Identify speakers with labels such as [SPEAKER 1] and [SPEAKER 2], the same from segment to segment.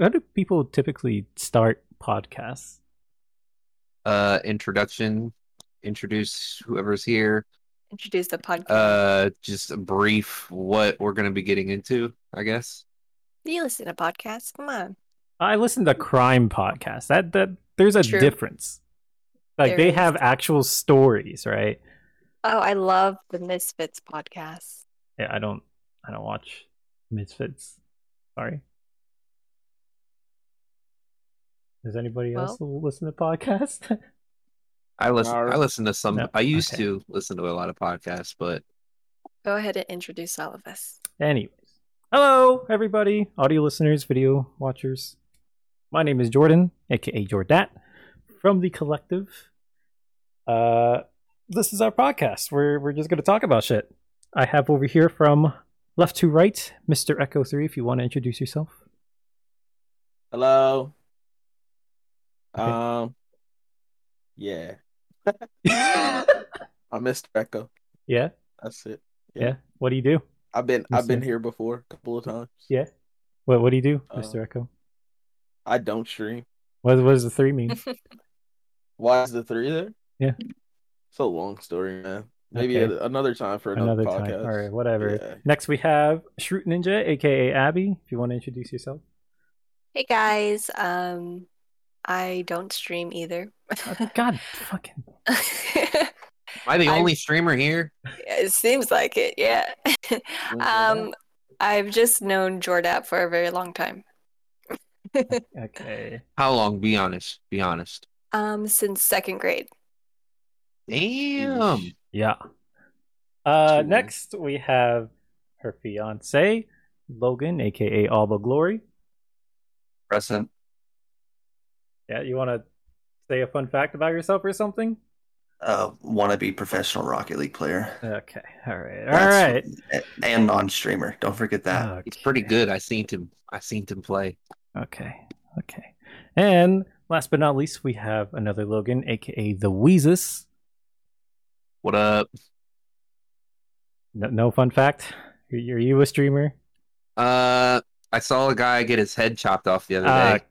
[SPEAKER 1] how do people typically start podcasts?
[SPEAKER 2] Uh, introduction. Introduce whoever's here.
[SPEAKER 3] Introduce the podcast.
[SPEAKER 2] Uh, just a brief what we're gonna be getting into. I guess.
[SPEAKER 3] you listen to podcasts? Come on.
[SPEAKER 1] I listen to crime podcasts. That that there's a
[SPEAKER 3] True.
[SPEAKER 1] difference. Like
[SPEAKER 3] There
[SPEAKER 1] they
[SPEAKER 3] is.
[SPEAKER 1] have actual stories, right?
[SPEAKER 3] Oh, I love the Misfits podcast.
[SPEAKER 1] Yeah, I don't I don't watch Misfits. Sorry. Does anybody else listen to podcasts?
[SPEAKER 2] I listen.
[SPEAKER 4] Nar-
[SPEAKER 2] I listen to some.
[SPEAKER 1] Nope.
[SPEAKER 2] I used
[SPEAKER 1] Okay.
[SPEAKER 2] to listen to a lot of podcasts, but
[SPEAKER 3] Go ahead and introduce all of us.
[SPEAKER 1] Anyways, hello everybody, audio listeners, video watchers. My name is Jordan, aka Jordat, from the Collective. Uh, this is our podcast. We're we're just gonna talk about shit. I have over here from left to right, Mister Echo Three. If you want to introduce yourself,
[SPEAKER 4] Hello.
[SPEAKER 1] Okay.
[SPEAKER 4] Um. Yeah, I'm Mr. Echo.
[SPEAKER 1] yeah,
[SPEAKER 4] That's it.
[SPEAKER 1] yeah. What do you do?
[SPEAKER 4] I've been I've been
[SPEAKER 1] Mr..
[SPEAKER 4] here before a couple of times.
[SPEAKER 1] Yeah. What What do you do,
[SPEAKER 4] Uh,
[SPEAKER 1] Mister Echo?
[SPEAKER 4] I don't stream.
[SPEAKER 1] What What does the three mean?
[SPEAKER 4] Why is the three there?
[SPEAKER 1] Yeah.
[SPEAKER 4] It's a long story, man. Maybe
[SPEAKER 1] Okay.
[SPEAKER 4] a- another time for another,
[SPEAKER 1] Another time.
[SPEAKER 4] podcast.
[SPEAKER 1] All right, whatever.
[SPEAKER 4] Yeah.
[SPEAKER 1] Next we have Shroot Ninja, aka Abby. If you want to introduce yourself.
[SPEAKER 3] Hey guys, um, I don't stream either.
[SPEAKER 1] Uh, God fucking.
[SPEAKER 2] am I the
[SPEAKER 3] I'm-
[SPEAKER 2] only streamer here?
[SPEAKER 3] it seems like it, yeah. um, I've just known Jordat for a very long time.
[SPEAKER 1] Okay.
[SPEAKER 2] How long? Be honest. Be honest.
[SPEAKER 3] Um, since second grade.
[SPEAKER 2] Damn.
[SPEAKER 4] Yeesh.
[SPEAKER 1] Yeah. Uh,
[SPEAKER 4] Two.
[SPEAKER 1] next we have her fiance, Logan, aka Alba Glory.
[SPEAKER 2] Present.
[SPEAKER 1] Yeah, you want to say a fun fact about yourself or something?
[SPEAKER 5] uh, wannabe professional Rocket League player.
[SPEAKER 1] Okay. All right. All right.
[SPEAKER 5] That's- a- And non streamer. Don't forget that.
[SPEAKER 1] Uh,
[SPEAKER 2] He's pretty good. I seen him. I seen him play.
[SPEAKER 1] Okay. Okay. And last but not least, we have another Logan, aka the Weezus.
[SPEAKER 2] What up?
[SPEAKER 1] No, no fun fact. Are you- are you a streamer?
[SPEAKER 2] Uh, I saw a guy get his head chopped off the other
[SPEAKER 1] Uh,
[SPEAKER 2] day.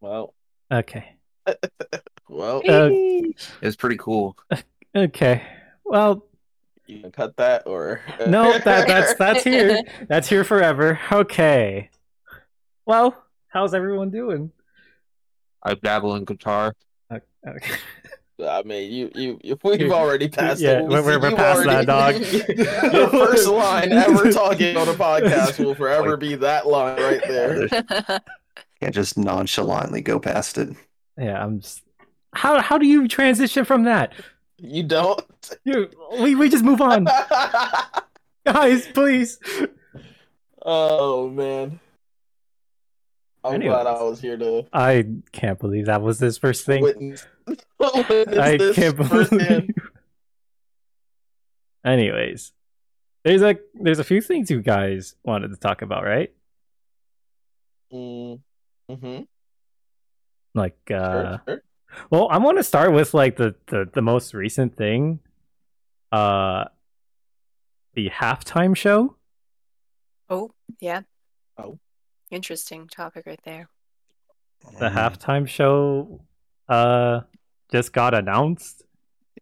[SPEAKER 4] Well,
[SPEAKER 1] okay.
[SPEAKER 4] well,
[SPEAKER 1] Uh,
[SPEAKER 2] It was pretty cool.
[SPEAKER 1] Okay. Well,
[SPEAKER 4] you can cut that or
[SPEAKER 1] no, that, that's that's here. That's here forever. Okay. Well, how's everyone doing?
[SPEAKER 2] I dabble in guitar.
[SPEAKER 1] Okay.
[SPEAKER 4] I mean, you you if we've already passed.
[SPEAKER 1] Yeah,
[SPEAKER 4] it,
[SPEAKER 1] we're- we're- we're
[SPEAKER 4] you
[SPEAKER 1] past that,
[SPEAKER 4] already-
[SPEAKER 1] dog.
[SPEAKER 4] Your first line ever talking on a podcast will forever be that line right there.
[SPEAKER 5] You can't just nonchalantly go past it.
[SPEAKER 1] Yeah, I'm. Just... How how do you transition from that?
[SPEAKER 4] You don't.
[SPEAKER 1] You, we we just move on, guys. Please.
[SPEAKER 4] oh man. I'm glad I
[SPEAKER 1] Anyways.
[SPEAKER 4] was here to
[SPEAKER 1] I can't believe that was this first thing.
[SPEAKER 4] witness, witness
[SPEAKER 1] I
[SPEAKER 4] this
[SPEAKER 1] can't
[SPEAKER 4] firsthand.
[SPEAKER 1] believe. Anyways, there's a there's a few things you guys wanted to talk about, right?
[SPEAKER 4] Mm, mhm.
[SPEAKER 1] Like,
[SPEAKER 4] Sure,
[SPEAKER 1] uh,
[SPEAKER 4] sure.
[SPEAKER 1] well, I want to start with like the, the the most recent thing, uh, the halftime show.
[SPEAKER 3] Oh, yeah.
[SPEAKER 4] Oh.
[SPEAKER 3] Interesting topic right there.
[SPEAKER 1] The
[SPEAKER 5] Mm-hmm. Mm,
[SPEAKER 1] halftime show, uh, just got announced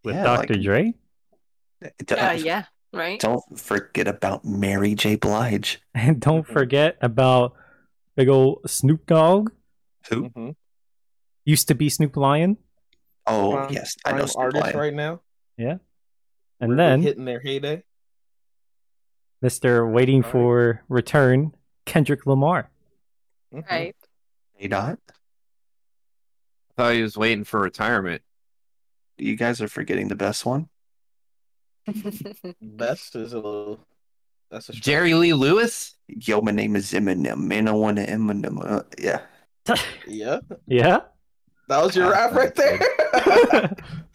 [SPEAKER 1] with
[SPEAKER 5] Yeah,
[SPEAKER 1] Dr.
[SPEAKER 5] like-
[SPEAKER 1] Dre.
[SPEAKER 5] Don't,
[SPEAKER 3] Uh, yeah, right?
[SPEAKER 5] don't forget about Mary J. Blige.
[SPEAKER 1] And don't forget about big old Snoop Dogg. Mm-hmm.
[SPEAKER 5] Who?
[SPEAKER 4] Mhm.
[SPEAKER 1] Used to be Snoop Lion,
[SPEAKER 5] Oh,
[SPEAKER 4] Prime-
[SPEAKER 5] yes. I know
[SPEAKER 4] prime
[SPEAKER 5] Snoop
[SPEAKER 4] artists
[SPEAKER 5] Lion.
[SPEAKER 4] right now.
[SPEAKER 1] and
[SPEAKER 4] really
[SPEAKER 1] then
[SPEAKER 4] hitting their heyday.
[SPEAKER 1] Mister Waiting
[SPEAKER 4] Sorry.
[SPEAKER 1] for Return, Kendrick Lamar.
[SPEAKER 4] Mhm.
[SPEAKER 3] Right.
[SPEAKER 5] Hey, Dot.
[SPEAKER 2] I thought he was waiting for retirement.
[SPEAKER 5] You guys are forgetting the best one.
[SPEAKER 4] Best is a little. That's a stretch.
[SPEAKER 2] Jerry Lee Lewis.
[SPEAKER 5] Yo, my name is Eminem, and I want to Eminem. Uh, yeah.
[SPEAKER 4] Yeah,
[SPEAKER 1] yeah.
[SPEAKER 4] that was your rap right there.
[SPEAKER 1] yeah,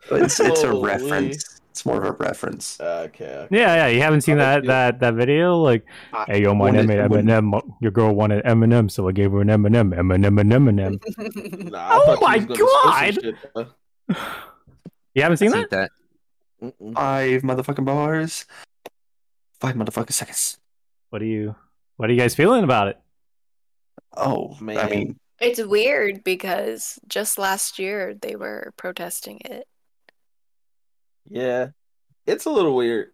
[SPEAKER 5] But It's, it's a
[SPEAKER 4] Holy.
[SPEAKER 5] reference. It's more of a reference.
[SPEAKER 4] okay.
[SPEAKER 1] yeah. You haven't seen
[SPEAKER 4] I
[SPEAKER 1] that
[SPEAKER 4] like
[SPEAKER 1] that that video? Like,
[SPEAKER 5] I
[SPEAKER 1] hey, yo, my
[SPEAKER 5] wanted-
[SPEAKER 1] name is
[SPEAKER 5] wanted-
[SPEAKER 1] Eminem. Your girl wanted Eminem, so I gave her an Eminem, Eminem, and Eminem.
[SPEAKER 4] Nah, I
[SPEAKER 1] Oh
[SPEAKER 4] thought you
[SPEAKER 1] my
[SPEAKER 4] was gonna
[SPEAKER 1] God!
[SPEAKER 4] spit some shit, uh,
[SPEAKER 1] you haven't seen
[SPEAKER 2] Seen
[SPEAKER 1] that?
[SPEAKER 2] that?
[SPEAKER 4] mm-mm.
[SPEAKER 5] Five motherfucking bars. Five motherfucking seconds.
[SPEAKER 1] What do you What are you guys feeling about it?
[SPEAKER 5] Oh, I
[SPEAKER 4] Man.
[SPEAKER 5] mean,
[SPEAKER 3] It's weird because just last year they were protesting it.
[SPEAKER 4] Yeah. It's a little weird.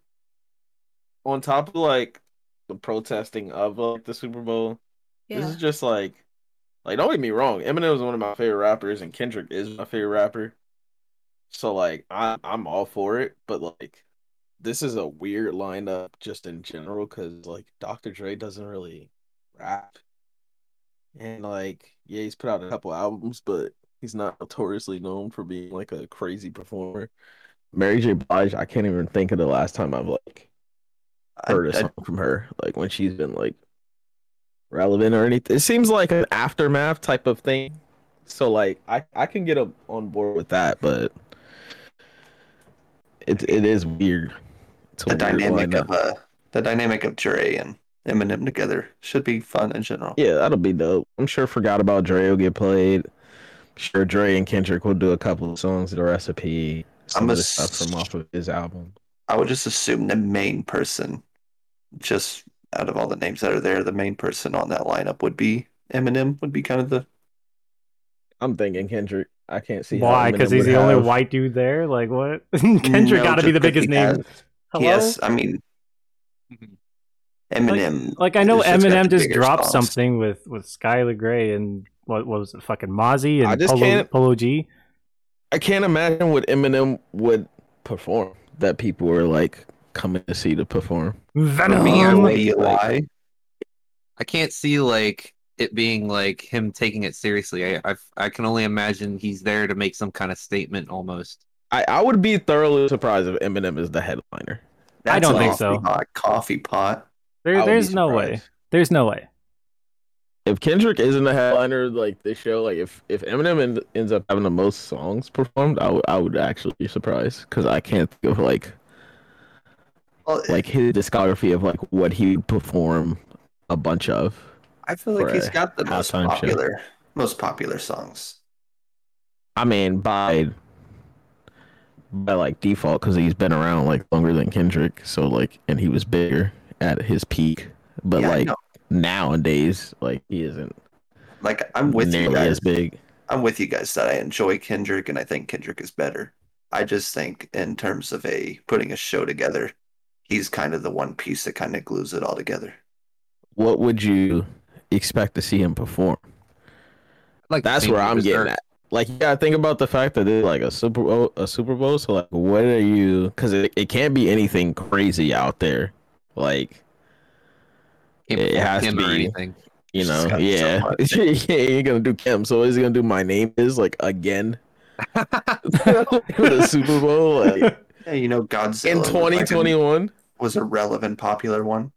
[SPEAKER 4] On top of like the protesting of like the Super Bowl, this
[SPEAKER 3] Yeah.
[SPEAKER 4] is just like like don't get me wrong, Eminem is one of my favorite rappers and Kendrick is my favorite rapper. So like I I'm all for it, but like this is a weird lineup just in general cuz like Dr. Dre doesn't really rap. And like yeah, he's put out a couple albums, but he's not notoriously known for being like a crazy performer. Mary J. Blige, I can't even think of the last time I've like
[SPEAKER 5] I,
[SPEAKER 4] heard a
[SPEAKER 5] I-
[SPEAKER 4] song from her, like when she's been like relevant or anything. It seems like an aftermath type of thing. So like I I can get up on board with that, but it it is weird. It's a
[SPEAKER 5] the
[SPEAKER 4] weird
[SPEAKER 5] dynamic
[SPEAKER 4] lineup.
[SPEAKER 5] of uh, the dynamic of Dre and Eminem together should be fun in general.
[SPEAKER 4] Yeah, that'll be dope. I'm sure Forgot About Dre will get played. Sure, Dre and Kendrick will do a couple of songs of the recipe. Some
[SPEAKER 5] I'm
[SPEAKER 4] of
[SPEAKER 5] a
[SPEAKER 4] the stuff from off of his album.
[SPEAKER 5] I would just assume the main person, just out of all the names that are there, the main person on that lineup would be Eminem. Would be kind of the
[SPEAKER 4] I'm thinking Kendrick. I can't see how
[SPEAKER 1] Why? Because
[SPEAKER 4] Eminem
[SPEAKER 1] he's
[SPEAKER 4] would
[SPEAKER 1] the only
[SPEAKER 4] have-
[SPEAKER 1] white dude there. Like what? Kendrick
[SPEAKER 5] No,
[SPEAKER 1] got to be the
[SPEAKER 5] just 'cause
[SPEAKER 1] biggest
[SPEAKER 5] he
[SPEAKER 1] name.
[SPEAKER 5] has-
[SPEAKER 1] Hello.
[SPEAKER 5] Yes, I mean
[SPEAKER 2] Mhm.
[SPEAKER 4] Mm-hmm.
[SPEAKER 5] Eminem.
[SPEAKER 1] Like I know
[SPEAKER 5] It's just got
[SPEAKER 1] Eminem
[SPEAKER 5] the
[SPEAKER 1] just
[SPEAKER 5] bigger
[SPEAKER 1] dropped
[SPEAKER 5] songs.
[SPEAKER 1] something with with Skylar Grey and what, what was it? Fucking Mozzie
[SPEAKER 4] I
[SPEAKER 1] and
[SPEAKER 4] just
[SPEAKER 1] Polo,
[SPEAKER 4] can't-
[SPEAKER 1] Polo G.
[SPEAKER 4] I can't imagine what Eminem would perform that people were like coming to see to perform.
[SPEAKER 1] Venom.
[SPEAKER 2] me, I would-
[SPEAKER 5] B.O.I..
[SPEAKER 1] Um,
[SPEAKER 2] I can't see like it being like him taking it seriously. I I've, I can only imagine he's there to make some kind of statement almost.
[SPEAKER 4] I, I would be thoroughly surprised if Eminem is the headliner.
[SPEAKER 5] That's
[SPEAKER 1] I don't
[SPEAKER 5] an
[SPEAKER 1] think
[SPEAKER 5] awfully
[SPEAKER 1] so.
[SPEAKER 5] hot coffee pot.
[SPEAKER 1] There,
[SPEAKER 4] I would be
[SPEAKER 1] there's no way.
[SPEAKER 4] surprised.
[SPEAKER 1] There's no way.
[SPEAKER 4] If Kendrick isn't the headliner, like this show, like if if Eminem end, ends up having the most songs performed, I would I would actually be surprised because I can't think of like
[SPEAKER 5] Well,
[SPEAKER 4] like his discography of like what he would perform a bunch of.
[SPEAKER 5] I feel
[SPEAKER 4] for
[SPEAKER 5] like he's
[SPEAKER 4] a
[SPEAKER 5] got the most
[SPEAKER 4] halftime show.
[SPEAKER 5] popular, most popular songs.
[SPEAKER 4] I mean, by by like default, because he's been around like longer than Kendrick, so like, and he was bigger at his peak. But
[SPEAKER 5] Yeah, I
[SPEAKER 4] like
[SPEAKER 5] know.
[SPEAKER 4] nowadays, like he isn't
[SPEAKER 5] like I'm with you
[SPEAKER 4] nearly
[SPEAKER 5] guys.
[SPEAKER 4] as big.
[SPEAKER 5] I'm with you guys that I enjoy Kendrick and I think Kendrick is better. I just think in terms of a putting a show together, he's kind of the one piece that kind of glues it all together.
[SPEAKER 4] What would you expect to see him perform?
[SPEAKER 2] I'd Like to
[SPEAKER 4] That's
[SPEAKER 2] think
[SPEAKER 4] where
[SPEAKER 2] he
[SPEAKER 4] I'm getting
[SPEAKER 2] deserves-
[SPEAKER 4] at. Like, you gotta think about the fact that it's like a Super Bowl, a Super Bowl. So, like, what are you? Because it, it can't be anything crazy out there. Like,
[SPEAKER 2] Can't
[SPEAKER 4] It
[SPEAKER 2] fault
[SPEAKER 4] has to
[SPEAKER 2] him or
[SPEAKER 4] be.
[SPEAKER 2] anything.
[SPEAKER 4] you
[SPEAKER 5] It's
[SPEAKER 4] know,
[SPEAKER 5] gotta be
[SPEAKER 4] yeah, yeah, you're gonna do Kim. So is he gonna do my name is like again for the Super Bowl like,
[SPEAKER 5] Yeah, you know, Godzilla
[SPEAKER 4] in
[SPEAKER 5] was like a-
[SPEAKER 4] 2021?
[SPEAKER 5] was a relevant, popular one.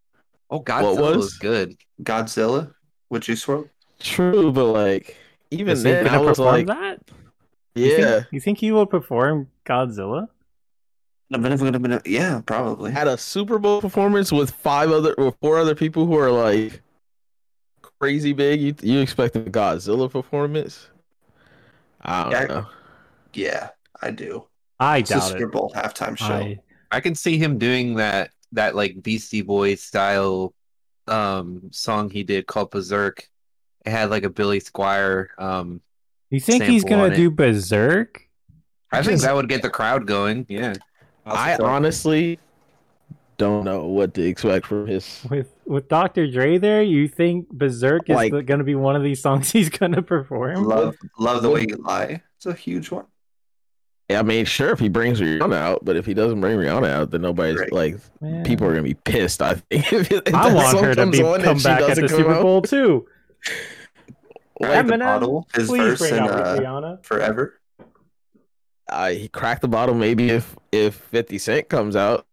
[SPEAKER 2] oh God,
[SPEAKER 4] What
[SPEAKER 2] was?
[SPEAKER 4] was?
[SPEAKER 2] good.
[SPEAKER 5] Godzilla with Juice WRLD.
[SPEAKER 4] True, but like even
[SPEAKER 1] Is he
[SPEAKER 4] then,
[SPEAKER 1] gonna
[SPEAKER 4] I was
[SPEAKER 1] perform
[SPEAKER 4] like,
[SPEAKER 1] that? You think-
[SPEAKER 4] yeah,
[SPEAKER 1] you think he will perform Godzilla?
[SPEAKER 5] Yeah, probably.
[SPEAKER 4] had a Super Bowl performance with five other or four other people who are like crazy big. You you expect a Godzilla performance? I don't
[SPEAKER 5] Yeah.
[SPEAKER 4] know.
[SPEAKER 5] Yeah, I do.
[SPEAKER 1] I
[SPEAKER 5] It's a
[SPEAKER 1] doubt
[SPEAKER 5] Super
[SPEAKER 1] it.
[SPEAKER 5] Bowl halftime show.
[SPEAKER 1] I,
[SPEAKER 2] I can see him doing that that like Beastie Boys style um song he did called Berserk. It had like a Billy Squire. Um,
[SPEAKER 1] you think he's
[SPEAKER 2] Sample on
[SPEAKER 1] gonna
[SPEAKER 2] it.
[SPEAKER 1] do Berserk?
[SPEAKER 2] I think
[SPEAKER 4] Just-
[SPEAKER 2] that would get the crowd going. Yeah,
[SPEAKER 4] I honestly don't know what to expect from his
[SPEAKER 1] with with Dr. Dre there, you think Berserk is
[SPEAKER 4] Like-
[SPEAKER 1] the, gonna be one of these songs he's gonna perform?
[SPEAKER 5] Love, love the way you lie. It's a huge one.
[SPEAKER 4] I mean, sure, if he brings Rihanna out, but if he doesn't bring Rihanna out, then nobody's
[SPEAKER 5] Right.
[SPEAKER 4] like,
[SPEAKER 1] Man.
[SPEAKER 4] people are gonna be pissed. I think. If it- if
[SPEAKER 1] I
[SPEAKER 4] that
[SPEAKER 1] want
[SPEAKER 4] song
[SPEAKER 1] her to
[SPEAKER 4] comes
[SPEAKER 1] be
[SPEAKER 4] on and
[SPEAKER 1] come
[SPEAKER 4] she
[SPEAKER 1] back at
[SPEAKER 4] doesn't
[SPEAKER 1] the
[SPEAKER 4] come
[SPEAKER 1] Super
[SPEAKER 4] out,
[SPEAKER 1] Bowl too.
[SPEAKER 5] Like the
[SPEAKER 1] Eminem,
[SPEAKER 5] bottle, his
[SPEAKER 1] Please
[SPEAKER 5] verse
[SPEAKER 1] bring
[SPEAKER 5] in
[SPEAKER 1] out
[SPEAKER 5] uh,
[SPEAKER 1] Rihanna.
[SPEAKER 5] Forever.
[SPEAKER 4] I he cracked the bottle. Maybe if if Fifty Cent comes out,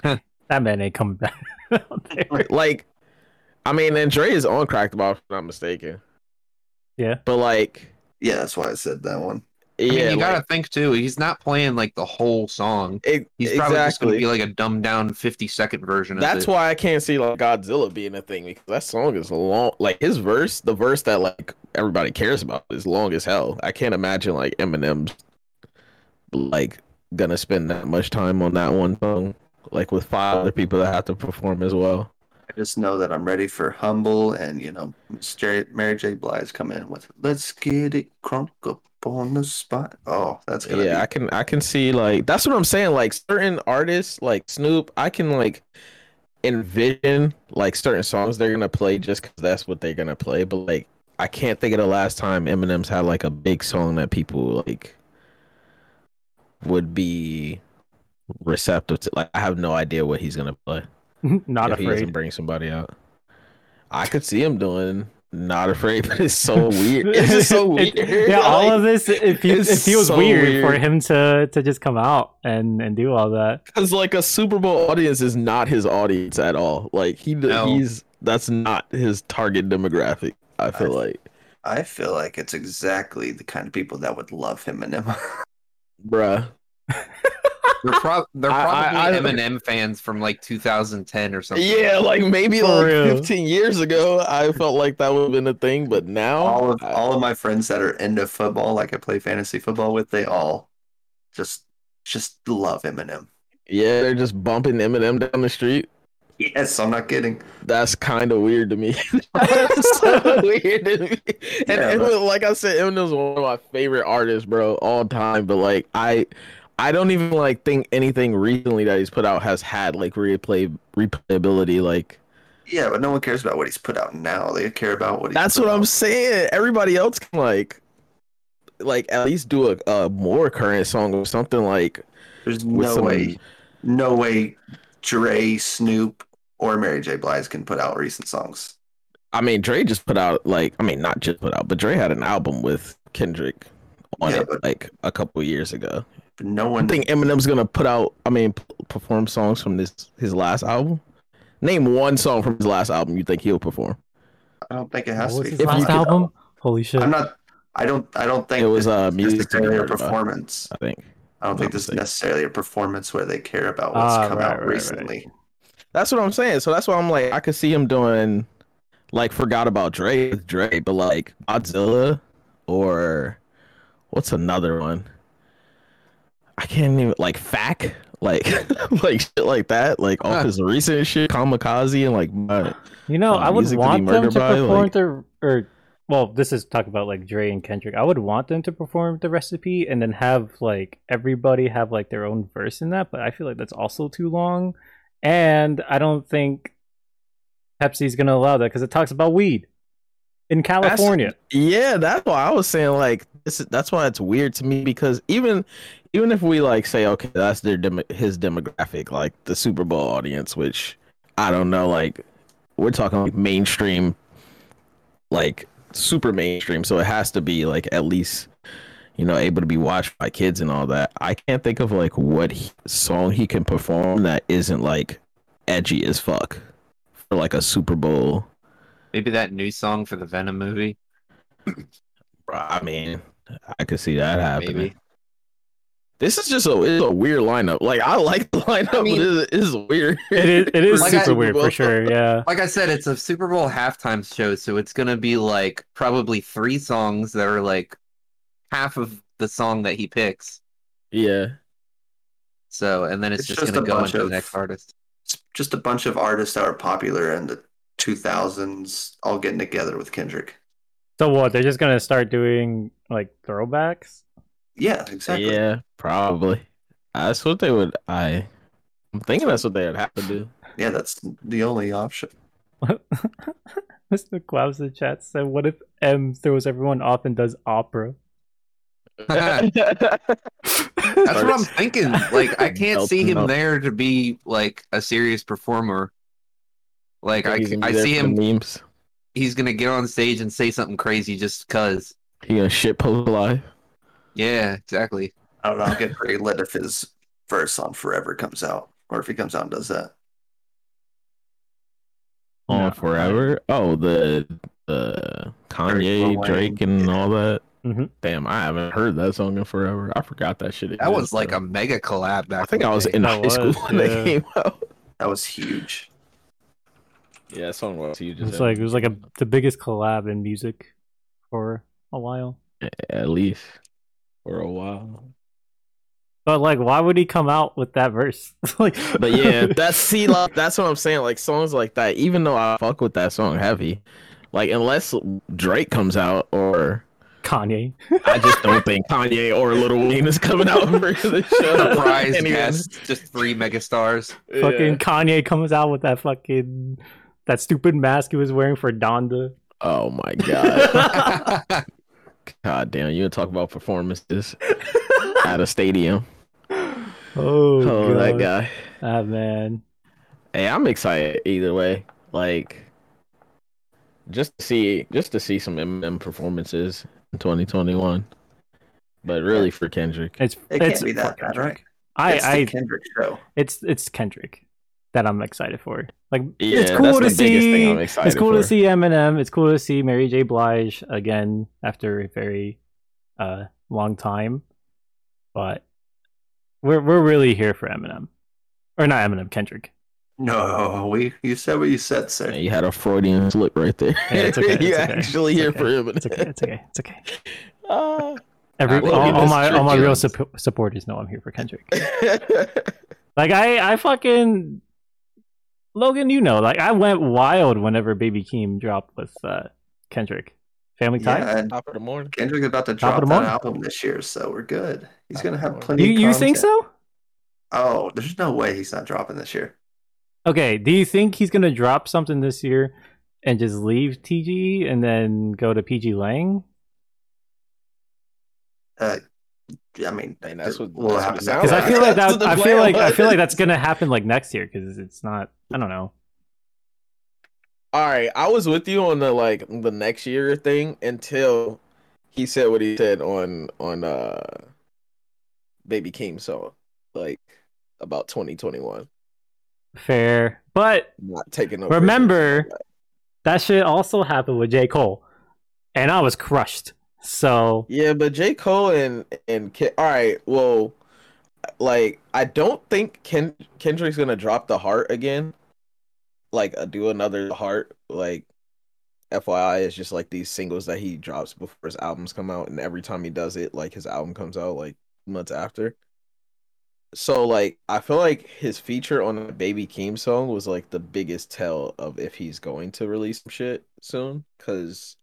[SPEAKER 1] That man ain't coming back. out there.
[SPEAKER 4] like, I mean, and Dre is on crack the bottle, if I'm not mistaken.
[SPEAKER 1] Yeah.
[SPEAKER 4] But like,
[SPEAKER 5] Yeah, that's why I said that one.
[SPEAKER 4] yeah,
[SPEAKER 2] I mean, you
[SPEAKER 4] like,
[SPEAKER 2] gotta think too. He's not playing like the whole song.
[SPEAKER 4] e-
[SPEAKER 2] He's probably just gonna
[SPEAKER 4] exactly.
[SPEAKER 2] be like a dumbed down fifty second version.
[SPEAKER 4] That's
[SPEAKER 2] of it.
[SPEAKER 4] why I can't see like Godzilla being a thing because that song is long. Like his verse, the verse that like everybody cares about, is long as hell. I can't imagine like Eminem's like gonna spend that much time on that one song, like with five other people that have to perform as well.
[SPEAKER 5] I just know that I'm ready for humble and you know Miss J- Mary J. Blige coming in with "Let's get it crunk up on the spot." Oh, that's gonna
[SPEAKER 4] yeah,
[SPEAKER 5] be
[SPEAKER 4] I can I can see like that's what I'm saying. Like certain artists, like Snoop, I can like envision like certain songs they're gonna play just because that's what they're gonna play. But like I can't think of the last time Eminem's had like a big song that people like would be receptive to. Like I have no idea what he's gonna play.
[SPEAKER 1] Not
[SPEAKER 4] if he doesn't
[SPEAKER 1] afraid.
[SPEAKER 4] bring somebody out. I could see him doing not afraid, but it's so weird. It's just so weird.
[SPEAKER 1] It- yeah, all
[SPEAKER 4] Like-
[SPEAKER 1] of this. It, fe- it
[SPEAKER 4] it's
[SPEAKER 1] feels
[SPEAKER 4] so
[SPEAKER 1] weird, for
[SPEAKER 4] weird.
[SPEAKER 1] him to to just come out and and do all that.
[SPEAKER 4] Because like a Super Bowl audience is not his audience at all. Like he
[SPEAKER 2] No.
[SPEAKER 4] he's that's not his target demographic. I feel
[SPEAKER 5] I-
[SPEAKER 4] like,
[SPEAKER 5] I feel like it's exactly the kind of people that would love him and him.
[SPEAKER 4] bruh.
[SPEAKER 2] They're, prob- they're
[SPEAKER 4] I- I-
[SPEAKER 2] probably
[SPEAKER 4] I-
[SPEAKER 2] Eminem fans from like 2010 or something.
[SPEAKER 4] Yeah, like maybe
[SPEAKER 1] For
[SPEAKER 4] like
[SPEAKER 1] real.
[SPEAKER 4] 15 years ago, I felt like that would have been a thing, but now
[SPEAKER 5] all of
[SPEAKER 4] Oh, I-
[SPEAKER 5] all of my friends that are into football, like I play fantasy football with, they all just just love Eminem.
[SPEAKER 4] yeah, they're just bumping Eminem down the street.
[SPEAKER 5] Yes, I'm not kidding.
[SPEAKER 4] That's kind of weird to me. That's so weird to me. And
[SPEAKER 5] Yeah,
[SPEAKER 4] Eminem, like I said, Eminem's one of my favorite artists, bro, all time. But like I, I don't even like think anything recently that he's put out has had like replay replayability. Like
[SPEAKER 5] Yeah, but no one cares about what he's put out now. They care about what he's
[SPEAKER 4] that's
[SPEAKER 5] put
[SPEAKER 4] what I'm
[SPEAKER 5] out.
[SPEAKER 4] saying. Everybody else can like, like at least do a, a more current song or something like
[SPEAKER 5] There's
[SPEAKER 4] with
[SPEAKER 5] no
[SPEAKER 4] some-
[SPEAKER 5] way, no way, Dre, Snoop, or Mary J. Blige can put out recent songs.
[SPEAKER 4] I mean, Dre just put out like I mean, not just put out, but Dre had an album with Kendrick on
[SPEAKER 5] Yeah,
[SPEAKER 4] it
[SPEAKER 5] but-
[SPEAKER 4] like a couple years ago.
[SPEAKER 5] But no
[SPEAKER 4] I
[SPEAKER 5] one.
[SPEAKER 4] think Eminem's gonna put out. I mean, p- perform songs from this his last album. Name one song from his last album you think he'll perform.
[SPEAKER 5] I don't think it
[SPEAKER 1] What
[SPEAKER 5] has
[SPEAKER 1] was
[SPEAKER 5] to
[SPEAKER 1] his
[SPEAKER 5] be.
[SPEAKER 4] If you
[SPEAKER 1] last
[SPEAKER 4] could-
[SPEAKER 1] album? Holy shit!
[SPEAKER 5] I'm not. I don't. I don't think
[SPEAKER 4] It was,
[SPEAKER 5] this
[SPEAKER 4] uh,
[SPEAKER 5] is
[SPEAKER 4] Music to Be
[SPEAKER 5] necessarily a
[SPEAKER 4] Heard By.
[SPEAKER 5] performance.
[SPEAKER 4] I think
[SPEAKER 5] I don't
[SPEAKER 4] I'm
[SPEAKER 5] think this is
[SPEAKER 4] saying.
[SPEAKER 5] necessarily a performance where they care about what's
[SPEAKER 1] Ah,
[SPEAKER 5] come
[SPEAKER 1] right,
[SPEAKER 5] out
[SPEAKER 1] right, right.
[SPEAKER 5] recently.
[SPEAKER 4] that's what I'm saying. So that's why I'm like, I could see him doing like forgot about Dre with Dre, but like Godzilla or what's another one? I can't even like Fac, like like shit like that, like all his recent shit, Kamikaze, and like my,
[SPEAKER 1] You know,
[SPEAKER 4] Some
[SPEAKER 1] I would
[SPEAKER 4] music to be
[SPEAKER 1] want them
[SPEAKER 4] murdered
[SPEAKER 1] to
[SPEAKER 4] by,
[SPEAKER 1] perform
[SPEAKER 4] like-
[SPEAKER 1] the or well, this is talk about like Dre and Kendrick. I would want them to perform the recipe and then have like everybody have like their own verse in that, but I feel like that's also too long. And I don't think Pepsi's gonna allow that because it talks about weed in California.
[SPEAKER 4] yeah, that's why I was saying like this. is- That's why it's weird to me because even even if we like say okay, that's their dem- his demographic, like the Super Bowl audience, which I don't know, like we're talking like mainstream, like super mainstream, so it has to be like at least you know able to be watched by kids and all that. I can't think of like what he- song he can perform that isn't like edgy as fuck for like a Super Bowl.
[SPEAKER 2] Maybe that new song for the Venom movie.
[SPEAKER 4] I mean, I could see that happening.
[SPEAKER 2] Maybe.
[SPEAKER 4] This is just a it's a weird lineup. Like I like the lineup,
[SPEAKER 2] mean-
[SPEAKER 4] but it is weird.
[SPEAKER 1] It is it is
[SPEAKER 2] Like I-
[SPEAKER 1] super weird for sure. Yeah,
[SPEAKER 2] Like I said, it's a Super Bowl halftime show, so it's gonna be like probably three songs that are like half of the song that he picks.
[SPEAKER 4] Yeah,
[SPEAKER 2] So, and then it's,
[SPEAKER 5] It's
[SPEAKER 2] just,
[SPEAKER 5] just
[SPEAKER 2] gonna
[SPEAKER 5] a
[SPEAKER 2] go
[SPEAKER 5] bunch
[SPEAKER 2] into
[SPEAKER 5] of-
[SPEAKER 2] the next artist.
[SPEAKER 5] It's just a bunch of artists that were popular in the 2000s all getting together with Kendrick.
[SPEAKER 1] so what? They're just gonna start doing like throwbacks.
[SPEAKER 5] Yeah, exactly.
[SPEAKER 4] yeah, probably. That's what they would. I I'm thinking that's what they would have to do.
[SPEAKER 5] Yeah, that's the only option.
[SPEAKER 1] Mr. Klaus in the chat said, "What if M throws everyone off and does opera?"
[SPEAKER 2] That's
[SPEAKER 1] That's
[SPEAKER 2] what I'm thinking. Like I can't see
[SPEAKER 4] Melting
[SPEAKER 2] him
[SPEAKER 4] up.
[SPEAKER 2] there to be like a serious performer. Like I,
[SPEAKER 4] He's gonna be
[SPEAKER 2] I
[SPEAKER 4] there
[SPEAKER 2] see
[SPEAKER 4] for the
[SPEAKER 2] him.
[SPEAKER 4] memes.
[SPEAKER 2] He's gonna get on stage and say something crazy just cause.
[SPEAKER 4] He gonna shit post live.
[SPEAKER 2] Yeah, exactly.
[SPEAKER 5] I don't know. I'll get very lit if his verse on Forever comes out, or if he comes out and does that.
[SPEAKER 4] on
[SPEAKER 1] No, I-
[SPEAKER 4] forever. Oh, the the
[SPEAKER 5] Lil
[SPEAKER 4] Kanye,
[SPEAKER 5] Wayne,
[SPEAKER 4] Drake, and all that.
[SPEAKER 1] Mhm.
[SPEAKER 4] Damn, I haven't heard that song in forever. I forgot that shit.
[SPEAKER 2] That was
[SPEAKER 4] existed.
[SPEAKER 2] like a mega collab back.
[SPEAKER 4] I think
[SPEAKER 2] in
[SPEAKER 4] I
[SPEAKER 2] the
[SPEAKER 4] was
[SPEAKER 2] day.
[SPEAKER 4] in
[SPEAKER 1] That
[SPEAKER 4] high school
[SPEAKER 1] was,
[SPEAKER 4] when
[SPEAKER 1] yeah.
[SPEAKER 4] they came out.
[SPEAKER 5] That was huge.
[SPEAKER 4] Yeah, that song was huge.
[SPEAKER 1] It was like it was like a the biggest collab in music for a while.
[SPEAKER 4] at least for a while.
[SPEAKER 1] But like, why would he come out with that verse? like,
[SPEAKER 4] But yeah, that's see, like, that's what I'm saying. Like songs like that, even though I fuck with that song heavy, like unless Drake comes out or
[SPEAKER 1] Kanye.
[SPEAKER 4] I just don't think Kanye or Lil Wayne is coming out for the show.
[SPEAKER 2] Surprise
[SPEAKER 4] Anyways,
[SPEAKER 2] guest, just three megastars.
[SPEAKER 4] yeah.
[SPEAKER 1] Fucking Kanye comes out with that fucking that stupid mask he was wearing for Donda.
[SPEAKER 4] Oh my god. God damn, you gonna talk about performances at a stadium.
[SPEAKER 1] Oh,
[SPEAKER 4] Oh, that
[SPEAKER 1] God.
[SPEAKER 4] guy.
[SPEAKER 1] Ah man.
[SPEAKER 4] Hey, I'm excited either way. Like just to see just to see some Eminem performances in 2021. But really for Kendrick.
[SPEAKER 1] It's
[SPEAKER 5] It
[SPEAKER 1] it's
[SPEAKER 5] can't be that bad, right?
[SPEAKER 1] I
[SPEAKER 5] it's
[SPEAKER 1] I
[SPEAKER 5] the Kendrick show.
[SPEAKER 1] it's it's Kendrick that I'm excited for. Like
[SPEAKER 4] Yeah,
[SPEAKER 1] it's cool
[SPEAKER 4] that's
[SPEAKER 1] to
[SPEAKER 4] the biggest thing
[SPEAKER 1] see.
[SPEAKER 4] I'm excited
[SPEAKER 1] It's cool to
[SPEAKER 4] for.
[SPEAKER 1] see Eminem. It's cool to see Mary J. Blige again after a very uh long time. But we're we're really here for Eminem, or not Eminem, Kendrick.
[SPEAKER 5] No, we you said what you said, sir.
[SPEAKER 4] Hey, you had a Freudian slip right there.
[SPEAKER 1] Yeah, it's okay, it's
[SPEAKER 4] you
[SPEAKER 1] okay,
[SPEAKER 4] actually
[SPEAKER 1] it's
[SPEAKER 4] here
[SPEAKER 1] okay,
[SPEAKER 4] for him.
[SPEAKER 1] It's okay. It's okay. It's okay.
[SPEAKER 4] Ah.
[SPEAKER 1] Every
[SPEAKER 2] Absolutely.
[SPEAKER 1] all, all my
[SPEAKER 2] Mr.
[SPEAKER 1] all my real
[SPEAKER 2] Jones.
[SPEAKER 1] suppo- supporters know I'm here for Kendrick. Like I I fucking Logan, you know, like I went wild whenever Baby Keem dropped with uh, Kendrick. Family Ties.
[SPEAKER 5] Yeah, and
[SPEAKER 4] Top of the morning.
[SPEAKER 5] Kendrick's about to
[SPEAKER 1] Top
[SPEAKER 5] drop
[SPEAKER 1] of the
[SPEAKER 5] that
[SPEAKER 1] morning.
[SPEAKER 5] album this year, so we're good. He's
[SPEAKER 4] Top
[SPEAKER 5] gonna
[SPEAKER 4] of the
[SPEAKER 5] have
[SPEAKER 4] morning.
[SPEAKER 5] plenty.
[SPEAKER 1] You
[SPEAKER 5] of
[SPEAKER 1] you think
[SPEAKER 5] content.
[SPEAKER 1] so?
[SPEAKER 5] Oh, there's no way he's not dropping this year.
[SPEAKER 1] Okay. Do you think he's gonna drop something this year and just leave TG and then go to PG Lang?
[SPEAKER 5] Uh, I mean,
[SPEAKER 4] And that's what-
[SPEAKER 5] will
[SPEAKER 4] that's what
[SPEAKER 5] happen
[SPEAKER 4] it sounds
[SPEAKER 1] Because I feel like that.
[SPEAKER 4] Oh, That's
[SPEAKER 1] I
[SPEAKER 4] the
[SPEAKER 1] feel
[SPEAKER 4] plan.
[SPEAKER 1] like I feel like that's gonna happen like next year because it's not. I don't know.
[SPEAKER 4] All right, I was with you on the like the next year thing until he said what he said on on uh Baby Keem song, like about 2021,
[SPEAKER 1] Fair, but
[SPEAKER 4] not taking over.
[SPEAKER 1] Remember, that shit also happened with J. Cole, and I was crushed. So
[SPEAKER 4] yeah, but J Cole and and Ken- all right, well, like I don't think Ken- Kendrick's gonna drop the heart again, like uh, do another heart like. FYI, it's just like these singles that he drops before his albums come out, and every time he does it, like his album comes out like months after. So like I feel like his feature on the Baby Keem song was like the biggest tell of if he's going to release some shit soon, because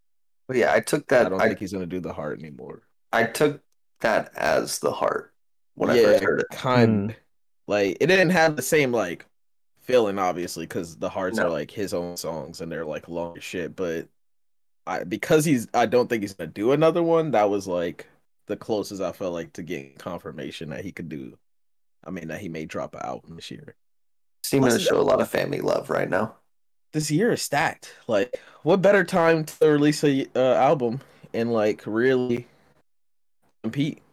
[SPEAKER 5] But yeah, I took
[SPEAKER 4] I
[SPEAKER 5] that.
[SPEAKER 4] don't
[SPEAKER 5] I,
[SPEAKER 4] think he's gonna do the heart anymore.
[SPEAKER 5] I took that as the heart when I first heard it.
[SPEAKER 1] Hmm.
[SPEAKER 4] kind like it didn't have the same like feeling, obviously, because the hearts
[SPEAKER 5] No.
[SPEAKER 4] are like his own songs and they're like long as shit. But I because he's I don't think he's gonna do another one. That was like the closest I felt like to getting confirmation that he could do. I mean that he may drop an album this year.
[SPEAKER 5] Seeming to
[SPEAKER 4] Listen-
[SPEAKER 5] show a lot of family love right now.
[SPEAKER 4] this year is stacked. Like, what better time to release a uh, album and like really compete?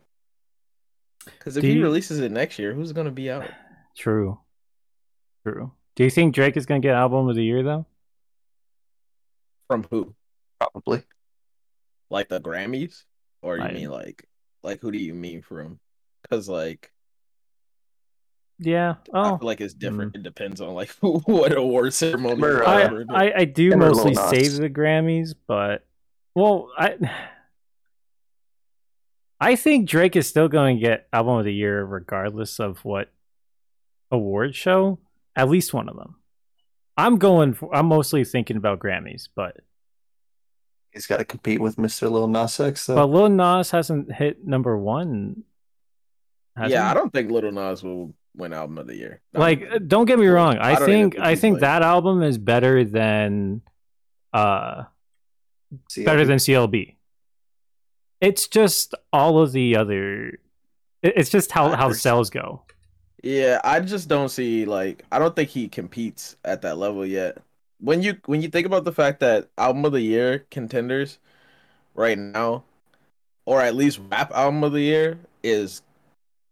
[SPEAKER 4] Because if
[SPEAKER 1] Do
[SPEAKER 4] he
[SPEAKER 1] you-
[SPEAKER 4] releases it next year, who's gonna be out?
[SPEAKER 1] true, true. Do you think Drake is gonna get album of the year though?
[SPEAKER 4] From who?
[SPEAKER 5] Probably.
[SPEAKER 4] Like the Grammys, or you
[SPEAKER 1] I-
[SPEAKER 4] mean like, like who do you mean from? Because like,
[SPEAKER 1] Yeah.
[SPEAKER 4] I
[SPEAKER 1] Oh,
[SPEAKER 4] feel like it's different. It depends on like what award ceremony.
[SPEAKER 5] Bro,
[SPEAKER 4] or
[SPEAKER 1] I
[SPEAKER 4] whatever.
[SPEAKER 1] I, I do
[SPEAKER 5] Him or Lil
[SPEAKER 1] mostly
[SPEAKER 5] Nas?
[SPEAKER 1] save the Grammys, but well, I I think Drake is still going to get album of the year regardless of what award show. At least one of them. I'm going. For, I'm mostly thinking about Grammys, but
[SPEAKER 5] He's got to compete with Mr. Lil Nas X.
[SPEAKER 4] Uh,
[SPEAKER 5] So.
[SPEAKER 1] But Lil Nas hasn't hit number one. has
[SPEAKER 4] yeah,
[SPEAKER 1] he?
[SPEAKER 4] I don't think Little Nas will win album of the year. I
[SPEAKER 1] like.
[SPEAKER 4] don't-
[SPEAKER 1] uh, Don't get me wrong. I,
[SPEAKER 4] I don't even
[SPEAKER 1] think
[SPEAKER 4] think
[SPEAKER 1] I
[SPEAKER 4] he's
[SPEAKER 1] think
[SPEAKER 4] like-
[SPEAKER 1] that album is better than, uh,
[SPEAKER 5] See,
[SPEAKER 1] better than CLB. It's just all of the other. it- It's just how how
[SPEAKER 5] Factors.
[SPEAKER 1] sales go.
[SPEAKER 4] Yeah, I just don't see like I don't think he competes at that level yet. When you when you think about the fact that album of the year contenders right now, or at least rap album of the year is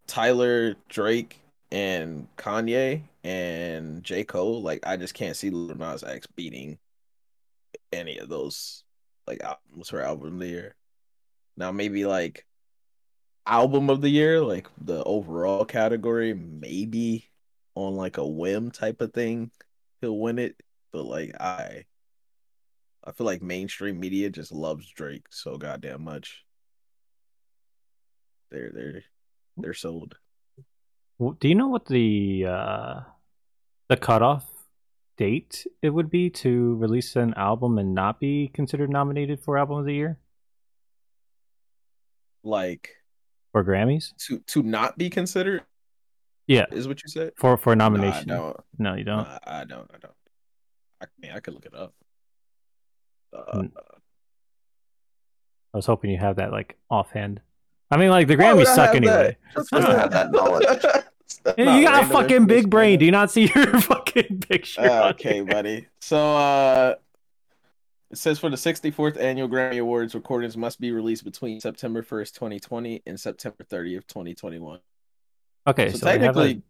[SPEAKER 4] Tyler, Drake, and Kanye and J. Cole. Like I just can't see Lil Nas X beating any of those like albums for album of the year. Now maybe like album of the year, like the overall category, maybe on like a whim type of thing, he'll win it. But like I, I feel like mainstream media just loves Drake so goddamn much. They're they're they're sold.
[SPEAKER 1] W- Do you know what the uh, the cutoff date it would be to release an album and not be considered nominated for album of the year
[SPEAKER 4] Like
[SPEAKER 1] or Grammys?
[SPEAKER 4] to to not be considered
[SPEAKER 1] Yeah,
[SPEAKER 4] is what you said.
[SPEAKER 1] for for
[SPEAKER 4] Nah,
[SPEAKER 1] nomination.
[SPEAKER 4] I don't.
[SPEAKER 1] no, you don't.
[SPEAKER 4] Nah, I don't. I don't. I mean, I could look it up. Uh,
[SPEAKER 1] Hmm. I was hoping you have that like offhand. I mean, like the
[SPEAKER 4] Why would
[SPEAKER 1] Grammys
[SPEAKER 4] I
[SPEAKER 1] suck
[SPEAKER 4] have
[SPEAKER 1] anyway.
[SPEAKER 4] that?
[SPEAKER 5] I don't have that knowledge.
[SPEAKER 1] You-
[SPEAKER 4] Nah,
[SPEAKER 1] you got a
[SPEAKER 4] random
[SPEAKER 1] fucking big
[SPEAKER 4] information,
[SPEAKER 1] brain.
[SPEAKER 4] man.
[SPEAKER 1] Do you not see your fucking picture?
[SPEAKER 4] Ah,
[SPEAKER 1] on
[SPEAKER 4] okay,
[SPEAKER 1] here?
[SPEAKER 4] buddy. So uh it says for the 64th annual Grammy Awards, recordings must be released between September 1st, 2020 and September 30th, 2021.
[SPEAKER 1] Okay,
[SPEAKER 4] so,
[SPEAKER 1] so, they have a-
[SPEAKER 4] technically,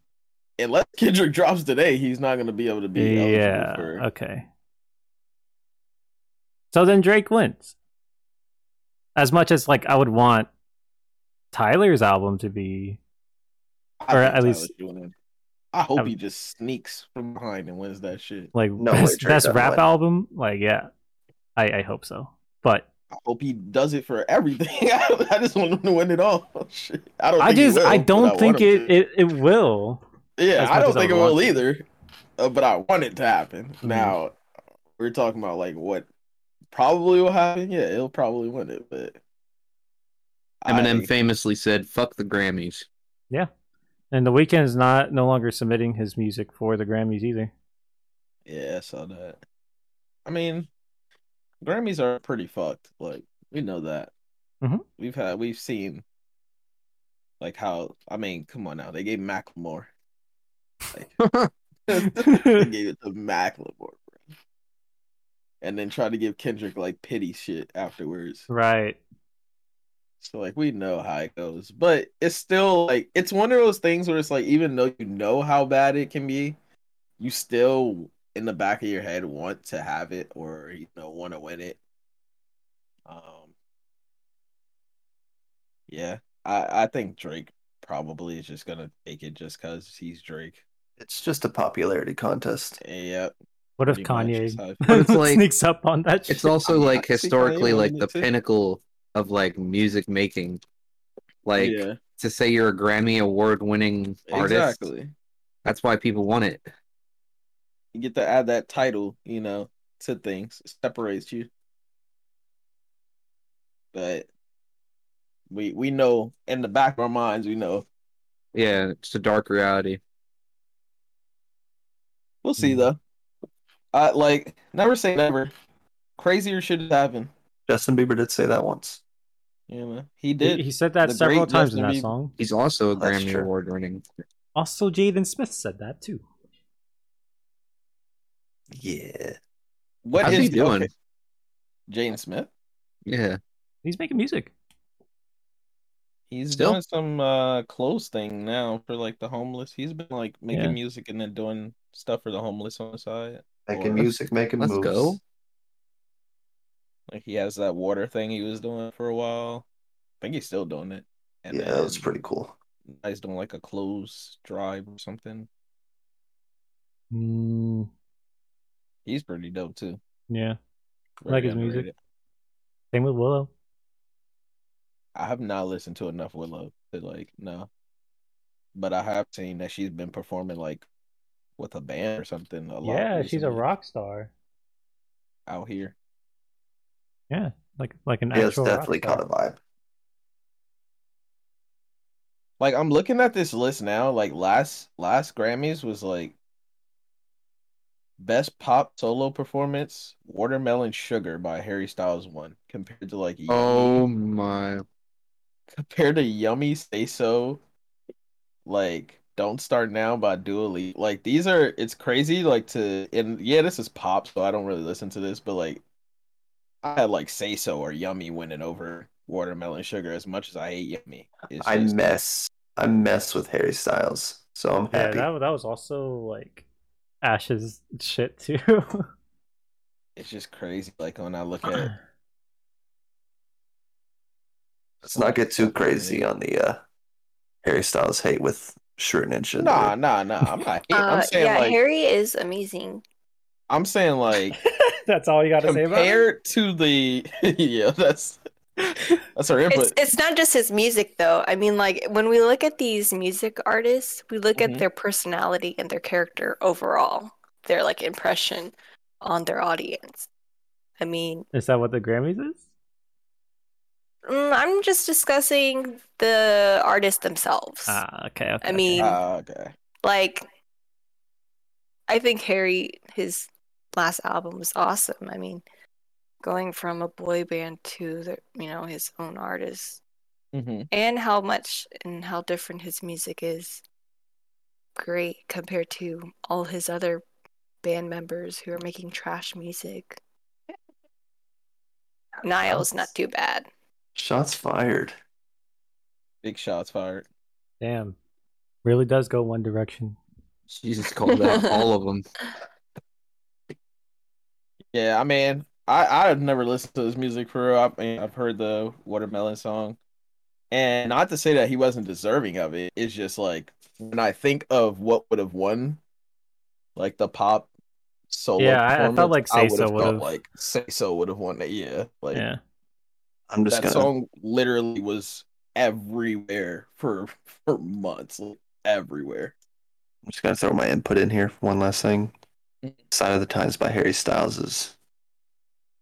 [SPEAKER 4] unless Kendrick drops today, he's not going to be able to be eligible
[SPEAKER 1] yeah.
[SPEAKER 4] for-
[SPEAKER 1] Okay. So then Drake wins. As much as like I would want Tyler's album to be
[SPEAKER 4] I
[SPEAKER 1] or
[SPEAKER 4] think
[SPEAKER 1] at
[SPEAKER 4] Tyler
[SPEAKER 1] least-
[SPEAKER 4] should win. I hope
[SPEAKER 1] I'm-
[SPEAKER 4] he just sneaks from behind and wins that shit.
[SPEAKER 1] like
[SPEAKER 5] No way
[SPEAKER 1] best,
[SPEAKER 5] Drake
[SPEAKER 1] best
[SPEAKER 5] doesn't
[SPEAKER 1] rap
[SPEAKER 5] win.
[SPEAKER 1] album, like yeah, I I hope so. But
[SPEAKER 4] I hope he does it for everything. I just want him to win it all. Oh, Shit. I don't.
[SPEAKER 1] I
[SPEAKER 4] think he
[SPEAKER 1] just
[SPEAKER 4] will,
[SPEAKER 1] I
[SPEAKER 4] but
[SPEAKER 1] don't
[SPEAKER 4] want
[SPEAKER 1] think
[SPEAKER 4] him
[SPEAKER 1] it,
[SPEAKER 4] to.
[SPEAKER 1] it it will. as
[SPEAKER 4] Yeah,
[SPEAKER 1] much
[SPEAKER 4] I
[SPEAKER 1] as
[SPEAKER 4] don't
[SPEAKER 1] I
[SPEAKER 4] think it
[SPEAKER 1] would
[SPEAKER 4] will
[SPEAKER 1] want to. Mm-hmm.
[SPEAKER 4] either, uh, but I want it to happen. Now, we're talking about like what probably will happen. Yeah, it'll probably win it, but
[SPEAKER 2] Eminem
[SPEAKER 4] I-
[SPEAKER 2] famously said, "Fuck the Grammys."
[SPEAKER 1] And the weekend is not no longer submitting his music for the Grammys either.
[SPEAKER 4] yeah, I saw that. I mean, Grammys are pretty fucked. Like we know that.
[SPEAKER 1] Mhm.
[SPEAKER 4] We've had we've seen like how I mean, come on now, they gave Macklemore. Like, they gave it to Macklemore, bro. And then tried to give Kendrick like pity shit afterwards.
[SPEAKER 1] Right.
[SPEAKER 4] So like we know how it goes, but it's still like it's one of those things where it's like even though you know how bad it can be, you still in the back of your head want to have it or you know want to win it. Um Yeah, I I think Drake probably is just going to take it just cuz he's Drake.
[SPEAKER 5] It's just a popularity contest.
[SPEAKER 4] Yep.
[SPEAKER 1] What if
[SPEAKER 4] pretty much
[SPEAKER 1] Kanye
[SPEAKER 4] is how I feel.
[SPEAKER 2] But it's like-
[SPEAKER 1] sneaks up on that? shit?
[SPEAKER 2] It's also
[SPEAKER 4] I'm
[SPEAKER 2] like
[SPEAKER 4] actually kinda
[SPEAKER 2] historically
[SPEAKER 4] in on
[SPEAKER 2] like
[SPEAKER 4] it
[SPEAKER 2] the
[SPEAKER 4] too.
[SPEAKER 2] pinnacle of like music making. Like
[SPEAKER 4] yeah,
[SPEAKER 2] to say you're a Grammy award winning artist,
[SPEAKER 4] exactly.
[SPEAKER 2] that's why people want it.
[SPEAKER 4] You get to add that title, you know, to things. It separates you. But we we know in the back of our minds, we know.
[SPEAKER 2] Yeah, it's a dark reality.
[SPEAKER 4] We'll see
[SPEAKER 2] Mm-hmm.
[SPEAKER 1] Mhm.
[SPEAKER 4] though. I like never say never. Crazier shit has happened.
[SPEAKER 5] Justin Bieber did say that once.
[SPEAKER 4] You know, he
[SPEAKER 1] He,
[SPEAKER 4] did.
[SPEAKER 1] he said that
[SPEAKER 4] The
[SPEAKER 1] several
[SPEAKER 4] great
[SPEAKER 1] times in
[SPEAKER 4] Justin
[SPEAKER 1] that
[SPEAKER 4] Bieber.
[SPEAKER 1] song.
[SPEAKER 2] He's also a
[SPEAKER 5] That's
[SPEAKER 2] Grammy
[SPEAKER 5] true.
[SPEAKER 2] award winning.
[SPEAKER 1] Also, Jaden Smith said that too.
[SPEAKER 5] Yeah.
[SPEAKER 4] What
[SPEAKER 2] How's
[SPEAKER 4] is
[SPEAKER 2] he doing?
[SPEAKER 4] okay. Jane Smith?
[SPEAKER 2] Yeah,
[SPEAKER 1] He's making music.
[SPEAKER 4] He's
[SPEAKER 2] Still?
[SPEAKER 4] doing some uh clothes thing now for like the homeless. He's been like making
[SPEAKER 1] Yeah.
[SPEAKER 4] music and then doing stuff for the homeless on the side.
[SPEAKER 5] Making
[SPEAKER 4] Or-
[SPEAKER 5] music, making
[SPEAKER 2] let's
[SPEAKER 5] moves.
[SPEAKER 2] go.
[SPEAKER 4] Like he has that water thing he was doing for a while. I think he's still doing it.
[SPEAKER 5] yeah, that was pretty cool.
[SPEAKER 4] I was doing like a clothes drive or something.
[SPEAKER 1] Mm,
[SPEAKER 4] He's pretty dope too.
[SPEAKER 1] yeah.
[SPEAKER 4] Very
[SPEAKER 1] Like his music.
[SPEAKER 4] underrated.
[SPEAKER 1] Same with Willow.
[SPEAKER 4] I have not listened to enough Willow to like no, but I have seen that she's been performing like with a band or something a lot.
[SPEAKER 1] Yeah, she's a
[SPEAKER 4] recently
[SPEAKER 1] rock star.
[SPEAKER 4] out here.
[SPEAKER 1] Like like an
[SPEAKER 5] yeah, it's
[SPEAKER 1] actual
[SPEAKER 5] definitely
[SPEAKER 1] rock star.
[SPEAKER 5] caught a vibe.
[SPEAKER 4] Like I'm looking at this list now. Like last last Grammys was like best pop solo performance, Watermelon Sugar by Harry Styles won compared to like Yummy-
[SPEAKER 2] Oh my.
[SPEAKER 4] compared to Yummy Say So, like Don't Start Now by Dua Lipa. Like these are it's crazy. Like to and yeah, this is pop, so I don't really listen to this, but like I had like Say So or Yummy winning over Watermelon Sugar as much as I hate Yummy. It's
[SPEAKER 5] I
[SPEAKER 4] just-
[SPEAKER 5] mess. I mess with Harry Styles, so I'm
[SPEAKER 1] Yeah,
[SPEAKER 5] happy.
[SPEAKER 1] that that was also like Ash's shit too.
[SPEAKER 4] it's just crazy. Like when I look at
[SPEAKER 5] Let's not get too crazy on the uh, Harry Styles hate with Shroon and shit.
[SPEAKER 4] Nah, nah, nah. I'm not. hating. I'm
[SPEAKER 3] Uh,
[SPEAKER 4] saying
[SPEAKER 3] yeah,
[SPEAKER 4] like
[SPEAKER 3] Harry is amazing.
[SPEAKER 4] I'm saying like
[SPEAKER 1] That's all you got to say about it.
[SPEAKER 4] compared to the yeah, that's That's our
[SPEAKER 3] It's,
[SPEAKER 4] input.
[SPEAKER 3] it's not just his music though. I mean, like when we look at these music artists, we look
[SPEAKER 4] Mhm.
[SPEAKER 3] at their personality and their character overall, their like impression on their audience. I mean,
[SPEAKER 1] Is that what the Grammys is?
[SPEAKER 3] mm, I'm just discussing the artists themselves.
[SPEAKER 1] Ah, okay. okay
[SPEAKER 3] I
[SPEAKER 1] okay.
[SPEAKER 3] mean,
[SPEAKER 4] Ah, okay.
[SPEAKER 3] like I think Harry his last album was awesome. I mean, going from a boy band to the, you know his own artist
[SPEAKER 4] Mm-hmm.
[SPEAKER 3] and how much and how different his music is great compared to all his other band members who are making trash music. Niall's not too bad.
[SPEAKER 5] Shots fired.
[SPEAKER 4] Big shots fired.
[SPEAKER 1] damn, really does go one direction.
[SPEAKER 2] She just called out all of them.
[SPEAKER 4] Yeah, I mean, I I've never listened to his music for real. I mean, I've heard the Watermelon song, and not to say that he wasn't deserving of it. It's just like when I think of what would have won, like the pop solo.
[SPEAKER 1] Yeah, I- I felt
[SPEAKER 4] performance,
[SPEAKER 1] like
[SPEAKER 4] I
[SPEAKER 1] Say So
[SPEAKER 4] would've
[SPEAKER 1] would've-
[SPEAKER 4] felt like say so would have won it. Yeah, like
[SPEAKER 1] Yeah,
[SPEAKER 5] I'm just
[SPEAKER 4] that
[SPEAKER 5] gonna.
[SPEAKER 4] song literally was everywhere for for months, like, everywhere.
[SPEAKER 5] I'm just gonna throw my input in here. One last thing.
[SPEAKER 4] Mhm.
[SPEAKER 5] "Sign of the Times" by Harry Styles is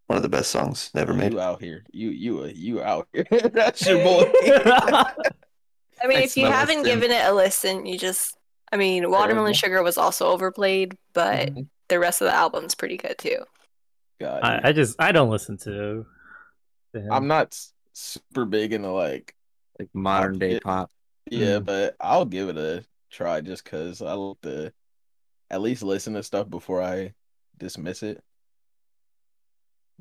[SPEAKER 5] one of the best songs ever made.
[SPEAKER 4] You out here, you you uh, you out here. That's your boy.
[SPEAKER 3] I mean,
[SPEAKER 2] I
[SPEAKER 3] if you
[SPEAKER 2] smell a sin.
[SPEAKER 3] haven't given it a listen, you just I mean, Watermelon
[SPEAKER 4] Terrible.
[SPEAKER 3] Sugar was also overplayed, but the rest of the album's pretty good too.
[SPEAKER 4] God,
[SPEAKER 1] I, I just I don't listen to. Them.
[SPEAKER 4] I'm not s- super big into like
[SPEAKER 2] Like modern day
[SPEAKER 4] It-
[SPEAKER 2] pop.
[SPEAKER 4] yeah, but I'll give it a try just because I like to at least listen to stuff before I dismiss it.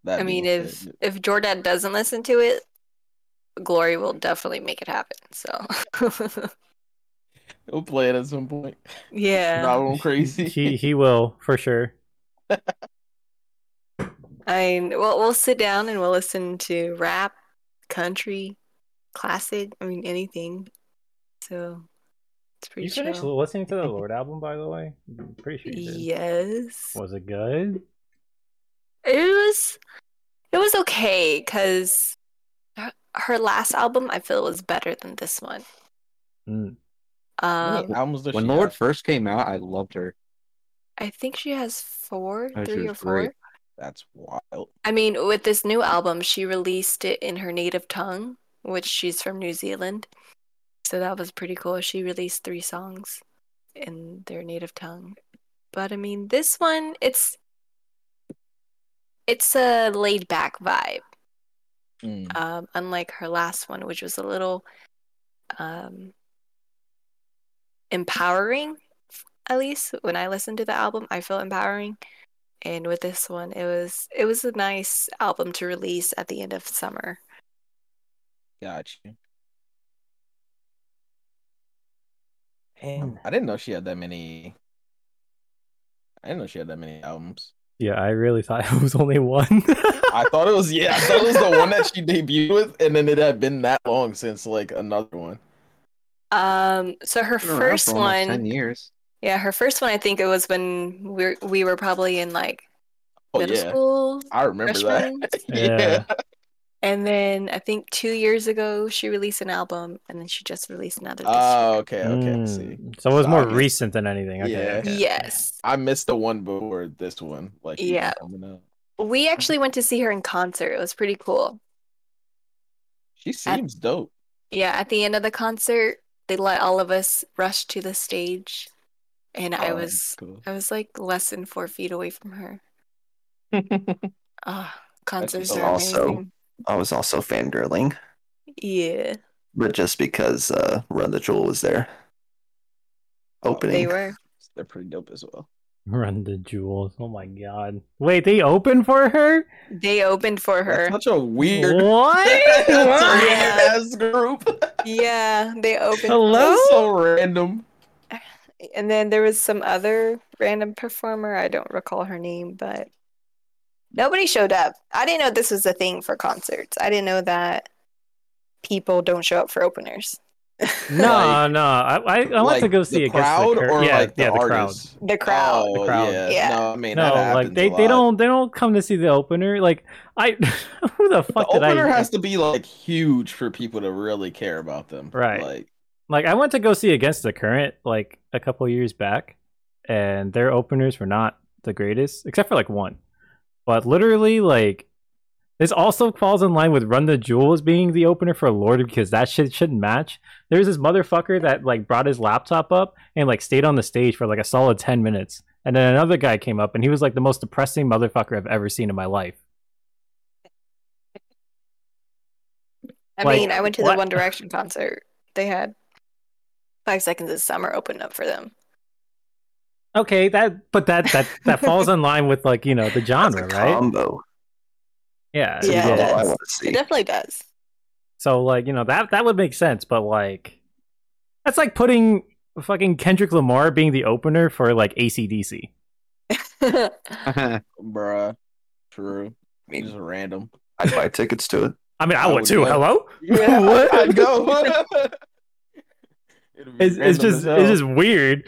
[SPEAKER 4] That
[SPEAKER 3] I mean,
[SPEAKER 4] being
[SPEAKER 3] if
[SPEAKER 4] said,
[SPEAKER 3] if Jordan doesn't listen to it, Glory will definitely make it happen. So,
[SPEAKER 4] we'll play it at some point.
[SPEAKER 3] yeah,
[SPEAKER 4] Not going crazy.
[SPEAKER 1] he he will for sure.
[SPEAKER 3] I mean, we'll we'll sit down and we'll listen to rap, country, classic. I mean, anything. So it's pretty.
[SPEAKER 1] You finished
[SPEAKER 3] chill.
[SPEAKER 1] listening to the Lord album, by the way. I'm pretty sure you did.
[SPEAKER 3] Yes,
[SPEAKER 1] Was it good?
[SPEAKER 3] it was. It was okay because her last album I feel was better than this one.
[SPEAKER 1] Mm.
[SPEAKER 4] How
[SPEAKER 3] Um,
[SPEAKER 4] many albums does
[SPEAKER 2] When
[SPEAKER 4] she
[SPEAKER 2] Lord
[SPEAKER 4] have?
[SPEAKER 2] first came out, I loved her.
[SPEAKER 3] I think she has four,
[SPEAKER 2] Oh, she
[SPEAKER 3] three
[SPEAKER 2] was
[SPEAKER 3] or four.
[SPEAKER 2] great.
[SPEAKER 4] that's wild.
[SPEAKER 3] I mean, with this new album, she released it in her native tongue, which she's from New Zealand. So that was pretty cool. She released three songs in their native tongue. But I mean, this one, it's it's a laid back vibe,
[SPEAKER 4] Mm.
[SPEAKER 3] um, unlike her last one, which was a little um, empowering. At least when I listened to the album, I felt empowering. And with this one, it was it was a nice album to release at the end of summer.
[SPEAKER 4] Got you. Damn, I didn't know she had that many. I didn't know she had that many albums.
[SPEAKER 1] Yeah, I really thought it was only one.
[SPEAKER 4] I thought it was yeah, I thought it was the one that she debuted with, and then it had been that long since like another one.
[SPEAKER 3] Um, so her
[SPEAKER 2] Been around
[SPEAKER 3] first
[SPEAKER 2] for almost
[SPEAKER 3] one,
[SPEAKER 2] ten years.
[SPEAKER 3] yeah, her first one, I think it was when we were, we were probably in like
[SPEAKER 4] Oh
[SPEAKER 3] middle
[SPEAKER 4] yeah,
[SPEAKER 3] school,
[SPEAKER 4] I remember that.
[SPEAKER 3] freshman,
[SPEAKER 4] Yeah.
[SPEAKER 3] and then I think two years ago she released an album, and then she just released another. This
[SPEAKER 4] Oh,
[SPEAKER 3] year.
[SPEAKER 4] okay, okay. I
[SPEAKER 1] Mm.
[SPEAKER 4] See,
[SPEAKER 1] So it was
[SPEAKER 4] So
[SPEAKER 1] more
[SPEAKER 4] I missed-
[SPEAKER 1] recent than anything. Okay,
[SPEAKER 4] Yeah.
[SPEAKER 1] okay.
[SPEAKER 3] Yes,
[SPEAKER 4] I missed the one before this one. Like you
[SPEAKER 3] Yeah.
[SPEAKER 4] coming up.
[SPEAKER 3] we actually went to see her in concert. It was pretty cool.
[SPEAKER 4] She seems dope.
[SPEAKER 3] Yeah, at the end of the concert, they let all of us rush to the stage, and I
[SPEAKER 4] Um,
[SPEAKER 3] was
[SPEAKER 4] cool.
[SPEAKER 3] I was like less than four feet away from her. Ah, concerts
[SPEAKER 4] just
[SPEAKER 3] are
[SPEAKER 5] also-
[SPEAKER 3] amazing.
[SPEAKER 5] I was also fangirling,
[SPEAKER 3] Yeah,
[SPEAKER 5] but just because uh, Run the Jewel was there, opening.
[SPEAKER 3] they were.
[SPEAKER 4] They're pretty dope as well.
[SPEAKER 1] Run the jewels. Oh my god. Wait, they open for her?
[SPEAKER 3] They opened for
[SPEAKER 4] That's
[SPEAKER 3] her.
[SPEAKER 4] such a weird.
[SPEAKER 1] What?
[SPEAKER 4] That's a
[SPEAKER 1] What?
[SPEAKER 4] weird ass group.
[SPEAKER 3] Yeah, they opened.
[SPEAKER 1] Hello?
[SPEAKER 4] That's so random.
[SPEAKER 3] And then there was some other random performer. I don't recall her name, but nobody showed up. I didn't know this was a thing for concerts. I didn't know that people don't show up for openers.
[SPEAKER 1] No,
[SPEAKER 4] Like-
[SPEAKER 1] no. I I, I want to
[SPEAKER 4] Like,
[SPEAKER 1] go see
[SPEAKER 4] the
[SPEAKER 1] it 'cause
[SPEAKER 4] crowd
[SPEAKER 1] the cur-
[SPEAKER 4] or
[SPEAKER 1] yeah,
[SPEAKER 4] like the,
[SPEAKER 1] yeah, the
[SPEAKER 4] artist?
[SPEAKER 3] The crowd.
[SPEAKER 4] Oh,
[SPEAKER 1] The crowd.
[SPEAKER 4] Yeah.
[SPEAKER 3] Yeah.
[SPEAKER 4] No, I mean that
[SPEAKER 1] No, like
[SPEAKER 4] happens
[SPEAKER 1] they,
[SPEAKER 4] a
[SPEAKER 1] they
[SPEAKER 4] lot.
[SPEAKER 1] don't they don't come to see the opener. Like I, who the
[SPEAKER 4] The
[SPEAKER 1] fuck did
[SPEAKER 4] opener
[SPEAKER 1] I?
[SPEAKER 4] has to be like huge for people to really care about them.
[SPEAKER 1] Right.
[SPEAKER 4] Like
[SPEAKER 1] like I went to go see Against the Current like a couple years back, and their openers were not the greatest, except for like one. But literally, like this also falls in line with Run the Jewels being the opener for Lord because that shit shouldn't match. There's this motherfucker that like brought his laptop up and like stayed on the stage for like a solid ten minutes, and then another guy came up and he was like the most depressing motherfucker I've ever seen in my life.
[SPEAKER 3] I
[SPEAKER 1] Like,
[SPEAKER 3] mean, I went to the
[SPEAKER 1] what-
[SPEAKER 3] One Direction concert. They had Five Seconds of Summer open up for them.
[SPEAKER 1] Okay, that but that that that falls in line with like you know the
[SPEAKER 5] That's
[SPEAKER 1] genre,
[SPEAKER 5] a
[SPEAKER 1] right?
[SPEAKER 5] combo.
[SPEAKER 1] yeah,
[SPEAKER 5] It's a
[SPEAKER 3] Yeah, it
[SPEAKER 5] combo I
[SPEAKER 3] does.
[SPEAKER 5] want to see.
[SPEAKER 3] It definitely does.
[SPEAKER 1] So like you know that that would make sense, but like that's like putting fucking Kendrick Lamar being the opener for like ACDC.
[SPEAKER 4] bruh. True.
[SPEAKER 5] I mean,
[SPEAKER 4] Just random.
[SPEAKER 5] I'd buy tickets to it.
[SPEAKER 1] I mean, I,
[SPEAKER 4] I
[SPEAKER 1] would
[SPEAKER 4] would
[SPEAKER 1] too.
[SPEAKER 4] love-
[SPEAKER 1] Hello,
[SPEAKER 4] Oh, Yeah,
[SPEAKER 1] What?
[SPEAKER 4] I'd go. It'd be
[SPEAKER 1] it's,
[SPEAKER 4] random
[SPEAKER 1] it's just
[SPEAKER 4] as hell.
[SPEAKER 1] it's just weird.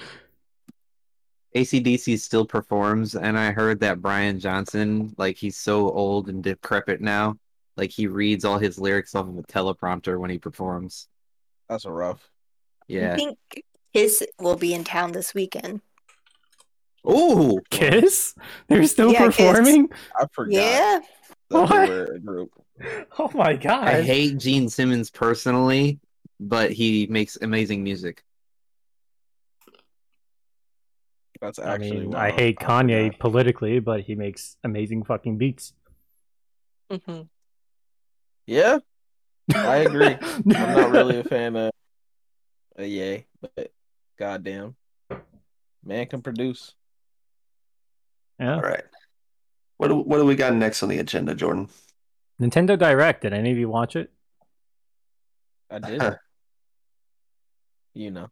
[SPEAKER 2] ACDC still performs, and I heard that Brian Johnson, like he's so old and decrepit now, like he reads all his lyrics off of a teleprompter when he performs.
[SPEAKER 4] that's rough.
[SPEAKER 3] I
[SPEAKER 2] Yeah.
[SPEAKER 3] think his will be in town this weekend.
[SPEAKER 2] Ooh,
[SPEAKER 1] Kiss, they're still
[SPEAKER 3] Yeah, Kiss.
[SPEAKER 1] performing.
[SPEAKER 4] I forgot
[SPEAKER 3] Yeah.
[SPEAKER 4] that they
[SPEAKER 1] What?
[SPEAKER 4] were a group.
[SPEAKER 1] Oh my god!
[SPEAKER 2] I hate Gene Simmons personally, but he makes amazing music.
[SPEAKER 4] That's
[SPEAKER 1] I
[SPEAKER 4] actually
[SPEAKER 1] mean,
[SPEAKER 4] wild.
[SPEAKER 1] I hate Kanye
[SPEAKER 4] forgot.
[SPEAKER 1] politically, but he makes amazing fucking beats.
[SPEAKER 4] Yeah, I agree. I'm not really a fan of a yay, but goddamn, man can produce.
[SPEAKER 1] Yeah.
[SPEAKER 5] All right. What do, what do we got next on the agenda, Jordan?
[SPEAKER 1] Nintendo Direct. Did any of you watch it?
[SPEAKER 4] I did. you know,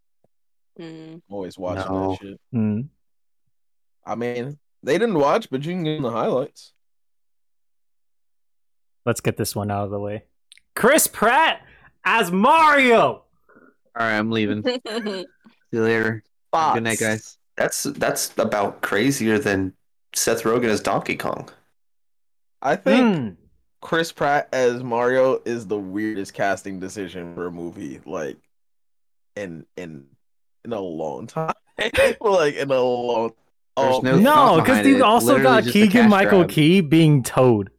[SPEAKER 3] Mm.
[SPEAKER 4] always watching
[SPEAKER 5] No.
[SPEAKER 4] that shit.
[SPEAKER 1] Hmm.
[SPEAKER 4] I mean, they didn't watch, but you can get in the highlights.
[SPEAKER 1] Let's get this one out of the way. Chris Pratt as Mario.
[SPEAKER 2] All right, I'm leaving. See you later.
[SPEAKER 3] Fox.
[SPEAKER 2] Good night, guys.
[SPEAKER 5] That's that's about crazier than Seth Rogen as Donkey Kong.
[SPEAKER 4] I think
[SPEAKER 1] Hmm.
[SPEAKER 4] Chris Pratt as Mario is the weirdest casting decision for a movie, like in in in a long time. like in a long
[SPEAKER 2] There's
[SPEAKER 4] Oh,
[SPEAKER 2] no
[SPEAKER 1] No,
[SPEAKER 2] thought
[SPEAKER 1] because
[SPEAKER 2] behind
[SPEAKER 1] you
[SPEAKER 2] it.
[SPEAKER 1] also
[SPEAKER 2] Literally
[SPEAKER 1] got
[SPEAKER 2] just a
[SPEAKER 1] Keegan
[SPEAKER 2] cash
[SPEAKER 1] Michael
[SPEAKER 2] grab.
[SPEAKER 1] Key being Toad.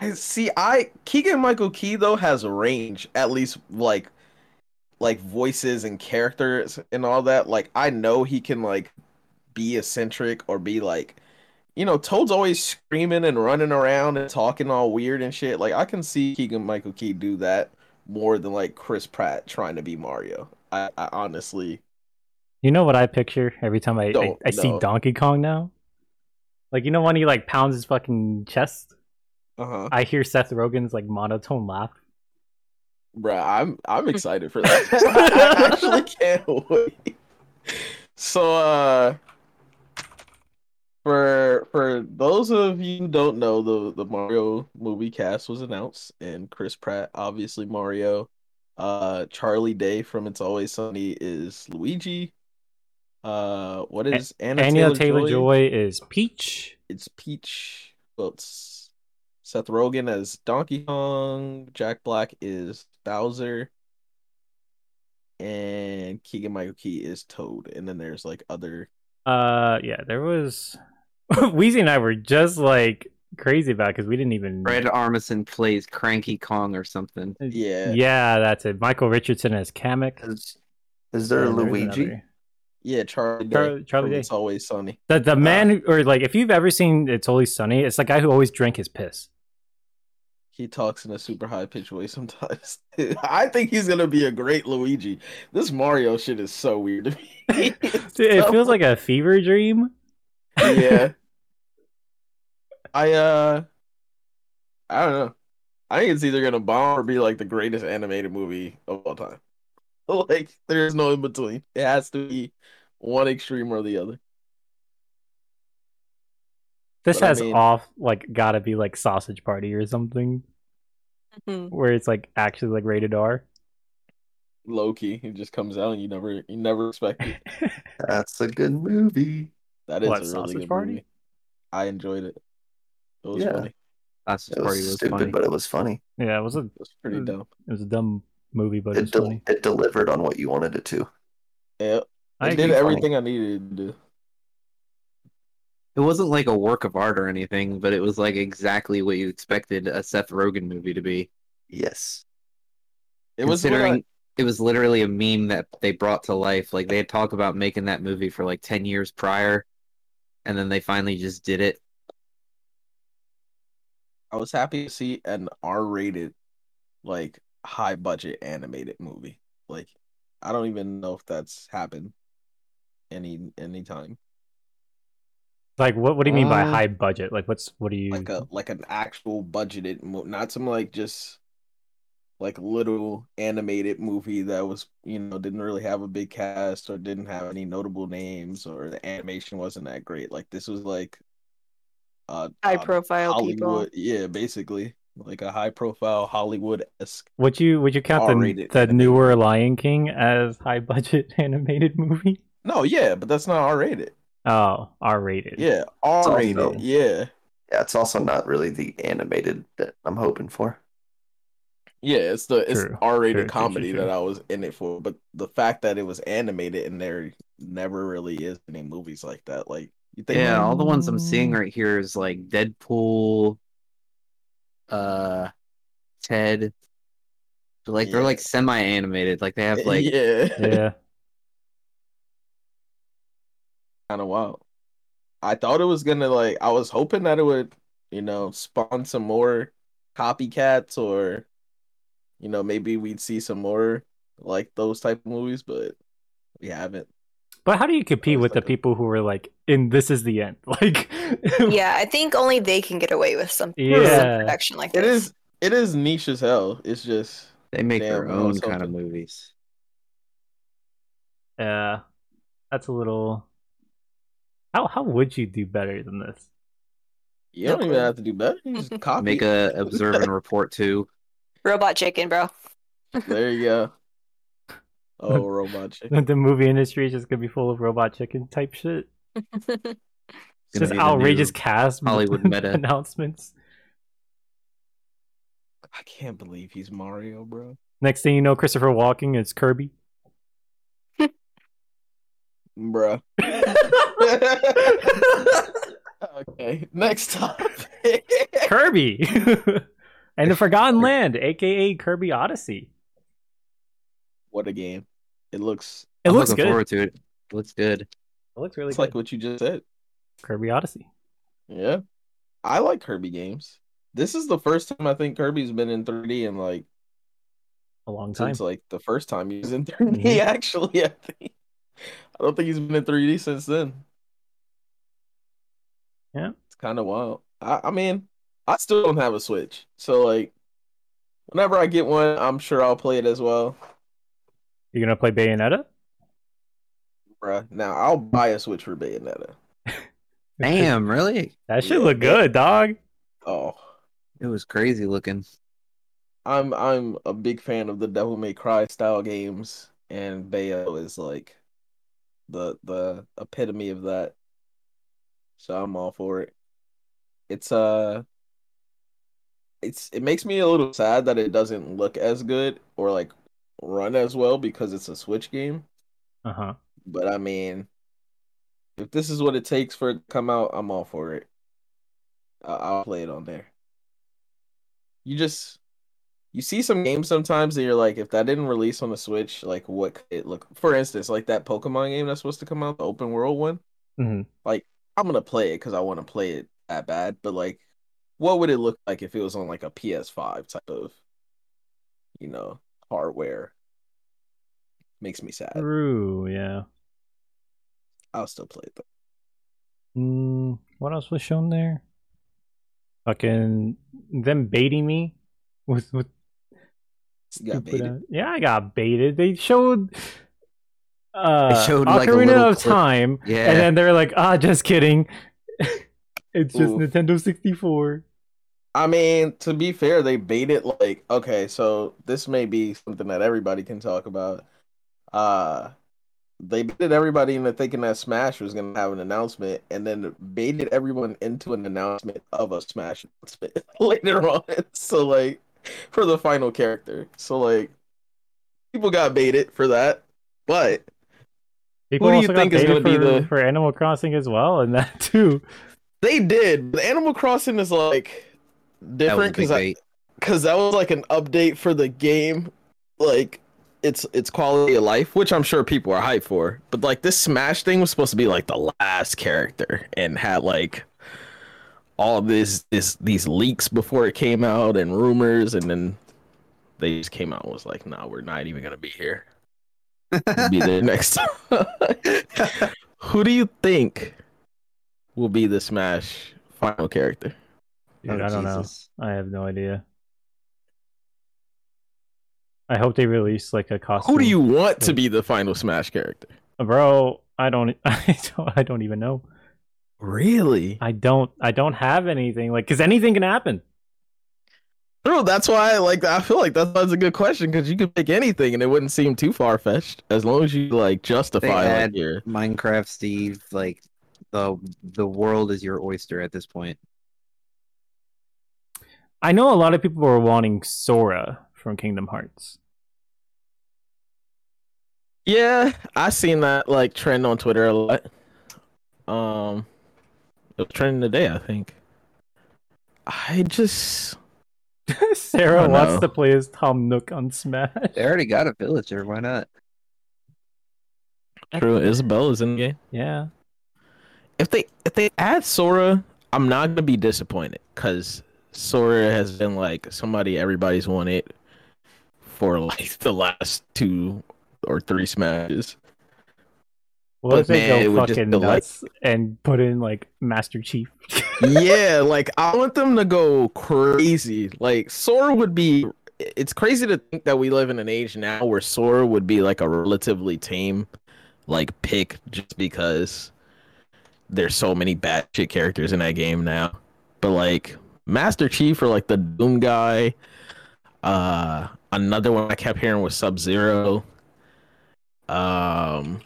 [SPEAKER 4] I see. I Keegan Michael Key though has range, at least like like voices and characters and all that. Like I know he can like be eccentric or be like, you know, Toad's always screaming and running around and talking all weird and shit. Like I can see Keegan Michael Key do that more than like Chris Pratt trying to be Mario. I, I honestly
[SPEAKER 1] You know what I picture every time I, I,
[SPEAKER 4] Don't
[SPEAKER 1] I see
[SPEAKER 4] know.
[SPEAKER 1] Donkey Kong now? Like you know when he like pounds his fucking chest?
[SPEAKER 4] uh huh.
[SPEAKER 1] I hear Seth Rogen's like monotone laugh.
[SPEAKER 4] Bruh, I'm I'm excited for that. I actually can't wait. So uh for for those of you who don't know, the the Mario movie cast was announced and Chris Pratt, obviously Mario. Uh Charlie Day from It's Always Sunny is Luigi. Uh what is Anna,
[SPEAKER 1] Anya
[SPEAKER 4] Taylor,
[SPEAKER 1] Taylor Joy
[SPEAKER 4] Joy?
[SPEAKER 1] is Peach.
[SPEAKER 4] It's Peach. Well it's Seth Rogen as Donkey Kong, Jack Black is Bowser, and Keegan Michael Key is Toad. And then there's like other
[SPEAKER 1] Uh yeah, there was Weezy and I were just like crazy about because we didn't even Uh,
[SPEAKER 2] Fred Armisen plays Cranky Kong or something.
[SPEAKER 4] yeah yeah,
[SPEAKER 1] Yeah, that's it. Michael Richardson as Kamek.
[SPEAKER 5] Is, is there a
[SPEAKER 1] And there's
[SPEAKER 5] Luigi?
[SPEAKER 1] another-
[SPEAKER 4] Charlie Day.
[SPEAKER 1] Char- Charlie
[SPEAKER 4] from
[SPEAKER 1] Day.
[SPEAKER 4] It's always sunny.
[SPEAKER 1] The the man who, or like if you've ever seen It's Always Sunny, it's the guy who always drank his piss.
[SPEAKER 4] He talks in a super high pitched way sometimes. I think he's gonna be a great Luigi. This Mario shit is so weird to me. It's
[SPEAKER 1] Dude, it
[SPEAKER 4] so-
[SPEAKER 1] feels like a fever dream.
[SPEAKER 4] yeah. I uh I don't know. I think it's either gonna bomb or be like the greatest animated movie of all time. Like there's no in between. It has to be one extreme or the other.
[SPEAKER 1] This
[SPEAKER 4] But I
[SPEAKER 1] has
[SPEAKER 4] mean-
[SPEAKER 1] off like gotta be like sausage party or something
[SPEAKER 3] Mhm.
[SPEAKER 1] where it's like actually like rated R.
[SPEAKER 4] low key. It just comes out and you never you never expect it.
[SPEAKER 5] That's a good movie.
[SPEAKER 4] That is
[SPEAKER 1] What,
[SPEAKER 4] a really
[SPEAKER 1] Sausage
[SPEAKER 4] good
[SPEAKER 1] Party?
[SPEAKER 4] movie. I enjoyed it. It was
[SPEAKER 5] Yeah.
[SPEAKER 4] funny. It
[SPEAKER 2] That's
[SPEAKER 5] It was
[SPEAKER 2] party was
[SPEAKER 5] stupid,
[SPEAKER 2] funny.
[SPEAKER 5] but it was funny.
[SPEAKER 1] yeah, it was a it
[SPEAKER 4] was pretty
[SPEAKER 1] Mm.
[SPEAKER 4] dope.
[SPEAKER 1] was a dumb movie, but
[SPEAKER 5] It,
[SPEAKER 1] it's
[SPEAKER 5] del-
[SPEAKER 1] funny.
[SPEAKER 5] it delivered on what you wanted it to.
[SPEAKER 4] Yeah,
[SPEAKER 1] I
[SPEAKER 4] I did
[SPEAKER 1] agree.
[SPEAKER 4] everything I needed to do.
[SPEAKER 2] It wasn't like a work of art or anything, but it was like exactly what you expected a Seth Rogen movie to be.
[SPEAKER 5] Yes.
[SPEAKER 4] It was what I-
[SPEAKER 2] Considering it was literally a meme that they brought to life. Like they had talked about making that movie for like ten years prior, and then they finally just did it.
[SPEAKER 4] I was happy to see an R-rated, like high-budget animated movie. Like, I don't even know if that's happened any any time.
[SPEAKER 1] Like what? What do you mean by
[SPEAKER 2] Uh,
[SPEAKER 1] high budget? Like what's what do you?
[SPEAKER 4] Like a like an actual budgeted, mo- not some like just like little animated movie that was you know didn't really have a big cast or didn't have any notable names or the animation wasn't that great. Like this was like uh,
[SPEAKER 3] High
[SPEAKER 4] uh,
[SPEAKER 3] profile people.
[SPEAKER 4] Hollywood, yeah, basically like a high-profile Hollywood esque.
[SPEAKER 1] would you would you count the,
[SPEAKER 4] R-rated
[SPEAKER 1] the
[SPEAKER 4] animated.
[SPEAKER 1] newer Lion King as high budget animated movie?
[SPEAKER 4] No, yeah, but that's not R rated.
[SPEAKER 1] Oh, R rated.
[SPEAKER 4] Yeah, R
[SPEAKER 5] also-
[SPEAKER 4] rated. Yeah,
[SPEAKER 5] Yeah, it's also not really the animated that I'm hoping for.
[SPEAKER 4] yeah. It's the it's
[SPEAKER 1] True,
[SPEAKER 4] R
[SPEAKER 1] true,
[SPEAKER 4] rated
[SPEAKER 1] true,
[SPEAKER 4] comedy
[SPEAKER 1] true, true.
[SPEAKER 4] that I was in it for. But the fact that it was animated and there never really is any movies like that. Like you think,
[SPEAKER 2] yeah, all the ones I'm seeing right here is like Deadpool, uh, Ted. But, Like they're
[SPEAKER 4] Yeah.
[SPEAKER 2] like semi animated. Like they have like
[SPEAKER 4] yeah,
[SPEAKER 1] yeah.
[SPEAKER 4] kind of wild. I thought it was gonna like I was hoping that it would you know spawn some more copycats or you know maybe we'd see some more like those type of movies, but we haven't.
[SPEAKER 1] But how do you compete
[SPEAKER 4] was
[SPEAKER 1] with the
[SPEAKER 4] like a-
[SPEAKER 1] people who were like, "In this is the end"? Like,
[SPEAKER 3] Yeah, I think only they can get away with some, some
[SPEAKER 1] Yeah.
[SPEAKER 3] production like
[SPEAKER 4] It
[SPEAKER 3] this.
[SPEAKER 4] is it is niche as hell. It's just
[SPEAKER 2] they make their
[SPEAKER 4] Damn, I was
[SPEAKER 2] own kind of
[SPEAKER 4] hoping.
[SPEAKER 2] movies.
[SPEAKER 1] Yeah, that's a little. How how would you do better than this?
[SPEAKER 4] you don't even have to do better. You just copy.
[SPEAKER 2] Make
[SPEAKER 4] it.
[SPEAKER 2] a observe and report too.
[SPEAKER 3] Robot chicken, bro.
[SPEAKER 4] There you go. Oh, robot chicken.
[SPEAKER 1] the movie industry is just gonna be full of robot chicken type shit.
[SPEAKER 2] It's
[SPEAKER 1] just
[SPEAKER 2] gonna be the new
[SPEAKER 1] outrageous cast
[SPEAKER 2] Hollywood meta.
[SPEAKER 1] announcements.
[SPEAKER 4] I can't believe he's Mario, bro.
[SPEAKER 1] Next thing you know, Christopher Walking is Kirby.
[SPEAKER 4] Bruh. okay, next topic.
[SPEAKER 1] Kirby, and the Forgotten Land, aka Kirby Odyssey.
[SPEAKER 4] what a game! It looks.
[SPEAKER 1] It
[SPEAKER 2] I'm
[SPEAKER 1] looks
[SPEAKER 2] looking
[SPEAKER 1] good.
[SPEAKER 2] forward to it. It looks good.
[SPEAKER 1] It looks really
[SPEAKER 4] It's
[SPEAKER 1] good.
[SPEAKER 4] like what you just said.
[SPEAKER 1] Kirby Odyssey.
[SPEAKER 4] Yeah, I like Kirby games. This is the first time I think Kirby's been in 3D in like
[SPEAKER 1] A long time.
[SPEAKER 4] since like the first time he was in 3D. Actually, I think I don't think he's been in 3D since then.
[SPEAKER 1] Yeah.
[SPEAKER 4] it's kind of wild. I, I mean, I still don't have a Switch, so like, whenever I get one, I'm sure I'll play it as well.
[SPEAKER 1] You're gonna play Bayonetta?
[SPEAKER 4] Bruh. Now I'll buy a Switch for Bayonetta.
[SPEAKER 2] Damn, really?
[SPEAKER 1] that should look good, dog.
[SPEAKER 4] Oh,
[SPEAKER 2] It was crazy looking.
[SPEAKER 4] I'm I'm a big fan of the Devil May Cry style games, and Bayo is like the the epitome of that. So I'm all for it. It's uh it's it makes me a little sad that it doesn't look as good or like run as well because it's a Switch game.
[SPEAKER 1] Uh huh.
[SPEAKER 4] But I mean, if this is what it takes for it to come out, I'm all for it. I- I'll play it on there. You just you see some games sometimes and you're like, if that didn't release on the Switch, like what could it look? For instance, like that Pokemon game that's supposed to come out, the open world one.
[SPEAKER 1] hmm
[SPEAKER 4] I'm gonna play it because I want to play it that bad. But like, what would it look like if it was on like a PS5 type of, you know, hardware? Makes me sad.
[SPEAKER 1] True. Yeah.
[SPEAKER 4] I'll still play it though.
[SPEAKER 1] Mm, what else was shown there? Fucking them baiting me with with
[SPEAKER 4] You got
[SPEAKER 1] stupid,
[SPEAKER 4] baited.
[SPEAKER 1] uh, yeah, I got baited. They showed uh
[SPEAKER 2] showed, like, a
[SPEAKER 1] Ocarina
[SPEAKER 2] little
[SPEAKER 1] of
[SPEAKER 2] clip.
[SPEAKER 1] Time,
[SPEAKER 2] Yeah.
[SPEAKER 1] and then they're like, ah, just kidding. it's just
[SPEAKER 4] Ooh.
[SPEAKER 1] Nintendo sixty four.
[SPEAKER 4] I mean, to be fair, they made it like okay, so this may be something that everybody can talk about. Uh they baited everybody into thinking that Smash was gonna have an announcement, and then baited everyone into an announcement of a Smash announcement later on. So like for the final character, so like people got baited for that, but
[SPEAKER 1] People
[SPEAKER 4] Who do you
[SPEAKER 1] also got
[SPEAKER 4] think is
[SPEAKER 1] baited
[SPEAKER 4] gonna be
[SPEAKER 1] for,
[SPEAKER 4] the-
[SPEAKER 1] for Animal Crossing as well, and that too.
[SPEAKER 4] they did. The Animal Crossing is like
[SPEAKER 2] That was a big
[SPEAKER 4] different because I
[SPEAKER 2] bait.
[SPEAKER 4] because that was like an update for the game, like its its quality of life, which I'm sure people are hyped for. But like this Smash thing was supposed to be like the last character and had like all this this these leaks before it came out and rumors, and then they just came out and was like, "Nah, we're not even gonna be here. We'll be there next time." Who do you think will be the Smash final character?
[SPEAKER 1] Dude,
[SPEAKER 2] Oh,
[SPEAKER 1] I don't
[SPEAKER 2] Jesus.
[SPEAKER 1] know. I have no idea. I hope they release like a costume.
[SPEAKER 4] Who do you want to be the final Smash character?
[SPEAKER 1] bro? I don't. I don't. I don't even know.
[SPEAKER 4] Really?
[SPEAKER 1] I don't. I don't have anything. Like, cause anything can happen.
[SPEAKER 4] No, that's why. Like, I feel like that's, that's a good question because you could pick anything and it wouldn't seem too far fetched as long as you like justify
[SPEAKER 2] They
[SPEAKER 4] like,
[SPEAKER 2] had-
[SPEAKER 4] your-
[SPEAKER 2] Minecraft, Steve. Like the the world is your oyster at this point.
[SPEAKER 1] I know a lot of people were wanting Sora from Kingdom Hearts.
[SPEAKER 4] Yeah, I seen that like trend on Twitter a lot. Um, it was trending today, I think. I just
[SPEAKER 1] Sarah
[SPEAKER 4] Oh,
[SPEAKER 1] wants
[SPEAKER 4] no.
[SPEAKER 1] to play as Tom Nook on Smash.
[SPEAKER 2] They already got a villager. Why not?
[SPEAKER 4] true. Isabella's in the game.
[SPEAKER 1] Yeah.
[SPEAKER 4] if they if they add Sora, I'm not gonna be disappointed because Sora has been like somebody everybody's wanted for like the last two or three smashes.
[SPEAKER 1] What if
[SPEAKER 4] But
[SPEAKER 1] they
[SPEAKER 4] man, it
[SPEAKER 1] go
[SPEAKER 4] would just
[SPEAKER 1] fucking
[SPEAKER 4] delight-
[SPEAKER 1] nuts and put in like Master Chief?
[SPEAKER 4] yeah, like I want them to go crazy. Like Sora would be. It's crazy to think that we live in an age now where Sora would be like a relatively tame, like pick just because there's so many batshit characters in that game now. But like Master Chief or like the Doom guy, uh, another one I kept hearing was Sub Zero. Um,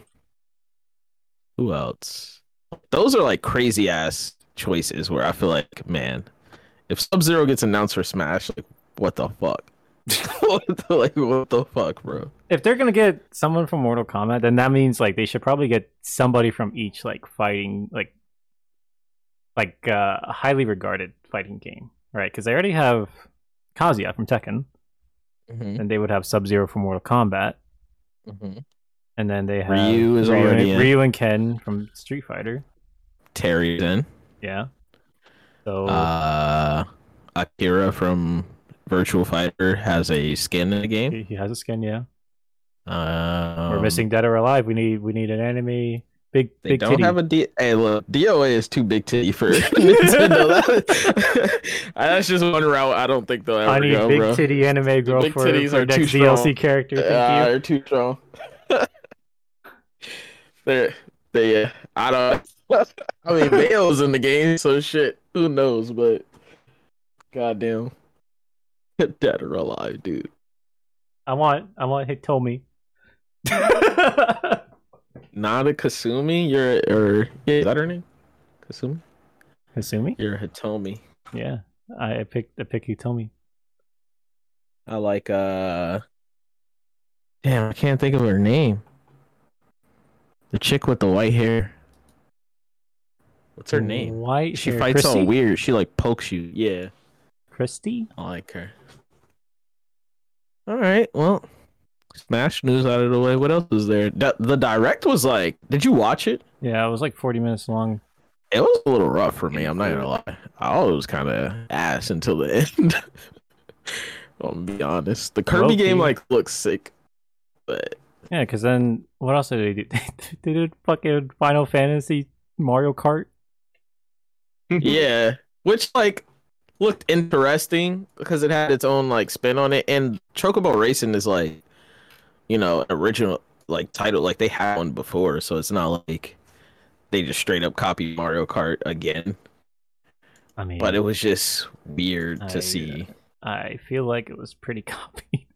[SPEAKER 4] who else? those are like crazy ass choices where I feel like, man, if Sub Zero gets announced for Smash, like what the fuck? what the, like what the fuck, bro?
[SPEAKER 1] if they're gonna get someone from Mortal Kombat, then that means like they should probably get somebody from each like fighting like like uh highly regarded fighting game, right? Because they already have Kazuya from Tekken, and they would have Sub Zero from Mortal Kombat, mm-hmm. and then they have
[SPEAKER 4] Ryu is
[SPEAKER 1] and,
[SPEAKER 4] already in.
[SPEAKER 1] Ryu and Ken from Street Fighter.
[SPEAKER 4] Terry's in.
[SPEAKER 1] Yeah. So
[SPEAKER 4] Uh, Akira from Virtual Fighter has a skin in the game.
[SPEAKER 1] he, he has a skin, yeah.
[SPEAKER 4] Um,
[SPEAKER 1] We're missing Dead or Alive. We need we need an anime big
[SPEAKER 4] They
[SPEAKER 1] big
[SPEAKER 4] don't
[SPEAKER 1] titty.
[SPEAKER 4] have a D. Hey, look, DOA is too big titty for Nintendo. That- that's just one route. I don't think they'll ever
[SPEAKER 1] I need
[SPEAKER 4] go,
[SPEAKER 1] big
[SPEAKER 4] bro.
[SPEAKER 1] titty anime girl
[SPEAKER 4] big
[SPEAKER 1] for,
[SPEAKER 4] titties
[SPEAKER 1] for
[SPEAKER 4] are
[SPEAKER 1] next
[SPEAKER 4] too strong.
[SPEAKER 1] DLC character. Thank
[SPEAKER 4] Ah,
[SPEAKER 1] you.
[SPEAKER 4] They're too strong. they're they. Uh, I don't. I mean, Bale's in the game, so shit. Who knows? But goddamn, dead or alive, dude.
[SPEAKER 1] I want I want Hitomi. Kasumi?
[SPEAKER 4] Nada Kasumi, you're or yeah, is that her name? Kasumi, you're a Hitomi.
[SPEAKER 1] Yeah. I I picked I picked Hitomi.
[SPEAKER 4] I like uh. Damn, I can't think of her name. The chick with the white hair. What's
[SPEAKER 1] Mm.
[SPEAKER 4] her name?
[SPEAKER 1] Why uh,
[SPEAKER 4] She fights
[SPEAKER 1] Christy?
[SPEAKER 4] all weird. She like pokes you. Yeah,
[SPEAKER 1] Christy?
[SPEAKER 4] I like her. All right, well, smash news out of the way. What else is there? D- the direct was like, did you watch it?
[SPEAKER 1] Yeah, it was like forty minutes long.
[SPEAKER 4] It was a little rough for me. I'm not gonna lie. I was kind of ass until the end. I'm gonna be honest. The Kirby
[SPEAKER 1] Low-key.
[SPEAKER 4] game like looks sick, but
[SPEAKER 1] Yeah, because then what else did they do? they did fucking Final Fantasy Mario Kart.
[SPEAKER 4] yeah, which like looked interesting because it had its own like spin on it. And Chocobo Racing is like, you know, an original like title. Like they had one before, so it's not like they just straight up copy Mario Kart again.
[SPEAKER 1] I mean,
[SPEAKER 4] but it was just weird
[SPEAKER 1] I- uh,
[SPEAKER 4] to see.
[SPEAKER 1] I feel like it was pretty copied.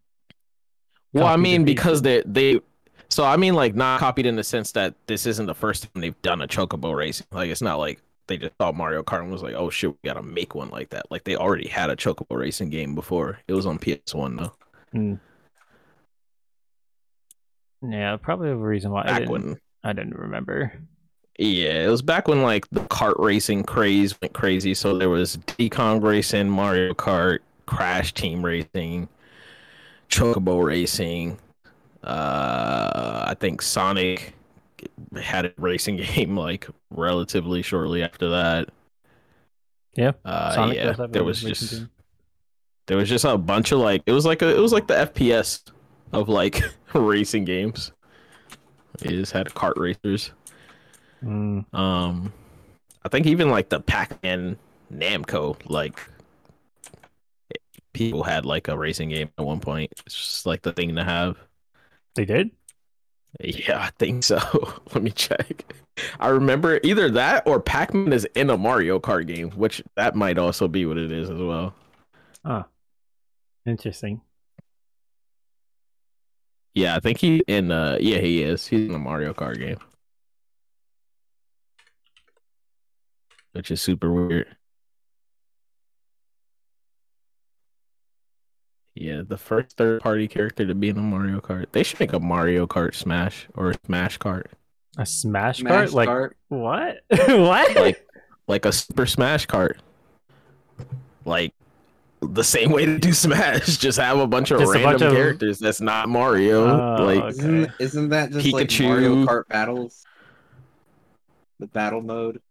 [SPEAKER 4] Well, I
[SPEAKER 1] copied
[SPEAKER 4] mean,
[SPEAKER 1] and
[SPEAKER 4] because they they so I mean like not copied in the sense that this isn't the first time they've done a chocobo race. Like it's not like they just thought Mario Kart and was like, oh shit, we gotta make one like that. Like they already had a chocobo racing game before. It was on PS1 though.
[SPEAKER 1] Yeah, probably the reason why I
[SPEAKER 4] Back
[SPEAKER 1] didn't,
[SPEAKER 4] when
[SPEAKER 1] I didn't remember.
[SPEAKER 4] yeah, it was back when like the kart racing craze went crazy. So there was Decon racing, Mario Kart, Crash Team racing, Chocobo racing. Uh, I think Sonic had a racing game like relatively shortly after that.
[SPEAKER 1] Yeah,
[SPEAKER 4] Uh,
[SPEAKER 1] Sonic
[SPEAKER 4] yeah,
[SPEAKER 1] does have a
[SPEAKER 4] there was
[SPEAKER 1] racing
[SPEAKER 4] just
[SPEAKER 1] game.
[SPEAKER 4] there was just a bunch of like it was like a, it was like the FPS of like racing games. It just had kart racers.
[SPEAKER 1] Mm,
[SPEAKER 4] Um, I think even like the Pac-Man Namco, like people had like a racing game at one point. It's just like the thing to have.
[SPEAKER 1] they did.
[SPEAKER 4] Yeah, I think so. Let me check. I remember either that or Pac-Man is in a Mario Kart game, which that might also be what it is as well.
[SPEAKER 1] Interesting.
[SPEAKER 4] Yeah, I think he in uh yeah he is. He's in a Mario Kart game. Which is super weird. Yeah, the first third party character to be in a Mario Kart. They should make a Mario Kart Smash or Smash Kart.
[SPEAKER 1] A smash, cart?
[SPEAKER 2] Smash
[SPEAKER 1] Like
[SPEAKER 2] Kart.
[SPEAKER 1] what? what?
[SPEAKER 4] Like like a Super Smash Kart. Like the same way to do Smash, just have a bunch of
[SPEAKER 1] Just a
[SPEAKER 4] random
[SPEAKER 1] bunch of-
[SPEAKER 4] characters that's not Mario.
[SPEAKER 1] Oh,
[SPEAKER 4] like uh,
[SPEAKER 1] okay.
[SPEAKER 2] Isn't, isn't that just like
[SPEAKER 4] Pikachu.
[SPEAKER 2] Mario Kart battles? The battle mode.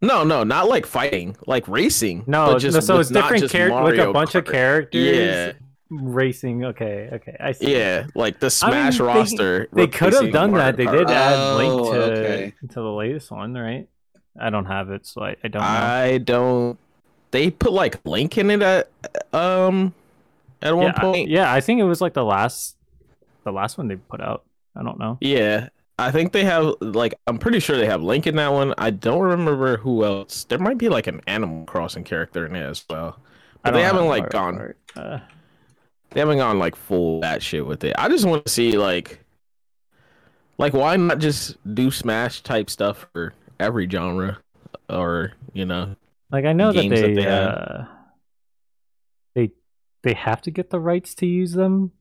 [SPEAKER 4] No, no, not like fighting, like racing.
[SPEAKER 1] no,
[SPEAKER 4] but
[SPEAKER 1] just, so
[SPEAKER 4] with
[SPEAKER 1] it's
[SPEAKER 4] not
[SPEAKER 1] different
[SPEAKER 4] just
[SPEAKER 1] characters with a
[SPEAKER 4] Mario
[SPEAKER 1] bunch of
[SPEAKER 4] Kart.
[SPEAKER 1] characters.
[SPEAKER 4] Yeah,
[SPEAKER 1] Racing. Okay. Okay. I see.
[SPEAKER 4] yeah, like the Smash
[SPEAKER 1] they-
[SPEAKER 4] roster.
[SPEAKER 1] They could have
[SPEAKER 4] replacing
[SPEAKER 1] done
[SPEAKER 4] Mario
[SPEAKER 1] that. They
[SPEAKER 4] Kart.
[SPEAKER 1] did add
[SPEAKER 2] Oh,
[SPEAKER 1] Link to
[SPEAKER 2] okay.
[SPEAKER 1] to the latest one, right? I don't have it, so I, I don't know.
[SPEAKER 4] I don't. They put like Link in it at um at one
[SPEAKER 1] yeah, I-
[SPEAKER 4] point.
[SPEAKER 1] yeah, I think it was like the last the last one they put out. I don't know.
[SPEAKER 4] Yeah, I think they have like I'm pretty sure they have Link in that one. I don't remember who else. There might be like an Animal Crossing character in it as well.
[SPEAKER 1] I
[SPEAKER 4] But they
[SPEAKER 1] don't
[SPEAKER 4] haven't
[SPEAKER 1] have
[SPEAKER 4] like
[SPEAKER 1] Mario
[SPEAKER 4] gone
[SPEAKER 1] Kart. Uh,
[SPEAKER 4] They haven't gone like full that shit with it. I just want to see like, like why not just do Smash type stuff for every genre, or you know,
[SPEAKER 1] like I know that
[SPEAKER 4] games that
[SPEAKER 1] they
[SPEAKER 4] they had.
[SPEAKER 1] uh, they they have to get the rights to use them,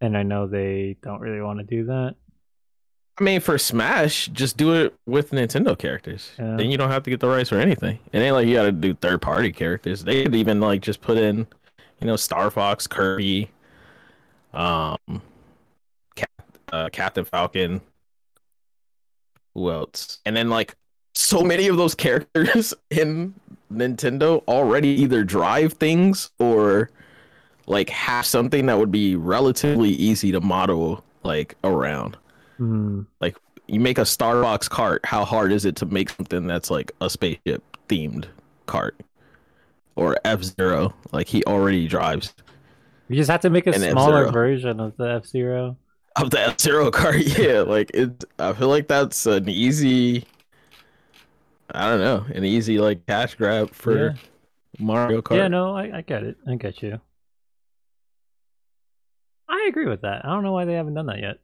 [SPEAKER 1] and I know they don't really want to do that.
[SPEAKER 4] I mean for Smash, just do it with Nintendo characters.
[SPEAKER 1] Yeah.
[SPEAKER 4] Then you don't have to get the rights or anything. It ain't like you got to do third party characters. They could even like just put in, you know, Star Fox, Kirby, um, Cap- uh, Captain Falcon. Who else? And then like so many of those characters in Nintendo already either drive things or like have something that would be relatively easy to model like around.
[SPEAKER 1] Hmm.
[SPEAKER 4] You make a Starbucks cart, how hard is it to make something that's like a spaceship themed cart? Or F Zero. Like he already drives
[SPEAKER 1] You just have to make a
[SPEAKER 4] And
[SPEAKER 1] smaller
[SPEAKER 4] F-Zero.
[SPEAKER 1] version of the F Zero.
[SPEAKER 4] of the F Zero cart. Yeah, like it I feel like that's an easy I don't know, an easy like cash grab for
[SPEAKER 1] Yeah.
[SPEAKER 4] Mario Kart.
[SPEAKER 1] Yeah, no, I, I get it. I get you. I agree with that. I don't know why they haven't done that yet.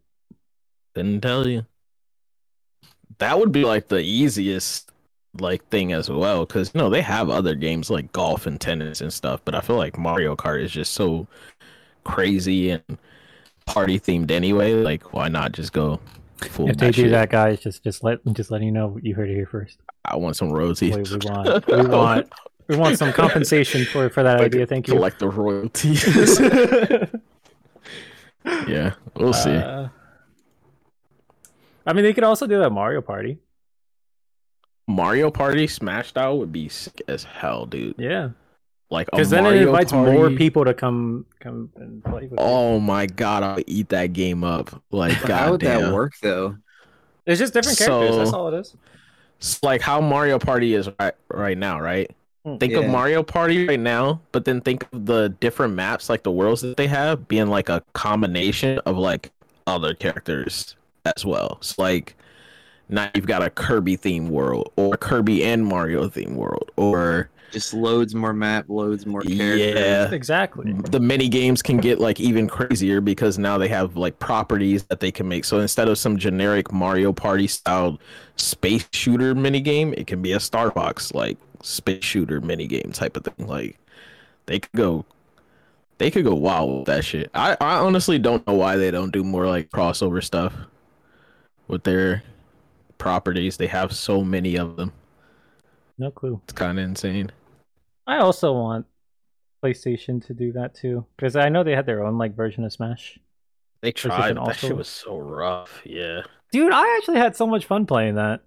[SPEAKER 4] Didn't tell you. That would be like the easiest like thing as well, because you know they have other games like golf and tennis and stuff, but I feel like Mario Kart is just so crazy and party themed anyway. Like, why not just go full?
[SPEAKER 1] if they
[SPEAKER 4] that
[SPEAKER 1] do
[SPEAKER 4] shit?
[SPEAKER 1] that, guys, just just let just letting you know you heard it here first.
[SPEAKER 4] I want some
[SPEAKER 1] We,
[SPEAKER 4] royalties.
[SPEAKER 1] we want we want we want some compensation for for that
[SPEAKER 4] Like,
[SPEAKER 1] idea. Thank you.
[SPEAKER 4] collect the royalties. yeah, we'll see.
[SPEAKER 1] Uh, I mean, they could also do that Mario Party.
[SPEAKER 4] Mario Party Smash style would be sick as hell, dude.
[SPEAKER 1] Yeah,
[SPEAKER 4] Like, a
[SPEAKER 1] because then it
[SPEAKER 4] Mario
[SPEAKER 1] invites more
[SPEAKER 4] Party-
[SPEAKER 1] people to come come and play with it.
[SPEAKER 4] Oh my god, I'll eat that game up. Like
[SPEAKER 2] But
[SPEAKER 4] god
[SPEAKER 2] How would that
[SPEAKER 4] damn.
[SPEAKER 2] work though?
[SPEAKER 1] It's just different characters.
[SPEAKER 4] so-
[SPEAKER 1] that's all it is.
[SPEAKER 4] It's like how Mario Party is right, right now, right?
[SPEAKER 1] Mm.
[SPEAKER 4] Think of
[SPEAKER 2] Yeah.
[SPEAKER 4] Mario Party right now, but then think of the different maps, like the worlds that they have, being like a combination of like other characters as well. It's like now you've got a Kirby theme world, or a Kirby and Mario theme world, or
[SPEAKER 2] Just loads more map, loads more characters.
[SPEAKER 4] Yeah.
[SPEAKER 1] Exactly.
[SPEAKER 4] the mini games can get like even crazier because now they have like properties that they can make. So instead of some generic Mario Party style space shooter mini game, it can be a Star Fox like space shooter mini game type of thing. Like they could go they could go wild with that shit. I, I honestly don't know why they don't do more like crossover stuff with their properties. They have so many of them.
[SPEAKER 1] No clue.
[SPEAKER 4] It's kind of insane.
[SPEAKER 1] I also want PlayStation to do that too because I know they had their own like version of Smash.
[SPEAKER 4] They
[SPEAKER 1] tried, but that shit also- was
[SPEAKER 4] so rough. Yeah.
[SPEAKER 1] Dude, I actually had so much fun playing that.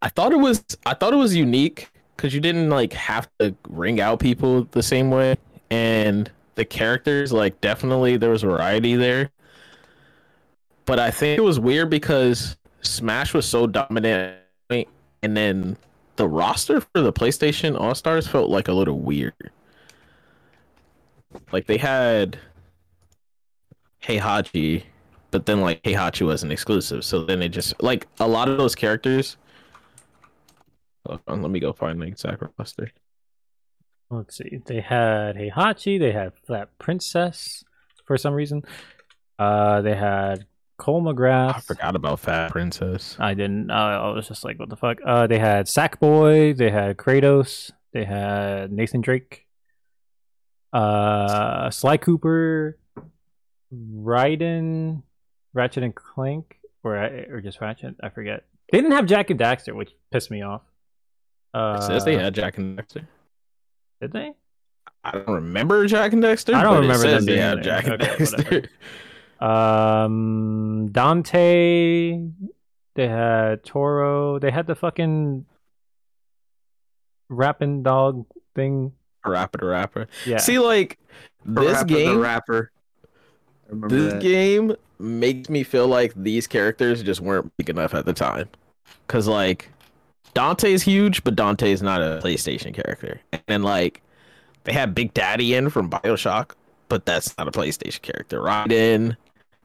[SPEAKER 4] I thought it was I thought it was unique because you didn't like have to ring out people the same way, and the characters like definitely there was variety there. But I think it was weird because Smash was so dominant, and then the roster for the PlayStation All Stars felt like a little weird. Like they had Heihachi, but then like Heihachi wasn't exclusive, so then it just like a lot of those characters Hold on, let me go find the exact roster.
[SPEAKER 1] Let's see. They had Heihachi. They had Flat Princess for some reason. Uh, they had Cole McGrath.
[SPEAKER 4] I forgot about Fat Princess.
[SPEAKER 1] I didn't. Uh, I was just like, what the fuck? Uh, they had Sackboy. They had Kratos. They had Nathan Drake. Uh, Sly Cooper, Raiden, Ratchet and Clank, or or just Ratchet. I forget. They didn't have Jack and Daxter, which pissed me off. Uh,
[SPEAKER 4] It says they had Jack and Dexter.
[SPEAKER 1] Did they?
[SPEAKER 4] I don't remember Jack and Dexter.
[SPEAKER 1] I don't
[SPEAKER 4] but it
[SPEAKER 1] remember them
[SPEAKER 4] says they
[SPEAKER 1] being
[SPEAKER 4] had
[SPEAKER 1] there.
[SPEAKER 4] Jack and
[SPEAKER 1] Okay,
[SPEAKER 4] Dexter.
[SPEAKER 1] whatever. Um, Dante. They had Toro. They had the fucking rapping dog thing.
[SPEAKER 4] Rapper to rapper.
[SPEAKER 1] Yeah.
[SPEAKER 4] See, like
[SPEAKER 2] Parappa
[SPEAKER 4] this
[SPEAKER 2] the
[SPEAKER 4] game,
[SPEAKER 2] rapper. I remember
[SPEAKER 4] this
[SPEAKER 2] that.
[SPEAKER 4] game makes me feel like these characters just weren't big enough at the time. Cause like Dante's huge, but Dante's not a PlayStation character. And then like they had Big Daddy in from Bioshock, but that's not a PlayStation character. Raiden,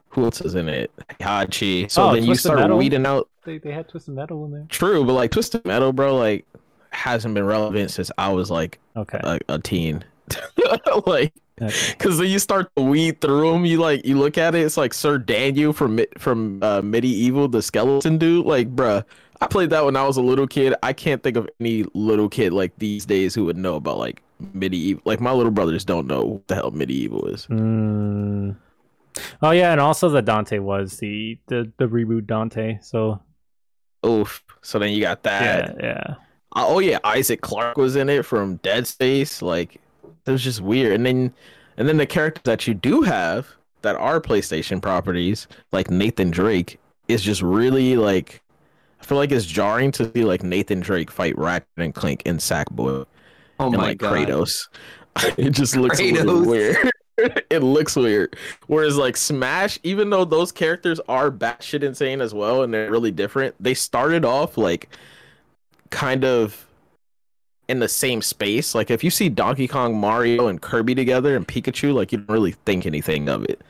[SPEAKER 4] who else is in it? Hachi.
[SPEAKER 1] Oh,
[SPEAKER 4] So then you
[SPEAKER 1] Twisted
[SPEAKER 4] start
[SPEAKER 1] Metal?
[SPEAKER 4] weeding out
[SPEAKER 1] they they had twisted metal in there.
[SPEAKER 4] True, but like Twisted Metal, bro, like hasn't been relevant since I was like
[SPEAKER 1] Okay.
[SPEAKER 4] a, a teen. like,
[SPEAKER 1] okay.
[SPEAKER 4] cause then you start to weed through them. You like, you look at it. It's like Sir Daniel from Mi- from uh, Medieval, the skeleton dude. Like, bruh, I played that when I was a little kid. I can't think of any little kid like these days who would know about like Medieval. Like my little brothers don't know what the hell Medieval is.
[SPEAKER 1] Mm. Oh yeah, and also the Dante was the the the reboot Dante. So
[SPEAKER 4] Oof. So then you got that.
[SPEAKER 1] yeah, yeah.
[SPEAKER 4] Uh, oh yeah, Isaac Clarke was in it from Dead Space. Like it was just weird. And then and then the characters that you do have that are PlayStation properties, like Nathan Drake, is just really like I feel like it's jarring to see like Nathan Drake fight Ratchet and Clank and Sackboy
[SPEAKER 2] Oh
[SPEAKER 4] and
[SPEAKER 2] my
[SPEAKER 4] like
[SPEAKER 2] god.
[SPEAKER 4] Kratos. it just looks a little
[SPEAKER 2] Kratos.
[SPEAKER 4] weird. it looks weird. Whereas like Smash, even though those characters are batshit insane as well and they're really different, they started off like kind of in the same space. Like if you see Donkey Kong, Mario, and Kirby together and Pikachu, like you don't really think anything of it.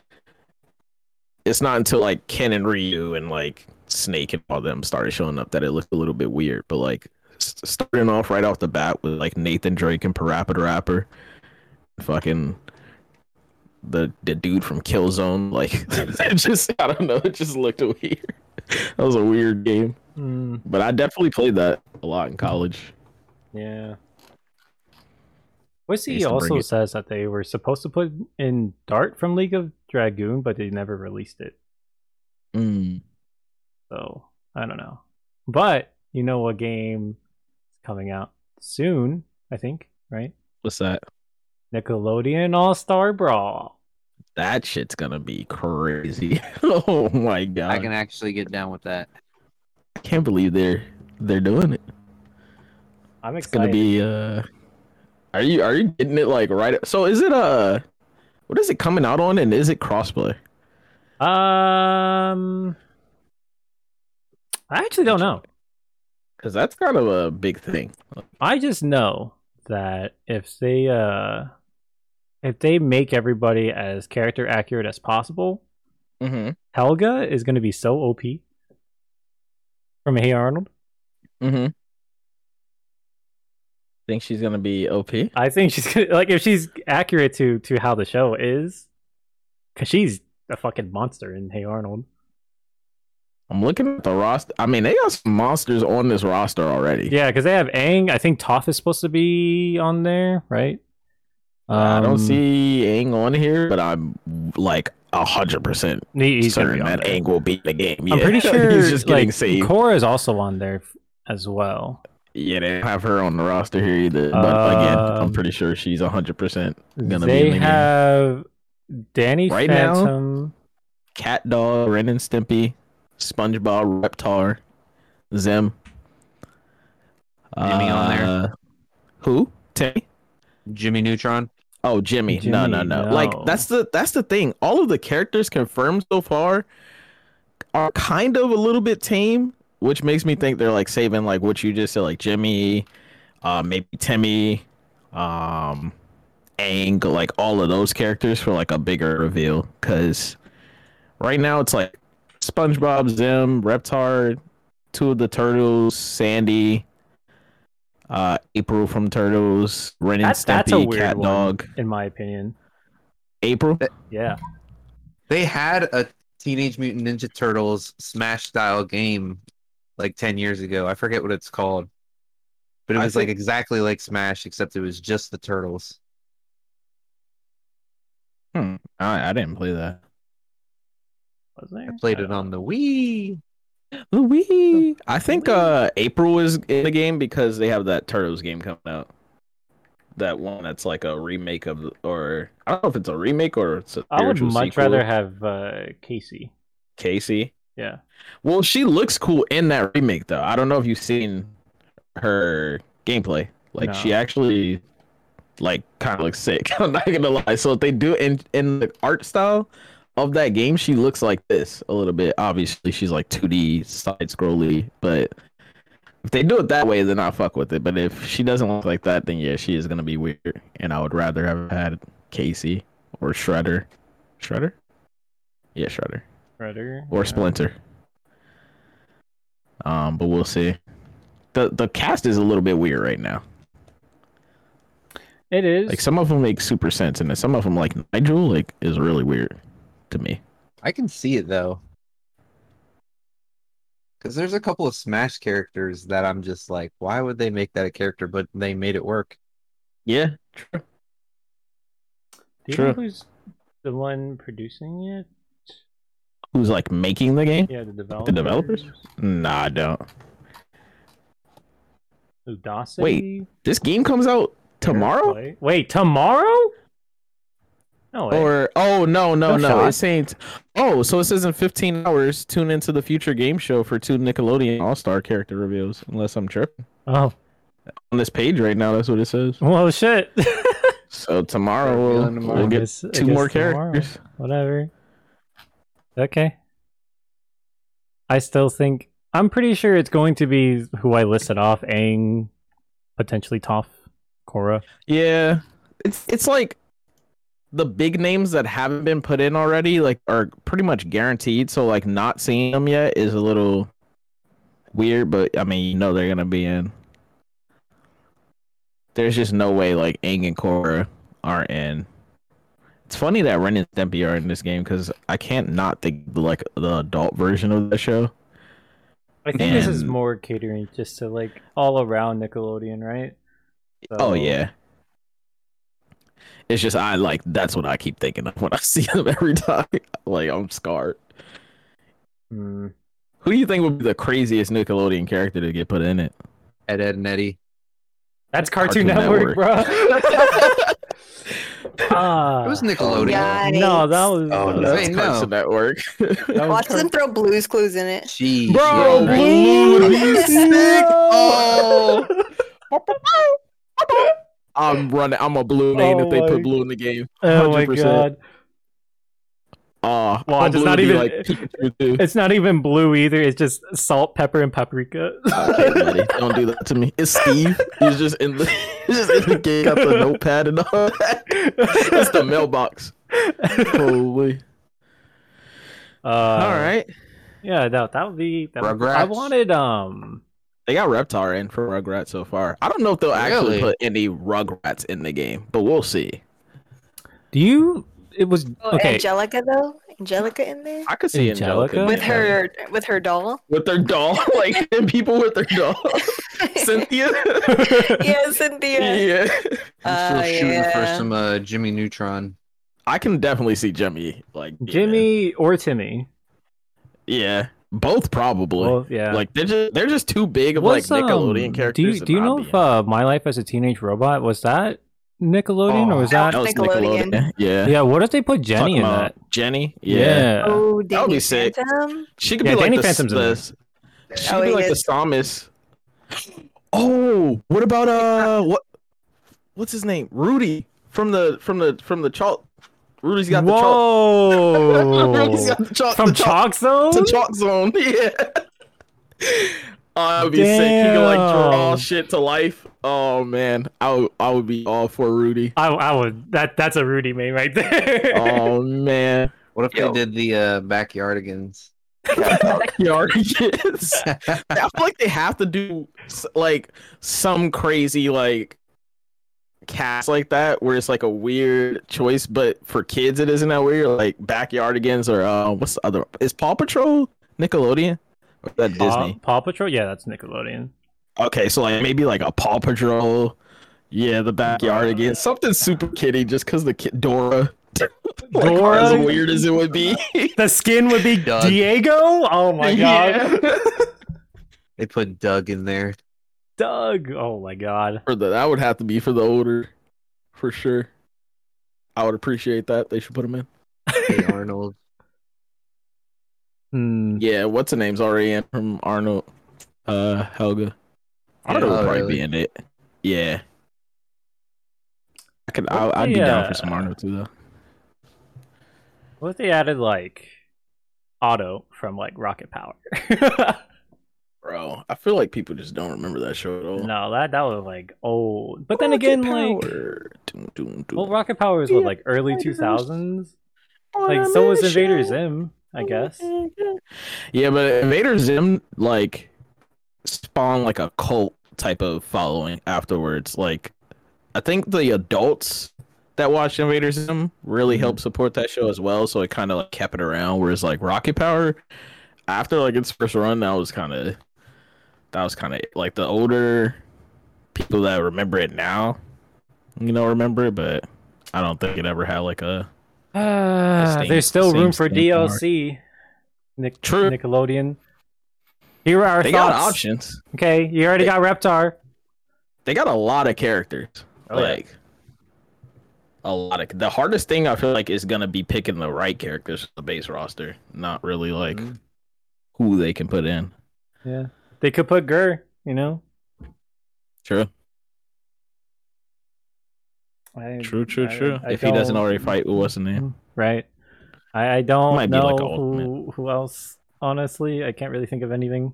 [SPEAKER 4] It's not until like Ken and Ryu and like Snake and all them started showing up that it looked a little bit weird. But like s- starting off right off the bat with like Nathan Drake and Parappa the Rapper, fucking the the dude from Killzone, like it just I don't know, it just looked weird. That was a weird game,
[SPEAKER 1] Mm,
[SPEAKER 4] but I definitely played that a lot in college.
[SPEAKER 1] yeah. What's
[SPEAKER 4] Needs
[SPEAKER 1] he
[SPEAKER 4] to bring
[SPEAKER 1] also
[SPEAKER 4] it-
[SPEAKER 1] says that they were supposed to put in Dart from League of Dragoon, but they never released it.
[SPEAKER 2] Mm.
[SPEAKER 1] So I don't know. But you know what game is coming out soon, I think, right?
[SPEAKER 4] What's that?
[SPEAKER 1] Nickelodeon All Star Brawl.
[SPEAKER 4] That shit's gonna be crazy. oh my god,
[SPEAKER 2] I can actually get down with that.
[SPEAKER 4] I can't believe they're they're doing it.
[SPEAKER 1] I'm
[SPEAKER 4] It's gonna
[SPEAKER 1] excited.
[SPEAKER 4] be uh Are you are you getting it like right so is it uh what is it coming out on and is it crossplay?
[SPEAKER 1] Um I actually don't know.
[SPEAKER 4] Cuz that's kind of a big thing.
[SPEAKER 1] I just know that if they uh if they make everybody as character accurate as possible,
[SPEAKER 2] Mm-hmm.
[SPEAKER 4] Mhm.
[SPEAKER 1] Helga is gonna be so OP Mm-hmm. from Hey Arnold.
[SPEAKER 4] Mhm. Think she's gonna be OP?
[SPEAKER 1] I think she's gonna, like if she's accurate to to how the show is, because she's a fucking monster in Hey Arnold.
[SPEAKER 4] I'm looking at the roster. I mean, they got some monsters on this roster already.
[SPEAKER 1] Yeah, because they have Aang. I think Toph is supposed to be on there, right?
[SPEAKER 4] I
[SPEAKER 1] Um,
[SPEAKER 4] don't see Aang on here, but I'm like hundred percent
[SPEAKER 1] he- he's gonna
[SPEAKER 4] certain
[SPEAKER 1] be on
[SPEAKER 4] that
[SPEAKER 1] there.
[SPEAKER 4] Aang will beat the game.
[SPEAKER 1] I'm
[SPEAKER 4] Yeah.
[SPEAKER 1] pretty sure
[SPEAKER 4] he's just getting
[SPEAKER 1] like,
[SPEAKER 4] saved.
[SPEAKER 1] Korra is also on there f- as well.
[SPEAKER 4] yeah, they don't have her on the roster here either. But again,
[SPEAKER 1] Um,
[SPEAKER 4] I'm pretty sure she's hundred percent. Gonna be in
[SPEAKER 1] they
[SPEAKER 4] the game.
[SPEAKER 1] have Danny
[SPEAKER 4] Right now?
[SPEAKER 1] Phantom.
[SPEAKER 4] Cat Dog, Ren and Stimpy, SpongeBob, Reptar, Zim.
[SPEAKER 2] Jimmy on there?
[SPEAKER 4] Uh, Who? Timmy?
[SPEAKER 2] Jimmy Neutron.
[SPEAKER 4] Oh, Jimmy. no, no,
[SPEAKER 1] Jimmy,
[SPEAKER 4] no,
[SPEAKER 1] no.
[SPEAKER 4] Like that's the that's the thing. All of the characters confirmed so far are kind of a little bit tame, which makes me think they're like saving like what you just said, like Jimmy, uh, maybe Timmy, um, Aang, like all of those characters for like a bigger reveal. Because right now it's like SpongeBob, Zim, Reptar, two of the turtles, Sandy. Uh, April from Turtles, Ren and
[SPEAKER 1] That's
[SPEAKER 4] Stimpy,
[SPEAKER 1] that's a weird
[SPEAKER 4] Cat
[SPEAKER 1] one,
[SPEAKER 4] Dog.
[SPEAKER 1] in my opinion.
[SPEAKER 4] April.
[SPEAKER 1] Yeah,
[SPEAKER 2] They had a Teenage Mutant Ninja Turtles Smash style game like 10 years ago. I forget what it's called. But it
[SPEAKER 6] I
[SPEAKER 2] was like
[SPEAKER 6] think-
[SPEAKER 2] exactly like Smash, except it was just the turtles.
[SPEAKER 4] Hmm. I, I didn't play that.
[SPEAKER 1] was there?
[SPEAKER 2] I played it on the Wii.
[SPEAKER 1] Oh,
[SPEAKER 4] Louis. I think uh April is in the game because they have that Turtles game coming out. That one that's like a remake of, or I don't know if it's a remake or it's a
[SPEAKER 1] I would
[SPEAKER 4] spiritual
[SPEAKER 1] much
[SPEAKER 4] sequel.
[SPEAKER 1] rather have uh, Casey.
[SPEAKER 4] Casey.
[SPEAKER 1] Yeah,
[SPEAKER 4] Well, she looks cool in that remake though. I don't know if you've seen her gameplay. Like
[SPEAKER 1] No.
[SPEAKER 4] she actually, like, kind of looks sick. I'm not gonna lie. So if they do in in the art style of that game, she looks like this a little bit. Obviously, she's like 2D side scrolly, but if they do it that way, then I fuck with it. But if she doesn't look like that, then yeah, she is gonna be weird. And I would rather have had Casey or Shredder. Shredder? Yeah, Shredder
[SPEAKER 1] Shredder
[SPEAKER 4] or
[SPEAKER 1] yeah.
[SPEAKER 4] Splinter. Um, but we'll see. the The cast is a little bit weird right now.
[SPEAKER 1] It is.
[SPEAKER 4] Like some of them make super sense, and then some of them, like Nigel, like is really weird to me.
[SPEAKER 2] I can see it though. Because there's a couple of Smash characters that I'm just like, why would they make that a character? But they made it work.
[SPEAKER 4] Yeah, true.
[SPEAKER 1] Do you
[SPEAKER 4] True.
[SPEAKER 1] know who's the one producing it?
[SPEAKER 4] Who's like making the game?
[SPEAKER 1] Yeah, the developers.
[SPEAKER 4] The developers? Nah, I don't.
[SPEAKER 1] Udacity?
[SPEAKER 4] This game comes out tomorrow,
[SPEAKER 1] Fairplay? Wait, tomorrow? No way.
[SPEAKER 4] or oh no, no,
[SPEAKER 1] No
[SPEAKER 4] no,
[SPEAKER 1] shot.
[SPEAKER 4] it's saying. oh, so it says in 15 hours, tune into the future game show for two Nickelodeon All Star character reveals. Unless I'm tripping
[SPEAKER 1] oh,
[SPEAKER 4] on this page right now, that's what it says.
[SPEAKER 1] well, shit.
[SPEAKER 4] So tomorrow
[SPEAKER 2] Revealing
[SPEAKER 4] we'll,
[SPEAKER 2] tomorrow.
[SPEAKER 4] we'll
[SPEAKER 1] I
[SPEAKER 4] get
[SPEAKER 1] guess- I
[SPEAKER 4] two more
[SPEAKER 1] guess tomorrow.
[SPEAKER 4] characters.
[SPEAKER 1] Whatever. Okay. I still think I'm pretty sure it's going to be who I listed off: Aang, potentially Toph, Korra.
[SPEAKER 4] Yeah, it's it's like the big names that haven't been put in already, like are pretty much guaranteed. So like not seeing them yet is a little weird, but I mean you know they're gonna be in. There's just no way like Aang and Korra aren't in. It's funny that Ren and Stimpy are in this game because I can't not think like the adult version of the show.
[SPEAKER 1] I think this is
[SPEAKER 4] And-
[SPEAKER 1] more catering just to like all around Nickelodeon, right?
[SPEAKER 4] Oh
[SPEAKER 1] So-
[SPEAKER 4] yeah. It's just I like that's what I keep thinking of when I see them every time. Like I'm scarred.
[SPEAKER 1] Hmm.
[SPEAKER 4] Who do you think would be the craziest Nickelodeon character to get put in it?
[SPEAKER 2] Ed, Ed, and Eddie.
[SPEAKER 1] That's Cartoon,
[SPEAKER 4] Cartoon
[SPEAKER 1] Network, bro. Ah.
[SPEAKER 2] It was Nickelodeon.
[SPEAKER 3] Oh, Yeah.
[SPEAKER 1] no, that was.
[SPEAKER 5] Oh, no.
[SPEAKER 4] That's
[SPEAKER 2] Hey, no.
[SPEAKER 4] Uh, Cartoon Network.
[SPEAKER 1] that was
[SPEAKER 3] Watch them
[SPEAKER 1] Cartoon-
[SPEAKER 3] throw Blue's Clues in it.
[SPEAKER 2] Jeez,
[SPEAKER 4] Bro,
[SPEAKER 2] yeah, right.
[SPEAKER 4] Blue would be
[SPEAKER 3] Sick.
[SPEAKER 4] sick. Oh. I'm running. I'm a blue main
[SPEAKER 1] Oh
[SPEAKER 4] if they
[SPEAKER 1] my-
[SPEAKER 4] put blue in the game.
[SPEAKER 1] Oh my
[SPEAKER 4] 100%.
[SPEAKER 1] god.
[SPEAKER 4] Oh,
[SPEAKER 1] Well,
[SPEAKER 4] Uh, I'm
[SPEAKER 1] it's
[SPEAKER 4] Blue
[SPEAKER 1] not
[SPEAKER 4] would be
[SPEAKER 1] even-
[SPEAKER 4] like Pikachu too.
[SPEAKER 1] It's not even blue either. It's just salt, pepper, and paprika.
[SPEAKER 4] Okay, buddy, don't do that to me. It's Steve. He's just in the he's just in the game, got the notepad and all that. It's the mailbox. Holy.
[SPEAKER 1] Uh,
[SPEAKER 4] all right. Uh,
[SPEAKER 1] Yeah, no, Uh, that would be. That would, I
[SPEAKER 2] Rugrats.
[SPEAKER 1] wanted um.
[SPEAKER 4] They got Reptar in for Rugrats so far. I don't know if they'll actually
[SPEAKER 2] Really?
[SPEAKER 4] put any Rugrats in the game, but we'll see.
[SPEAKER 1] Do you? It was
[SPEAKER 3] Oh,
[SPEAKER 1] okay.
[SPEAKER 3] Angelica though, Angelica in there
[SPEAKER 4] I could see
[SPEAKER 1] Angelica?
[SPEAKER 4] Angelica,
[SPEAKER 1] With
[SPEAKER 3] with
[SPEAKER 4] yeah.
[SPEAKER 3] her with her doll.
[SPEAKER 4] with their doll, like and people with their doll. Cynthia.
[SPEAKER 3] yeah, Cynthia.
[SPEAKER 4] yeah.
[SPEAKER 2] I'm
[SPEAKER 3] Oh,
[SPEAKER 2] still shooting
[SPEAKER 3] yeah.
[SPEAKER 2] for some uh, Jimmy Neutron.
[SPEAKER 4] I can definitely see Jimmy like being in.
[SPEAKER 1] Jimmy or Timmy?
[SPEAKER 4] Yeah, both probably.
[SPEAKER 1] Well, yeah.
[SPEAKER 4] Like they're just they're just too big of
[SPEAKER 1] What's,
[SPEAKER 4] like Nickelodeon
[SPEAKER 1] um,
[SPEAKER 4] characters.
[SPEAKER 1] Do you,
[SPEAKER 4] to
[SPEAKER 1] do you
[SPEAKER 4] not
[SPEAKER 1] know
[SPEAKER 4] be
[SPEAKER 1] if
[SPEAKER 4] in.
[SPEAKER 1] uh, My Life as a Teenage Robot was that Nickelodeon or was
[SPEAKER 3] Oh,
[SPEAKER 1] that?
[SPEAKER 4] that was
[SPEAKER 3] Nickelodeon.
[SPEAKER 4] Nickelodeon? Yeah.
[SPEAKER 1] Yeah. What if they put Jenny
[SPEAKER 4] Talking
[SPEAKER 1] in
[SPEAKER 4] about
[SPEAKER 1] that?
[SPEAKER 4] Jenny. Yeah.
[SPEAKER 3] Oh, Danny
[SPEAKER 4] That would be sick.
[SPEAKER 3] Phantom.
[SPEAKER 4] She could
[SPEAKER 1] Yeah,
[SPEAKER 4] be like
[SPEAKER 1] Danny
[SPEAKER 4] the,
[SPEAKER 1] Phantom's in
[SPEAKER 4] the-
[SPEAKER 1] there.
[SPEAKER 4] She
[SPEAKER 3] Oh,
[SPEAKER 4] could be
[SPEAKER 3] he
[SPEAKER 4] like
[SPEAKER 3] is.
[SPEAKER 4] the Samus. Oh, what about uh what what's his name? Rudy from the from the from the chalk. Rudy's got the chalk. Rudy's
[SPEAKER 1] Whoa!
[SPEAKER 4] got the chalk.
[SPEAKER 1] From
[SPEAKER 4] the chalk,
[SPEAKER 1] Chalk Zone.
[SPEAKER 4] to chalk zone. Yeah. I would be sick. He could like draw
[SPEAKER 1] Damn.
[SPEAKER 4] shit to life. Oh man, I would, I would be all for Rudy.
[SPEAKER 1] I, I would. That that's a Rudy meme right there.
[SPEAKER 4] Oh man,
[SPEAKER 2] What if
[SPEAKER 5] Yo.
[SPEAKER 2] they did the uh, Backyardigans?
[SPEAKER 4] yard kids. I feel like they have to do s- like some crazy like cast like that where it's like a weird choice, but for kids it isn't that weird. Like Backyardigans or uh, what's the other? Is Paw Patrol Nickelodeon? Or is that
[SPEAKER 1] Paw-
[SPEAKER 4] Disney?
[SPEAKER 1] Paw Patrol. Yeah, that's Nickelodeon.
[SPEAKER 4] Okay, so like maybe like a Paw Patrol. Yeah, the Backyardigans. Something super kitty just because the kid Dora. Like, As
[SPEAKER 1] Dora?
[SPEAKER 4] weird as it would be.
[SPEAKER 1] The skin would be
[SPEAKER 2] Doug.
[SPEAKER 1] Diego. Oh my god,
[SPEAKER 4] Yeah.
[SPEAKER 2] They put Doug in there.
[SPEAKER 1] Doug. Oh my god.
[SPEAKER 4] for the that would have to be for the older, for sure. I would appreciate that. They should put him in.
[SPEAKER 2] Hey, Arnold.
[SPEAKER 1] Hmm.
[SPEAKER 4] Yeah, what's the name's already in from Arnold, uh, Helga. Arnold
[SPEAKER 2] Yeah.
[SPEAKER 4] would
[SPEAKER 2] Oh,
[SPEAKER 4] probably
[SPEAKER 2] really?
[SPEAKER 4] be in it. Yeah, I could.
[SPEAKER 1] What
[SPEAKER 4] I,
[SPEAKER 1] if
[SPEAKER 4] I'd be
[SPEAKER 1] they,
[SPEAKER 4] down
[SPEAKER 1] uh,
[SPEAKER 4] for some Arnold too, though.
[SPEAKER 1] What if they added like Otto from like Rocket Power?
[SPEAKER 4] Bro, I feel like people just don't remember that show at all.
[SPEAKER 1] no, that that was like old. But then again, like well, Rocket Power was what like early two thousands. Like so was Invader Zim, I guess.
[SPEAKER 4] Yeah, but Invader Zim like spawned like a cult type of following afterwards. Like, I think the adults that watched Invader Zim really
[SPEAKER 1] Mm-hmm.
[SPEAKER 4] helped support that show as well. So it kind of like kept it around. Whereas like Rocket Power, after like its first run, that was kind of that was kind of like the older people that remember it now, you know, remember it. But I don't think it ever had like a
[SPEAKER 1] Ah,
[SPEAKER 4] Same-
[SPEAKER 1] there's still
[SPEAKER 4] same
[SPEAKER 1] room for
[SPEAKER 4] stamp
[SPEAKER 1] DLC. Nick,
[SPEAKER 4] True.
[SPEAKER 1] Nickelodeon. Here are our
[SPEAKER 4] they got
[SPEAKER 1] thoughts.
[SPEAKER 4] options.
[SPEAKER 1] Okay, you already
[SPEAKER 4] They-
[SPEAKER 1] got Reptar.
[SPEAKER 4] they got a lot of characters.
[SPEAKER 1] Oh, yeah.
[SPEAKER 4] like a lot of the hardest thing I feel like is gonna be picking the right characters for the base roster, not really like
[SPEAKER 2] Mhm.
[SPEAKER 1] Mm-hmm.
[SPEAKER 4] who they can put in.
[SPEAKER 1] Yeah, they could put Gurr. You know,
[SPEAKER 4] True,
[SPEAKER 1] I-
[SPEAKER 4] true, true,
[SPEAKER 1] I-
[SPEAKER 4] true.
[SPEAKER 1] I
[SPEAKER 4] if he doesn't
[SPEAKER 1] don't- Mm-hmm.
[SPEAKER 4] already fight with what's the name,
[SPEAKER 1] right? I, I don't
[SPEAKER 4] Might be
[SPEAKER 1] know
[SPEAKER 4] like
[SPEAKER 1] who,
[SPEAKER 4] Ultimate.
[SPEAKER 1] who else. Honestly, I can't really think of anything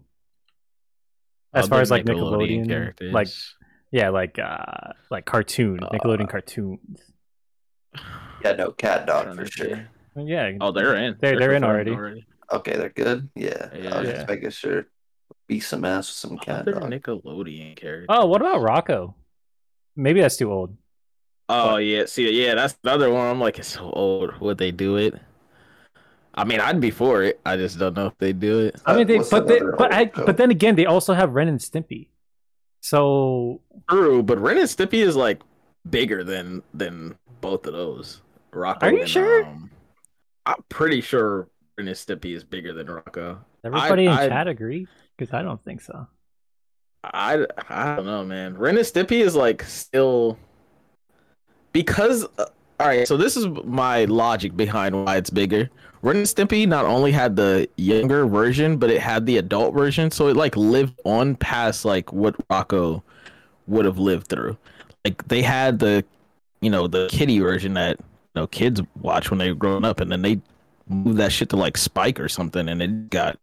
[SPEAKER 1] as far
[SPEAKER 4] Other
[SPEAKER 1] as like Nickelodeon, like yeah, like uh, like cartoon, Nickelodeon cartoons.
[SPEAKER 5] yeah, no cat dog
[SPEAKER 4] Trying
[SPEAKER 5] for
[SPEAKER 4] to
[SPEAKER 5] sure.
[SPEAKER 4] see.
[SPEAKER 1] Yeah,
[SPEAKER 4] oh, they're in.
[SPEAKER 1] They're- they're in
[SPEAKER 4] confirmed
[SPEAKER 1] already.
[SPEAKER 5] Okay, they're good. Yeah, I was
[SPEAKER 1] Yeah.
[SPEAKER 5] just making sure. Be some ass with some cat
[SPEAKER 4] Other
[SPEAKER 5] dog.
[SPEAKER 4] Nickelodeon characters.
[SPEAKER 1] Oh, what about Rocco? Maybe that's too old.
[SPEAKER 4] Oh yeah, see, yeah, that's the other one. I'm like, it's so old. Would they do it? I mean, I'd be for it. I just don't know if they do it.
[SPEAKER 1] I
[SPEAKER 5] Uh,
[SPEAKER 1] mean, they,
[SPEAKER 5] what's
[SPEAKER 1] but they,
[SPEAKER 5] another
[SPEAKER 1] but I,
[SPEAKER 5] old show?
[SPEAKER 1] but then again, they also have Ren and Stimpy. So
[SPEAKER 4] True, but Ren and Stimpy is like bigger than than both of those. Rocco.
[SPEAKER 1] Are you
[SPEAKER 4] and,
[SPEAKER 1] sure?
[SPEAKER 4] um, I'm pretty sure Ren and Stimpy is bigger than Rocco.
[SPEAKER 1] everybody in
[SPEAKER 4] I-
[SPEAKER 1] chat agree because I don't think so.
[SPEAKER 4] I I don't know, man. Ren and Stimpy is like still because. Uh, all right, so this is my logic behind why it's bigger. Ren and Stimpy not only had the younger version, but it had the adult version, so it like lived on past like what Rocco would have lived through. Like they had the, you know, the kiddie version that you know kids watch when they were growing up, and then they moved that shit to like Spike or something, and it got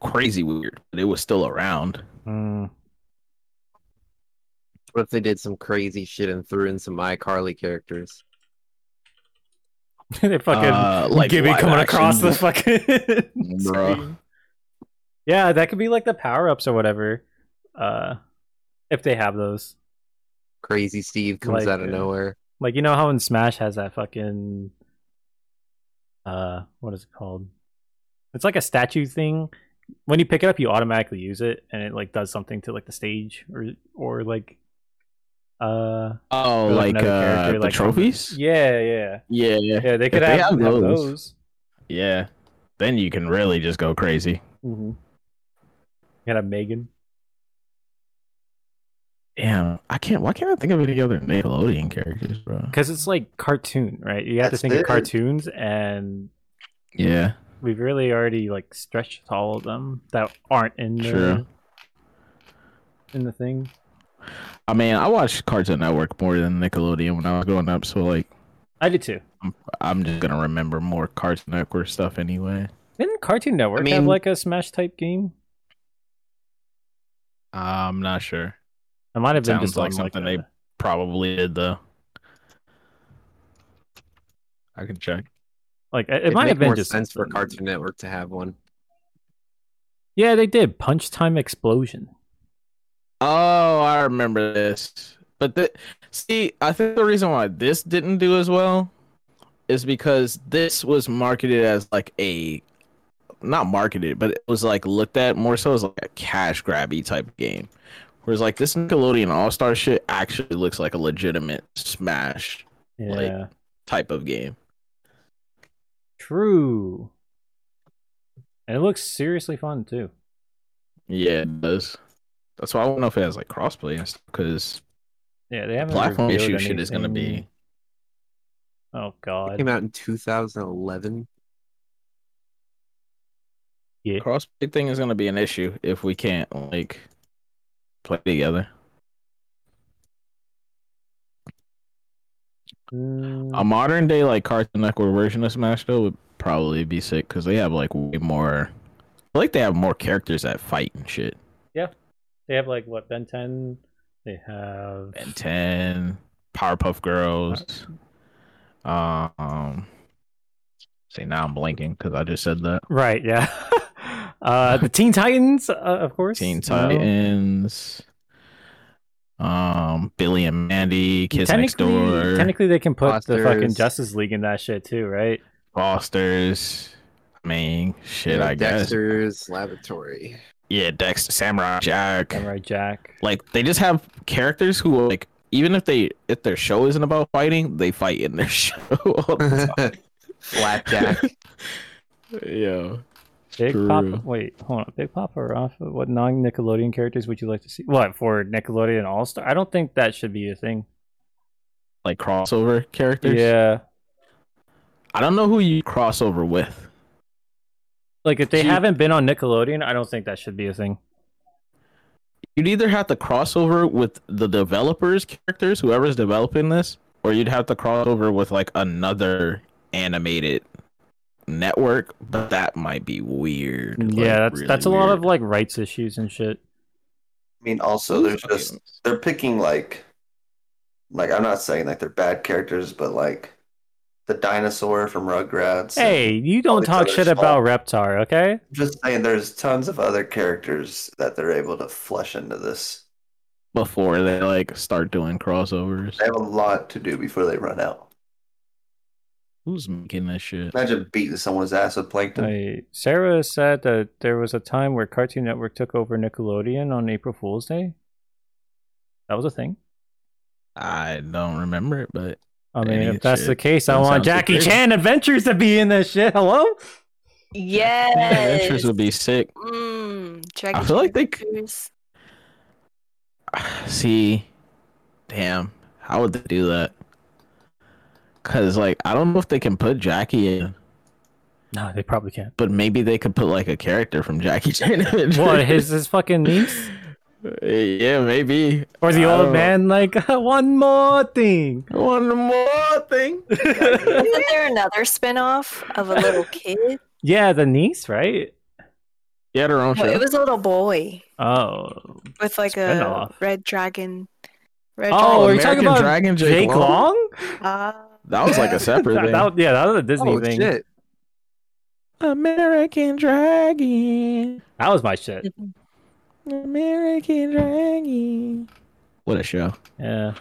[SPEAKER 4] crazy weird. But it was still around.
[SPEAKER 1] Mm.
[SPEAKER 2] What if they did some crazy shit and threw in some iCarly characters?
[SPEAKER 1] they fucking
[SPEAKER 4] Uh, like
[SPEAKER 1] Gibby
[SPEAKER 4] live
[SPEAKER 1] coming
[SPEAKER 4] action
[SPEAKER 1] across the
[SPEAKER 4] Disney.
[SPEAKER 1] fucking
[SPEAKER 4] Bruh.
[SPEAKER 1] screen. Yeah, that could be like the power ups or whatever. uh, if they have those.
[SPEAKER 2] Crazy Steve
[SPEAKER 1] Like,
[SPEAKER 2] comes out of
[SPEAKER 1] uh,
[SPEAKER 2] nowhere.
[SPEAKER 1] Like you know how in Smash has that fucking uh what is it called? It's like a statue thing. When you pick it up you automatically use it and it like does something to like the stage or or like uh
[SPEAKER 4] Oh,
[SPEAKER 1] or,
[SPEAKER 4] like,
[SPEAKER 1] another
[SPEAKER 4] uh, the
[SPEAKER 1] like, on-
[SPEAKER 4] trophies?
[SPEAKER 1] Yeah, yeah.
[SPEAKER 4] yeah, yeah,
[SPEAKER 1] Yeah, they could
[SPEAKER 4] they
[SPEAKER 1] have, have
[SPEAKER 4] have those.
[SPEAKER 1] those.
[SPEAKER 4] yeah. Then you can really just go crazy.
[SPEAKER 1] Mm-hmm. Can have Megan.
[SPEAKER 4] Damn, I can't. Why can't I think of any other Nickelodeon characters, bro?
[SPEAKER 1] Because it's like cartoon, right? You have
[SPEAKER 5] That's
[SPEAKER 1] to think
[SPEAKER 5] it.
[SPEAKER 1] of cartoons and
[SPEAKER 4] Yeah,
[SPEAKER 1] we've really already like stretched all of them that aren't in the
[SPEAKER 4] True.
[SPEAKER 1] in the thing.
[SPEAKER 4] I mean, I watched Cartoon Network more than Nickelodeon when I was growing up, so like,
[SPEAKER 1] I did too.
[SPEAKER 4] I'm just gonna remember more Cartoon Network stuff anyway.
[SPEAKER 1] Didn't Cartoon Network have
[SPEAKER 2] mean-
[SPEAKER 1] like a Smash type game?
[SPEAKER 4] I'm not sure.
[SPEAKER 1] It might have been
[SPEAKER 4] Sounds
[SPEAKER 1] just
[SPEAKER 4] like
[SPEAKER 1] on, like
[SPEAKER 4] something
[SPEAKER 1] a-
[SPEAKER 4] they probably did though. I can check.
[SPEAKER 1] like it,
[SPEAKER 2] It'd
[SPEAKER 1] might
[SPEAKER 2] make
[SPEAKER 1] have been
[SPEAKER 2] more
[SPEAKER 1] just
[SPEAKER 2] sense for
[SPEAKER 1] something-
[SPEAKER 2] Cartoon Network to have one.
[SPEAKER 1] Yeah, they did Punch Time Explosion.
[SPEAKER 4] Oh, I remember this. But the see, I think the reason why this didn't do as well is because this was marketed as like a not marketed, but it was like looked at more so as like a cash grabby type game. Whereas like this Nickelodeon All Star shit actually looks like a legitimate Smash
[SPEAKER 1] Yeah,
[SPEAKER 4] Like- type of game.
[SPEAKER 1] true. And it looks seriously fun too.
[SPEAKER 4] Yeah, it does. That's why I don't know if it has like crossplay and stuff because
[SPEAKER 1] Yeah, they haven't.
[SPEAKER 4] platform
[SPEAKER 1] revealed
[SPEAKER 4] issue shit is gonna be.
[SPEAKER 1] anything- Oh
[SPEAKER 2] It
[SPEAKER 1] God.
[SPEAKER 2] came out in 2011.
[SPEAKER 1] Yeah.
[SPEAKER 4] crossplay thing is gonna be an issue if we can't like play together.
[SPEAKER 1] Mm,
[SPEAKER 4] A modern day like Cartoon Network version of Smash though would probably be sick because they have like way more. I like they have more characters that fight and shit.
[SPEAKER 1] they have like what Ben Ten. They have
[SPEAKER 4] Ben Ten, Powerpuff Girls. Um, see now I'm blinking because I just said that.
[SPEAKER 1] Right. Yeah. uh, the Teen Titans, uh, of course.
[SPEAKER 4] Teen
[SPEAKER 1] you know.
[SPEAKER 4] Titans, um, Billy and Mandy, Kids Next
[SPEAKER 1] technically,
[SPEAKER 4] Door,
[SPEAKER 1] technically they can put the fucking
[SPEAKER 2] Fosters.
[SPEAKER 1] Justice League in that shit too, right?
[SPEAKER 4] Fosters. I mean, shit, I guess.
[SPEAKER 2] Dexter's Laboratory.
[SPEAKER 4] Yeah, Dexter, Samurai Jack.
[SPEAKER 1] Samurai Jack.
[SPEAKER 4] Like they just have characters who like even if they if their show isn't about fighting, they fight in their show. all the
[SPEAKER 2] Flapjack.
[SPEAKER 4] time. yeah.
[SPEAKER 1] Big
[SPEAKER 4] True.
[SPEAKER 1] Papa. Wait, hold on. Big Papa or Rafa? What non Nickelodeon characters would you like to see? What for Nickelodeon All Star? I don't think that should be a thing.
[SPEAKER 4] Like crossover characters.
[SPEAKER 1] yeah.
[SPEAKER 4] I don't know who you crossover with.
[SPEAKER 1] Like if they
[SPEAKER 4] Cute.
[SPEAKER 1] haven't been on Nickelodeon, I don't think that should be a thing.
[SPEAKER 4] you'd either have to cross over with the developers characters whoever's developing this or you'd have to cross over with like another animated network but that might be weird like,
[SPEAKER 1] yeah, that's
[SPEAKER 4] really
[SPEAKER 1] that's a lot
[SPEAKER 4] weird.
[SPEAKER 1] of like rights issues and shit.
[SPEAKER 5] I mean, also there's just they're picking like, like I'm not saying like they're bad characters, but like the dinosaur from Rugrats.
[SPEAKER 1] Hey, you don't
[SPEAKER 5] Like
[SPEAKER 1] talk
[SPEAKER 5] other
[SPEAKER 1] shit
[SPEAKER 5] small-
[SPEAKER 1] about Reptar, okay?
[SPEAKER 5] I'm just saying there's tons of other characters that they're able to flesh into this.
[SPEAKER 4] before they like start doing crossovers
[SPEAKER 5] They have a lot to do before they run out.
[SPEAKER 4] who's making this shit
[SPEAKER 5] Imagine beating someone's ass with plankton.
[SPEAKER 1] I, Sarah said that there was a time where Cartoon Network took over Nickelodeon on April Fool's Day. That was a thing.
[SPEAKER 4] i don't remember it but
[SPEAKER 1] I mean,
[SPEAKER 4] Any
[SPEAKER 1] if that's
[SPEAKER 4] shit.
[SPEAKER 1] the case, I
[SPEAKER 4] That
[SPEAKER 1] want
[SPEAKER 4] sounds
[SPEAKER 1] Jackie
[SPEAKER 4] legit.
[SPEAKER 1] Chan Adventures to be in this shit. Hello?
[SPEAKER 3] Yes.
[SPEAKER 4] adventures would be sick
[SPEAKER 3] Mm,
[SPEAKER 4] i feel like they c-
[SPEAKER 3] Adventures.
[SPEAKER 4] See, damn, how would they do that? Cause like I don't know if they can put Jackie in,
[SPEAKER 1] No, they probably can't.
[SPEAKER 4] but maybe they could put like a character from Jackie Chan. in.
[SPEAKER 1] What his his fucking niece
[SPEAKER 4] Yeah, maybe.
[SPEAKER 1] or the
[SPEAKER 4] I
[SPEAKER 1] old
[SPEAKER 4] don't
[SPEAKER 1] man? Like one more thing.
[SPEAKER 4] know. One more thing.
[SPEAKER 3] Isn't there another spin-off of a little kid?
[SPEAKER 1] yeah, the niece, right?
[SPEAKER 4] She had her own
[SPEAKER 3] No, it
[SPEAKER 4] show.
[SPEAKER 3] was a little boy
[SPEAKER 1] Oh,
[SPEAKER 3] with like
[SPEAKER 1] Spin-off.
[SPEAKER 3] a red dragon. Red
[SPEAKER 1] Oh, are you
[SPEAKER 3] dragon.
[SPEAKER 1] talking
[SPEAKER 4] American
[SPEAKER 1] about
[SPEAKER 4] Dragon
[SPEAKER 1] Jake
[SPEAKER 4] Jake, Long?
[SPEAKER 1] Long.
[SPEAKER 3] Ah,
[SPEAKER 4] That was like a separate
[SPEAKER 1] That-
[SPEAKER 4] thing.
[SPEAKER 1] that- yeah, that was a Disney
[SPEAKER 2] oh
[SPEAKER 1] thing.
[SPEAKER 2] shit!
[SPEAKER 4] American Dragon.
[SPEAKER 1] That was my shit.
[SPEAKER 4] American Dragon. What a show!
[SPEAKER 1] Yeah.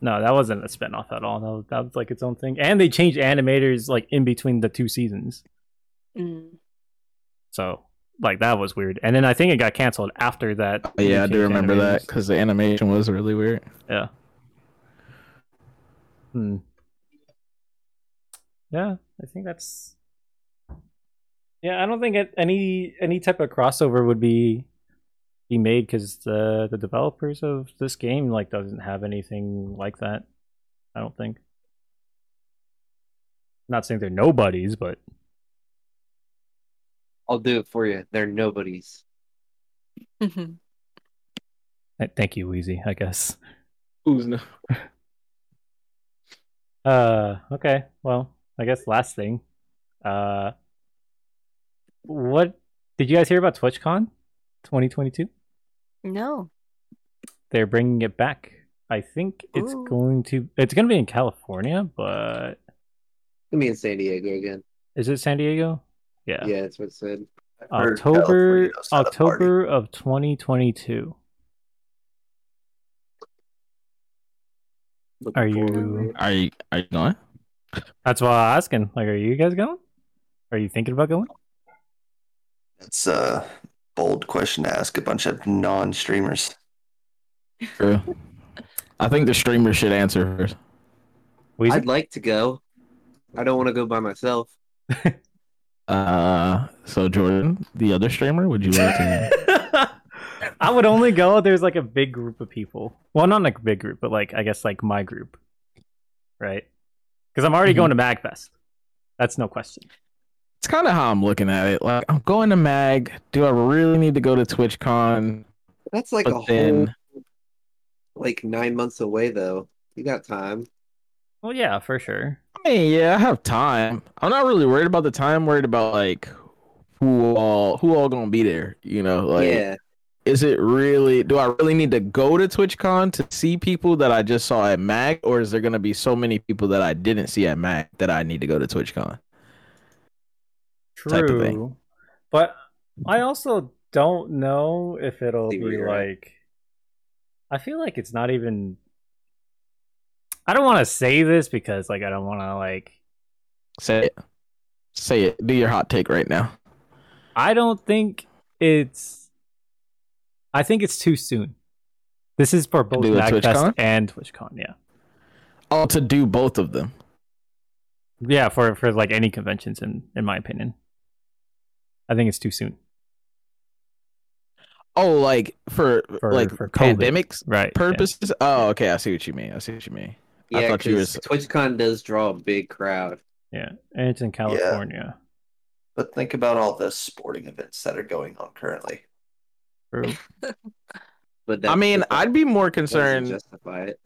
[SPEAKER 1] No, that wasn't a spinoff at all. That was, that was like its own thing. And they changed animators like in between the two seasons.
[SPEAKER 3] Mm.
[SPEAKER 1] So like that was weird. And then I think it got canceled after that.
[SPEAKER 4] Oh, yeah, I
[SPEAKER 1] They
[SPEAKER 4] do
[SPEAKER 1] changed
[SPEAKER 4] remember that
[SPEAKER 1] animators.
[SPEAKER 4] because the animation was really weird.
[SPEAKER 1] Hmm. Yeah, I think that's. Yeah, I don't think it, any any type of crossover would be be made because the the developers of this game like doesn't have anything like that. I don't think. Not saying they're nobodies, but
[SPEAKER 2] I'll do it for you. They're nobodies.
[SPEAKER 3] Mhm.
[SPEAKER 1] Uh, thank you, Wheezy. I guess.
[SPEAKER 4] Who's no?
[SPEAKER 1] Uh, okay. Well, I guess last thing. Uh, what did you guys hear about TwitchCon 2022?
[SPEAKER 3] no.
[SPEAKER 1] They're bringing it back. I think it's
[SPEAKER 3] Ooh.
[SPEAKER 1] going to it's going to be in California, but
[SPEAKER 2] Give me in San Diego again.
[SPEAKER 1] is it San Diego? Yeah.
[SPEAKER 2] Yeah, that's what it said.
[SPEAKER 5] Or
[SPEAKER 1] October
[SPEAKER 5] California knows how to party.
[SPEAKER 1] October of 2022.
[SPEAKER 2] Looking
[SPEAKER 1] Are you-
[SPEAKER 2] forward to it.
[SPEAKER 4] Are you are you going?
[SPEAKER 1] That's why I'm asking. Like are you guys going? Are you thinking about going?
[SPEAKER 5] That's a bold question to ask a bunch of non-streamers.
[SPEAKER 4] True. I think the streamer should answer first.
[SPEAKER 1] Weezy?
[SPEAKER 2] I'd like to go. I don't want to go by myself.
[SPEAKER 4] Uh, so Jordan, the other streamer, would you like to?
[SPEAKER 1] I would only go if there's like a big group of people. Well, not like a big group, but like I guess like my group, right? Because I'm
[SPEAKER 2] Mm-hmm.
[SPEAKER 1] already
[SPEAKER 4] Mhm.
[SPEAKER 1] going to Magfest. That's no question.
[SPEAKER 4] it's kind of how I'm looking at it. Like I'm going to Mag. Do I really need to go to TwitchCon?
[SPEAKER 2] That's like a
[SPEAKER 4] But then,
[SPEAKER 2] whole like nine months away though. You got time.
[SPEAKER 1] Well, yeah, for sure.
[SPEAKER 4] I mean, yeah, I have time. I'm not really worried about the time. Worried about like who all who all gonna be there. You know, like
[SPEAKER 2] yeah.
[SPEAKER 4] is it really? Do I really need to go to TwitchCon to see people that I just saw at Mag, or is there gonna be so many people that I didn't see at Mag that I need to go to TwitchCon? Type of thing.
[SPEAKER 1] True. But I also don't know if it'll
[SPEAKER 2] See where
[SPEAKER 1] be
[SPEAKER 2] you're at.
[SPEAKER 1] like. I feel like it's not even. I don't want to say this because like I don't want to like
[SPEAKER 4] Say it. Say it. Do your hot take right now.
[SPEAKER 1] I don't think it's. I think it's too soon. This is for both
[SPEAKER 4] do a
[SPEAKER 1] MagFest
[SPEAKER 4] TwitchCon?
[SPEAKER 1] and TwitchCon. Yeah,
[SPEAKER 4] Oh, to do both of them.
[SPEAKER 1] yeah, for for like any conventions, in in my opinion, I think it's too soon.
[SPEAKER 4] Oh, like for,
[SPEAKER 1] For-
[SPEAKER 4] like
[SPEAKER 1] for COVID.
[SPEAKER 4] pandemics
[SPEAKER 1] Right. yeah.
[SPEAKER 4] purposes. Oh, okay. I see what you mean. I see what you mean. I
[SPEAKER 2] Yeah,
[SPEAKER 4] thought you
[SPEAKER 2] 'cause TwitchCon does draw a big crowd.
[SPEAKER 1] Yeah, and it's in California.
[SPEAKER 5] But think about all the sporting events that are going on currently.
[SPEAKER 1] True.
[SPEAKER 2] But
[SPEAKER 4] I
[SPEAKER 2] that,
[SPEAKER 4] mean,
[SPEAKER 2] that
[SPEAKER 4] I'd be more
[SPEAKER 2] doesn't
[SPEAKER 4] concerned.
[SPEAKER 2] Justify it.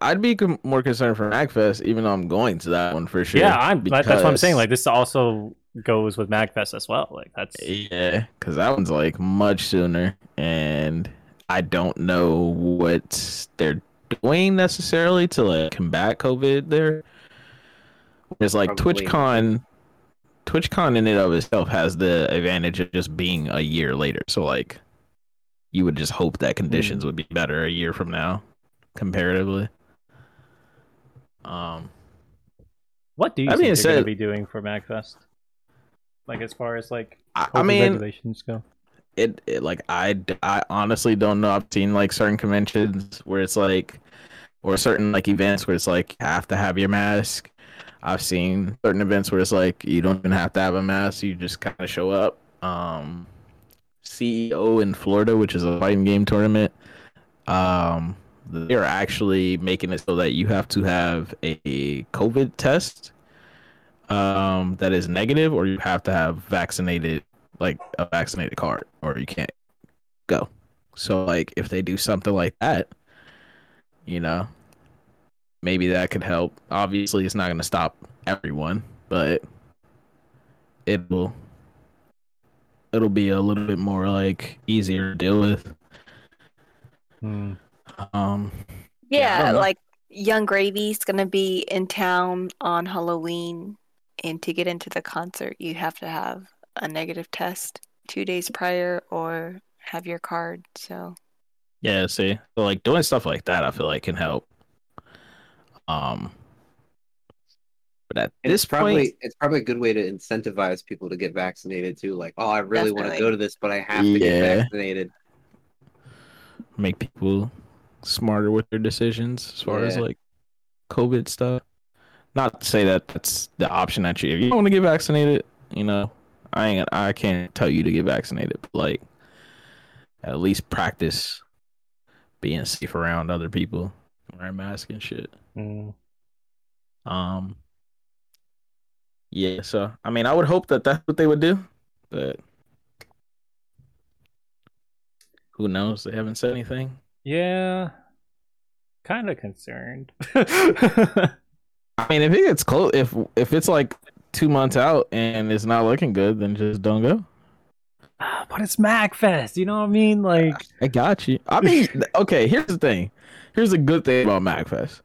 [SPEAKER 4] I'd be com- more concerned for Magfest, even though I'm going to that one for sure.
[SPEAKER 1] Yeah, I'm. that- That's what I'm saying.
[SPEAKER 4] because-
[SPEAKER 1] Like this also goes with Magfest as well. Like that's
[SPEAKER 4] Yeah, because that one's like much sooner, and I don't know what they're doing necessarily to like combat COVID there. It's like
[SPEAKER 2] Probably.
[SPEAKER 4] TwitchCon. TwitchCon in and of itself has the advantage of just being a year later. So like, you would just hope that conditions would be better a year from now, comparatively. Um,
[SPEAKER 1] what do you
[SPEAKER 4] That
[SPEAKER 1] think
[SPEAKER 4] being
[SPEAKER 1] they're going
[SPEAKER 4] said-
[SPEAKER 1] to be doing for Magfest? Like as far as like
[SPEAKER 4] I,
[SPEAKER 1] COVID
[SPEAKER 4] I mean,
[SPEAKER 1] regulations go.
[SPEAKER 4] it, it like I, d- I honestly don't know. I've seen like certain conventions where it's like, or certain like events where it's like you have to have your mask. I've seen certain events where it's like you don't even have to have a mask. You just kind of show up. Um, CEO in Florida, which is a fighting game tournament, um, they are actually making it so that you have to have a COVID test um, that is negative, or you have to have vaccinated like a vaccinated card or you can't go. So like if they do something like that, you know, maybe that could help. Obviously it's not going to stop everyone, but it will it'll be a little bit more like easier to deal with. Um Yeah, I
[SPEAKER 3] Yeah,
[SPEAKER 4] don't know.
[SPEAKER 3] like Young Gravy's gonna be in town on Halloween, and to get into the concert, you have to have a negative test two days prior or have your card. So
[SPEAKER 4] Yeah, see, so like doing stuff like that, I feel like can help. Um, but at
[SPEAKER 2] And
[SPEAKER 4] this
[SPEAKER 2] it's probably
[SPEAKER 4] point,
[SPEAKER 2] it's probably a good way to incentivize people to get vaccinated too. Like, oh, I really want to
[SPEAKER 3] Definitely.
[SPEAKER 2] go to this, but I have to
[SPEAKER 4] Yeah.
[SPEAKER 2] get vaccinated.
[SPEAKER 4] make people smarter with their decisions as far as
[SPEAKER 2] Yeah.
[SPEAKER 4] like COVID stuff. Not to say that that's the option that you if you don't want to get vaccinated, you know, I ain't I can't tell you to get vaccinated, but like at least practice being safe around other people, wearing masks and shit.
[SPEAKER 1] Mm.
[SPEAKER 4] Um. Yeah, so I mean, I would hope that that's what they would do, but who knows? They haven't said anything.
[SPEAKER 1] Yeah. Kind of concerned.
[SPEAKER 4] I mean, if it gets close, if if it's like two months out and it's not looking good, then just don't go.
[SPEAKER 1] Ah, but it's MagFest, you know what I mean? Like,
[SPEAKER 4] I got you. I mean, okay. Here's the thing. Here's the good thing about MacFest.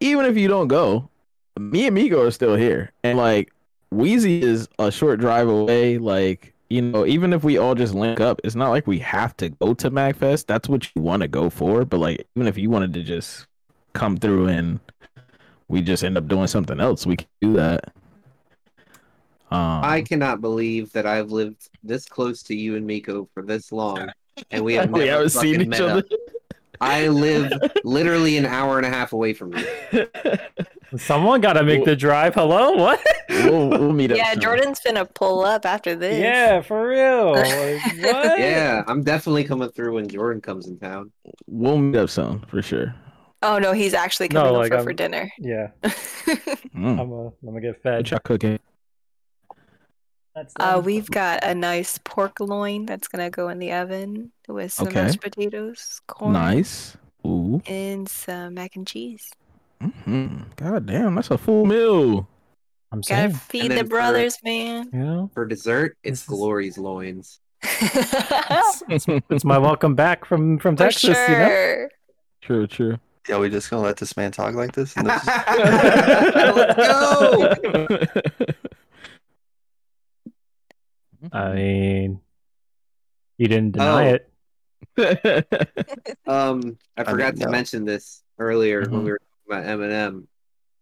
[SPEAKER 4] Even if you don't go, me and Migo are still here, and like Wheezy is a short drive away. Like you know, even if we all just link up, it's not like we have to go to MacFest. That's what you want to go for. But like, even if you wanted to just come through and we just end up doing something else, we can do that. Um,
[SPEAKER 2] I cannot believe that I've lived this close to you and Miko for this long, and we have never
[SPEAKER 4] haven't
[SPEAKER 2] fucking
[SPEAKER 4] seen each
[SPEAKER 2] met
[SPEAKER 4] other.
[SPEAKER 2] up. I live literally an hour and a half away from you.
[SPEAKER 1] someone got to make the drive. Hello? What?
[SPEAKER 4] we'll, we'll meet up.
[SPEAKER 3] yeah,
[SPEAKER 4] soon.
[SPEAKER 3] Jordan's gonna pull up after this.
[SPEAKER 1] Yeah, for real. Like, what?
[SPEAKER 2] Yeah, I'm definitely coming through when Jordan comes in town.
[SPEAKER 4] We'll meet up soon for sure.
[SPEAKER 3] Oh no, he's actually
[SPEAKER 1] No,
[SPEAKER 3] coming
[SPEAKER 1] like,
[SPEAKER 3] over
[SPEAKER 1] I'm-
[SPEAKER 3] for dinner.
[SPEAKER 1] Yeah,
[SPEAKER 4] Mm.
[SPEAKER 1] I'm going to get
[SPEAKER 4] What
[SPEAKER 1] fed.
[SPEAKER 4] y'all cooking?
[SPEAKER 1] That's
[SPEAKER 3] uh,
[SPEAKER 1] done.
[SPEAKER 3] we've got a nice pork loin that's gonna go in the oven with some
[SPEAKER 4] Okay.
[SPEAKER 3] mashed potatoes, corn,
[SPEAKER 4] Nice. Ooh.
[SPEAKER 3] and some mac and cheese.
[SPEAKER 4] hmm God damn, that's a full meal.
[SPEAKER 1] I'm
[SPEAKER 3] Gotta
[SPEAKER 1] saying.
[SPEAKER 2] And
[SPEAKER 3] feed
[SPEAKER 2] then
[SPEAKER 3] the
[SPEAKER 2] for-
[SPEAKER 3] brothers, man.
[SPEAKER 1] You know,
[SPEAKER 2] For dessert, it's
[SPEAKER 1] This is-
[SPEAKER 2] Glory's loins.
[SPEAKER 1] it's my welcome back from from
[SPEAKER 3] for
[SPEAKER 1] Texas, you know?
[SPEAKER 3] sure.
[SPEAKER 4] True, true.
[SPEAKER 5] Yeah, we just gonna let this man talk like this? And this is-
[SPEAKER 2] Let's go.
[SPEAKER 4] Mm-hmm.
[SPEAKER 1] I mean, you didn't deny
[SPEAKER 2] Oh.
[SPEAKER 1] it.
[SPEAKER 2] Um, I
[SPEAKER 5] mean,
[SPEAKER 2] forgot to
[SPEAKER 5] no.
[SPEAKER 2] mention this earlier when
[SPEAKER 1] Mm-hmm.
[SPEAKER 4] Mhm.
[SPEAKER 2] we were talking about Eminem.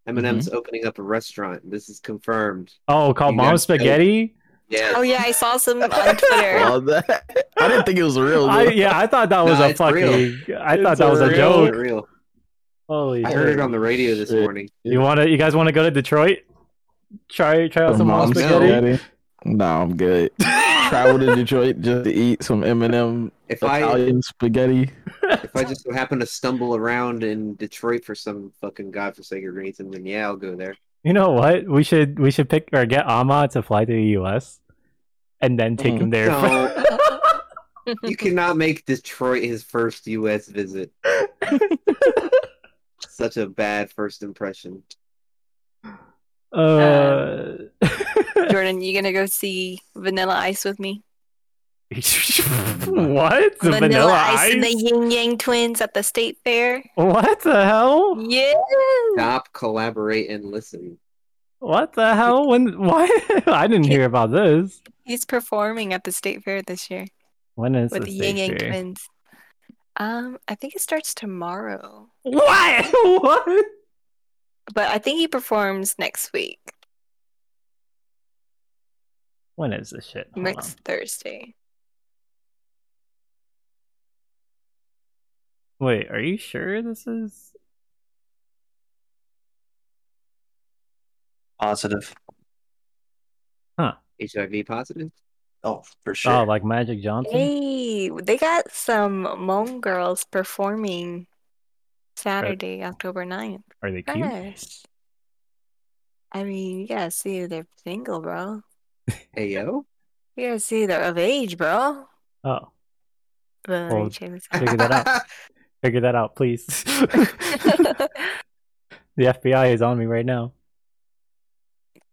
[SPEAKER 2] Eminem's opening up a restaurant. This is confirmed.
[SPEAKER 1] Oh, called
[SPEAKER 2] You
[SPEAKER 1] Mom
[SPEAKER 2] got-
[SPEAKER 1] Spaghetti?
[SPEAKER 2] Yeah.
[SPEAKER 3] Oh yeah, I saw some on Twitter.
[SPEAKER 4] Love that. I didn't think it was real.
[SPEAKER 1] I,
[SPEAKER 4] though.
[SPEAKER 1] yeah, I thought that was
[SPEAKER 2] No,
[SPEAKER 1] a
[SPEAKER 2] it's real.
[SPEAKER 1] fucking. I thought
[SPEAKER 4] It's
[SPEAKER 1] that was a
[SPEAKER 4] real.
[SPEAKER 1] joke.
[SPEAKER 2] Real.
[SPEAKER 1] Holy
[SPEAKER 2] I
[SPEAKER 1] shit.
[SPEAKER 2] heard it on the radio this
[SPEAKER 4] Shit.
[SPEAKER 2] morning.
[SPEAKER 1] You want to? You guys want to go to Detroit? Try try out some mom
[SPEAKER 4] Mom's
[SPEAKER 1] spaghetti.
[SPEAKER 4] No, I'm good. Travel to Detroit just to eat some M&M
[SPEAKER 2] If I
[SPEAKER 4] Italian spaghetti.
[SPEAKER 2] if I just so happen to stumble around in Detroit for some fucking godforsaken reason, then yeah, I'll go there.
[SPEAKER 1] You know what? We should we should pick or get Ama to fly to the U.S. and then take
[SPEAKER 2] Mm-hmm.
[SPEAKER 1] him there.
[SPEAKER 2] No, you cannot make Detroit his first U.S. visit. Such a bad first impression.
[SPEAKER 1] uh,
[SPEAKER 3] Jordan, you gonna go see Vanilla Ice with me?
[SPEAKER 1] what? The vanilla ice?
[SPEAKER 3] and the Yin Yang Twins at the State Fair.
[SPEAKER 1] What the hell?
[SPEAKER 3] Yeah.
[SPEAKER 2] Stop, collaborate, and listen.
[SPEAKER 1] What the hell? When? What? I didn't hear about this.
[SPEAKER 3] He's performing at the State Fair this year
[SPEAKER 1] When is
[SPEAKER 3] with
[SPEAKER 1] this
[SPEAKER 3] the Yin Yang
[SPEAKER 1] date?
[SPEAKER 3] Twins. Um, I think it starts tomorrow,
[SPEAKER 1] What? What?
[SPEAKER 3] but I think he performs next week,
[SPEAKER 1] When is this shit? Hold
[SPEAKER 3] next Thursday.
[SPEAKER 1] on. Wait, are you sure this is?
[SPEAKER 5] Positive.
[SPEAKER 2] HIV positive.
[SPEAKER 5] Oh, for sure.
[SPEAKER 1] Oh, like Magic Johnson?
[SPEAKER 3] Hey, they got some Hmong girls performing Saturday, October 9th.
[SPEAKER 1] Are they cute?
[SPEAKER 3] Yes. I mean, you gotta see if they're single, bro.
[SPEAKER 2] Hey yo.
[SPEAKER 3] You gotta see they're of age, bro.
[SPEAKER 1] Oh,
[SPEAKER 3] But
[SPEAKER 1] Well,
[SPEAKER 3] like, James-
[SPEAKER 1] figure that out. Figure that out, please. the FBI is on me right now.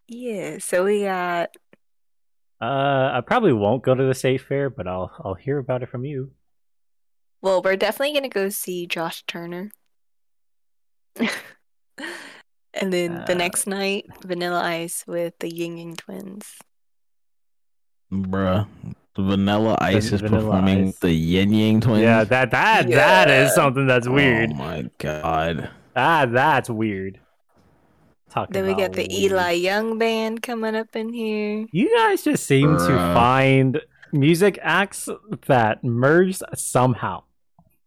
[SPEAKER 3] yeah, so we got
[SPEAKER 1] Uh, I probably won't go to the state fair, but I'll I'll hear about it from you.
[SPEAKER 3] well, we're definitely gonna go see Josh Turner. And then the
[SPEAKER 1] Uh,
[SPEAKER 3] next night, Vanilla Ice with the Ying Yang twins.
[SPEAKER 4] Bruh. Vanilla Ice is
[SPEAKER 1] Vanilla
[SPEAKER 4] performing
[SPEAKER 1] Ice.
[SPEAKER 4] the Yin Yang Twins.
[SPEAKER 1] Yeah, that that that is
[SPEAKER 3] Yeah.
[SPEAKER 1] something that's weird.
[SPEAKER 4] Oh my god.
[SPEAKER 1] Ah, that's weird. Talking
[SPEAKER 3] Then we
[SPEAKER 1] about
[SPEAKER 3] got the
[SPEAKER 1] weird.
[SPEAKER 3] Eli Young band coming up in here.
[SPEAKER 1] You guys just seem to
[SPEAKER 4] Bruh.
[SPEAKER 1] find music acts that merge somehow.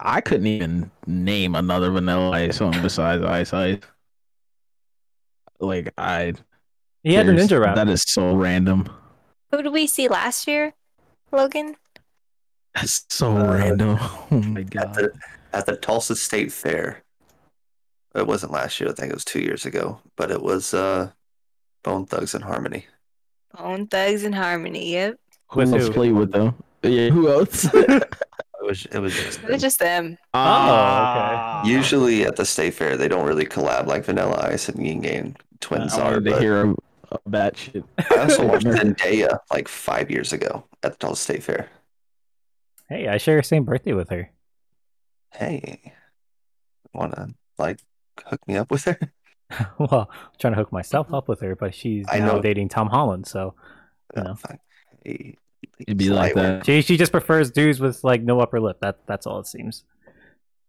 [SPEAKER 4] I couldn't even name another Vanilla Ice song besides Ice Ice. Like I
[SPEAKER 1] He had a
[SPEAKER 4] there's-
[SPEAKER 1] ninja rap.
[SPEAKER 4] That is so random.
[SPEAKER 3] Who did we see last year, Logan?
[SPEAKER 4] That's so
[SPEAKER 5] Uh,
[SPEAKER 4] random. Oh my
[SPEAKER 5] at
[SPEAKER 4] god.
[SPEAKER 5] the at the Tulsa State Fair. It wasn't last year. I think it was two years ago. But it was uh, Bone Thugs and Harmony.
[SPEAKER 3] Bone Thugs and Harmony. Yep,
[SPEAKER 4] Who
[SPEAKER 1] With
[SPEAKER 4] else
[SPEAKER 1] who?
[SPEAKER 4] played with them? Yeah, who else? Ah,
[SPEAKER 5] It was it was just
[SPEAKER 3] it was just them.
[SPEAKER 2] Ah,
[SPEAKER 1] Oh,
[SPEAKER 5] Ah. usually at the state fair they don't really collab like Vanilla Ice and Yin Yang Twins
[SPEAKER 4] I
[SPEAKER 5] are.
[SPEAKER 4] wanted to
[SPEAKER 5] but
[SPEAKER 4] hear a, a bad shit.
[SPEAKER 5] I also watched Zendaya like five years ago at the Tulsa State Fair.
[SPEAKER 1] Hey, I share the same birthday with her.
[SPEAKER 5] Hey, wanna like hook me up with her?
[SPEAKER 1] well, I'm trying to hook myself up with her, but she's
[SPEAKER 5] I
[SPEAKER 1] now
[SPEAKER 5] know.
[SPEAKER 1] dating Tom Holland, so You know.
[SPEAKER 5] Fuck. Hey,
[SPEAKER 4] It'd be like that.
[SPEAKER 1] she she just prefers dudes with like no upper lip. That that's all it seems.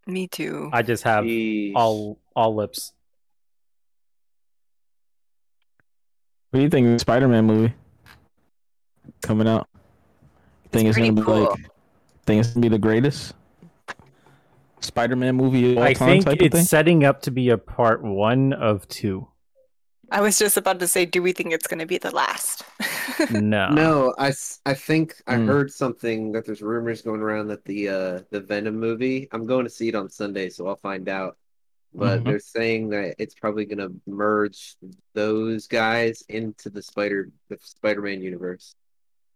[SPEAKER 3] Me too.
[SPEAKER 1] I just have all all lips.
[SPEAKER 4] What do you think of the Spider-Man movie coming out? Think it's,
[SPEAKER 3] pretty
[SPEAKER 4] gonna be
[SPEAKER 3] cool.
[SPEAKER 4] like? Think it's gonna be the greatest Spider-Man movie of all
[SPEAKER 1] I
[SPEAKER 4] time
[SPEAKER 1] think
[SPEAKER 4] type
[SPEAKER 1] it's
[SPEAKER 4] of thing?
[SPEAKER 1] setting up to be a part one of two.
[SPEAKER 3] I was just about to say, do we think it's going to be the last?
[SPEAKER 1] No,
[SPEAKER 2] No, I, s- I think I
[SPEAKER 4] Hmm.
[SPEAKER 2] heard something that there's rumors going around that the uh the Venom movie. I'm going to see it on Sunday, so I'll find out. But
[SPEAKER 4] Mhm.
[SPEAKER 2] they're saying that it's probably going to merge those guys into the Spider the Spider-Man universe,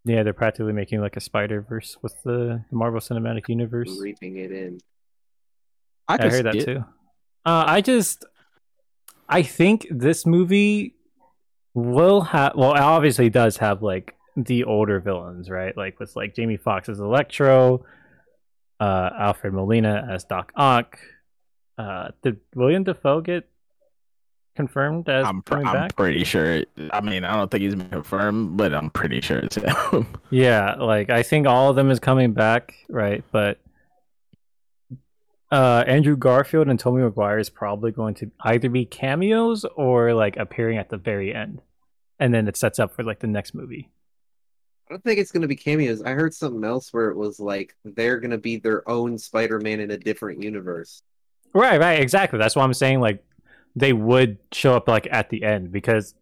[SPEAKER 1] yeah, they're practically making like a Spider Verse with the, the Marvel Cinematic Universe.
[SPEAKER 2] reaping it in.
[SPEAKER 4] I,
[SPEAKER 1] I
[SPEAKER 4] could
[SPEAKER 1] heard that
[SPEAKER 4] skip-
[SPEAKER 1] too. Uh, I just, I think this movie will have. Well, it obviously does have like the older villains, right? Like with like Jamie Foxx as Electro, uh, Alfred Molina as Doc Ock. Uh, did William Defoe get confirmed as
[SPEAKER 4] I'm, pr-
[SPEAKER 1] coming
[SPEAKER 4] I'm
[SPEAKER 1] back?
[SPEAKER 4] pretty sure. it- I mean, I don't think he's been confirmed, but I'm pretty sure it's him.
[SPEAKER 1] Yeah, like I think all of them is coming back, right? But uh Andrew Garfield and Tommy McGuire is probably going to either be cameos or like appearing at the very end. And then it sets up for like the next movie.
[SPEAKER 2] I don't think it's going to be cameos. I heard something else where it was like they're going to be their own Spider-Man in a different universe.
[SPEAKER 1] Right, right, exactly. That's why I'm saying like they would show up like at the end because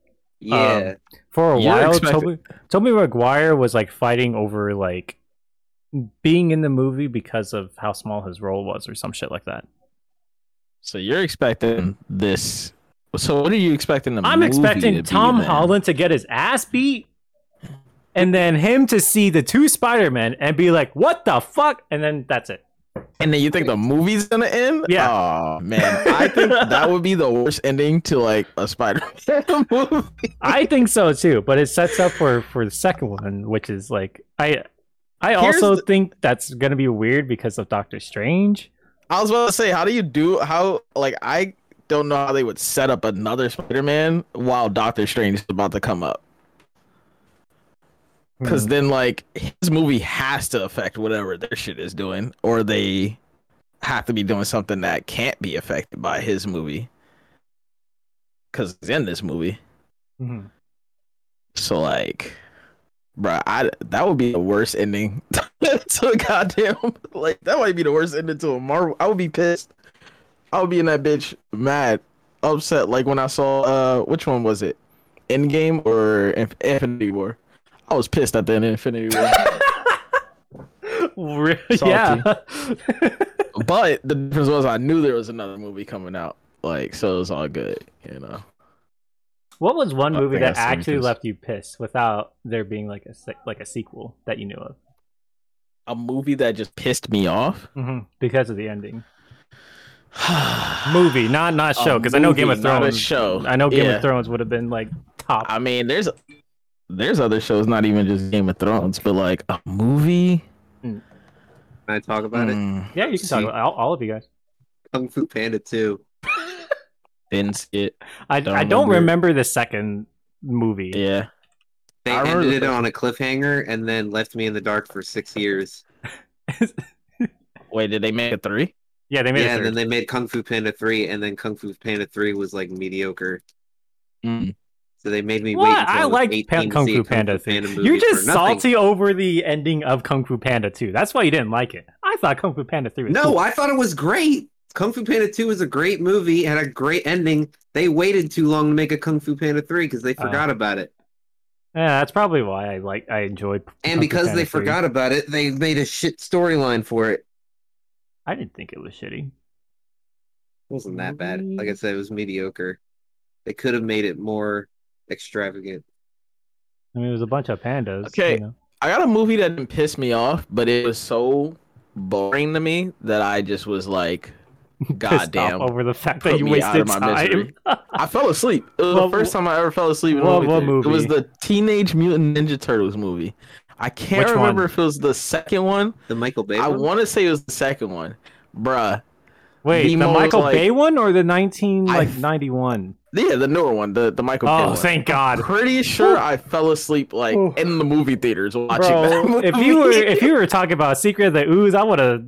[SPEAKER 1] Um,
[SPEAKER 2] Yeah.
[SPEAKER 1] for a
[SPEAKER 4] You're
[SPEAKER 1] while
[SPEAKER 4] expected-
[SPEAKER 1] Toby Toby Maguire was like fighting over like being in the movie because of how small his role was or some shit like that.
[SPEAKER 4] So you're expecting this? So what are you expecting? The
[SPEAKER 1] I'm
[SPEAKER 4] movie to
[SPEAKER 1] expecting
[SPEAKER 4] be
[SPEAKER 1] Tom
[SPEAKER 4] then?
[SPEAKER 1] Holland to get his ass beat and then him to see the two Spider-Men and be like, what the fuck? And then that's it.
[SPEAKER 4] and then you think the movie's gonna end?
[SPEAKER 1] Yeah.
[SPEAKER 4] Oh man, I think that would be the worst ending to like a Spider-Man movie.
[SPEAKER 1] I think so too, but it sets up for for the second one, which is like I I
[SPEAKER 4] Here's
[SPEAKER 1] also
[SPEAKER 4] the-
[SPEAKER 1] think that's gonna be weird because of Doctor Strange.
[SPEAKER 4] I was about to say, how do you do how like I don't know how they would set up another Spider-Man while Doctor Strange is about to come up. Because then like his movie has to affect whatever their shit is doing, or they have to be doing something that can't be affected by his movie. Cause it's in this movie. Mm-hmm.
[SPEAKER 1] Mhm.
[SPEAKER 4] So like Bruh, I that would be the worst ending to a goddamn like that might be the worst ending to a Marvel. I would be pissed. I would be in that bitch mad, upset. Like when I saw uh, which one was it, Endgame or Inf- Infinity War? I was pissed at the end of Infinity War.
[SPEAKER 1] Re- yeah.
[SPEAKER 4] but the difference was I knew there was another movie coming out. Like so, it was all good, you know.
[SPEAKER 1] what was one
[SPEAKER 4] I
[SPEAKER 1] movie
[SPEAKER 4] think
[SPEAKER 1] that
[SPEAKER 4] I see what it
[SPEAKER 1] actually
[SPEAKER 4] is.
[SPEAKER 1] left you pissed without there being like a se- like a sequel that you knew of
[SPEAKER 4] A movie that just pissed me off.
[SPEAKER 1] because of the ending? movie, not not
[SPEAKER 4] A
[SPEAKER 1] show, because I know Game of
[SPEAKER 4] movie, not a
[SPEAKER 1] Thrones.
[SPEAKER 4] show.
[SPEAKER 1] I know Game
[SPEAKER 4] Yeah.
[SPEAKER 1] of Thrones would have been like top.
[SPEAKER 4] I mean, there's there's other shows, not even just Game of Thrones, but like a movie.
[SPEAKER 2] Can I talk about
[SPEAKER 1] hmm.
[SPEAKER 2] it?
[SPEAKER 4] Mm,
[SPEAKER 1] yeah, you can talk
[SPEAKER 2] see.
[SPEAKER 1] about all, all of you guys.
[SPEAKER 2] Kung Fu Panda 2.
[SPEAKER 4] Didn't see it.
[SPEAKER 1] I
[SPEAKER 4] Don't
[SPEAKER 1] I don't
[SPEAKER 4] remember it.
[SPEAKER 1] remember the second movie.
[SPEAKER 4] Yeah,
[SPEAKER 2] They
[SPEAKER 4] I remember
[SPEAKER 2] ended it
[SPEAKER 4] that.
[SPEAKER 2] on a cliffhanger and then left me in the dark for six years.
[SPEAKER 4] Wait, did they make a three?
[SPEAKER 1] Yeah, they made
[SPEAKER 2] Yeah,
[SPEAKER 1] it.
[SPEAKER 2] and
[SPEAKER 1] third.
[SPEAKER 2] then they made Kung Fu Panda 3, and then Kung Fu Panda 3 was like mediocre. So they made me wait
[SPEAKER 1] Hmm. What?
[SPEAKER 2] until
[SPEAKER 1] I
[SPEAKER 2] I was
[SPEAKER 1] like
[SPEAKER 2] 18
[SPEAKER 1] Pan-
[SPEAKER 2] to
[SPEAKER 1] Kung
[SPEAKER 2] see
[SPEAKER 1] Fu
[SPEAKER 2] a
[SPEAKER 1] Panda.
[SPEAKER 2] Panda
[SPEAKER 1] thing.
[SPEAKER 2] movie
[SPEAKER 1] You're just
[SPEAKER 2] for nothing.
[SPEAKER 1] salty over the ending of Kung Fu Panda 2. That's why you didn't like it. I thought Kung Fu Panda 3 was
[SPEAKER 2] No,
[SPEAKER 1] cool.
[SPEAKER 2] I thought it was great. Kung Fu Panda 2 is a great movie, had a great ending. They waited too long to make a Kung Fu Panda 3 because they
[SPEAKER 1] Uh,
[SPEAKER 2] forgot about it.
[SPEAKER 1] Yeah, that's probably why I like I enjoyed. Kung
[SPEAKER 2] And
[SPEAKER 1] Fu
[SPEAKER 2] because
[SPEAKER 1] Panda
[SPEAKER 2] they
[SPEAKER 1] 3.
[SPEAKER 2] forgot about it, they made a shit storyline for it.
[SPEAKER 1] I didn't think it was shitty.
[SPEAKER 2] It wasn't that bad. Like I said, it was mediocre. They could have made it more extravagant.
[SPEAKER 1] I mean, it was a bunch of pandas.
[SPEAKER 4] Okay.
[SPEAKER 1] you know.
[SPEAKER 4] I got a movie that didn't piss me off, but it was so boring to me that I just was like,
[SPEAKER 1] Pissed
[SPEAKER 4] goddamn.
[SPEAKER 1] off over the fact
[SPEAKER 4] Put
[SPEAKER 1] that you
[SPEAKER 4] me out
[SPEAKER 1] wasted
[SPEAKER 4] of my
[SPEAKER 1] time.
[SPEAKER 4] misery. I fell asleep. It was
[SPEAKER 1] What-
[SPEAKER 4] the first time I ever fell asleep in
[SPEAKER 1] what-
[SPEAKER 4] a movie,
[SPEAKER 1] what
[SPEAKER 4] theater. It was
[SPEAKER 1] movie?
[SPEAKER 4] the Teenage Mutant Ninja Turtles movie. I can't
[SPEAKER 1] Which
[SPEAKER 4] remember
[SPEAKER 1] one?
[SPEAKER 4] if it was the second one.
[SPEAKER 2] The Michael Bay.
[SPEAKER 4] I
[SPEAKER 2] one?
[SPEAKER 4] want to say it was the second one, bruh.
[SPEAKER 1] Wait, the
[SPEAKER 4] Nemo was
[SPEAKER 1] Michael
[SPEAKER 4] like-
[SPEAKER 1] Bay one or the nineteen
[SPEAKER 4] I-
[SPEAKER 1] like ninety one?
[SPEAKER 4] Yeah, the newer one, the the Michael. Bay
[SPEAKER 1] Oh,
[SPEAKER 4] one.
[SPEAKER 1] thank God,
[SPEAKER 4] Pretty sure I fell asleep like
[SPEAKER 1] Oof.
[SPEAKER 4] in the movie theaters watching that.
[SPEAKER 1] bro!
[SPEAKER 4] Movie.
[SPEAKER 1] If you were if you were talking about Secret of the Ooze, I would have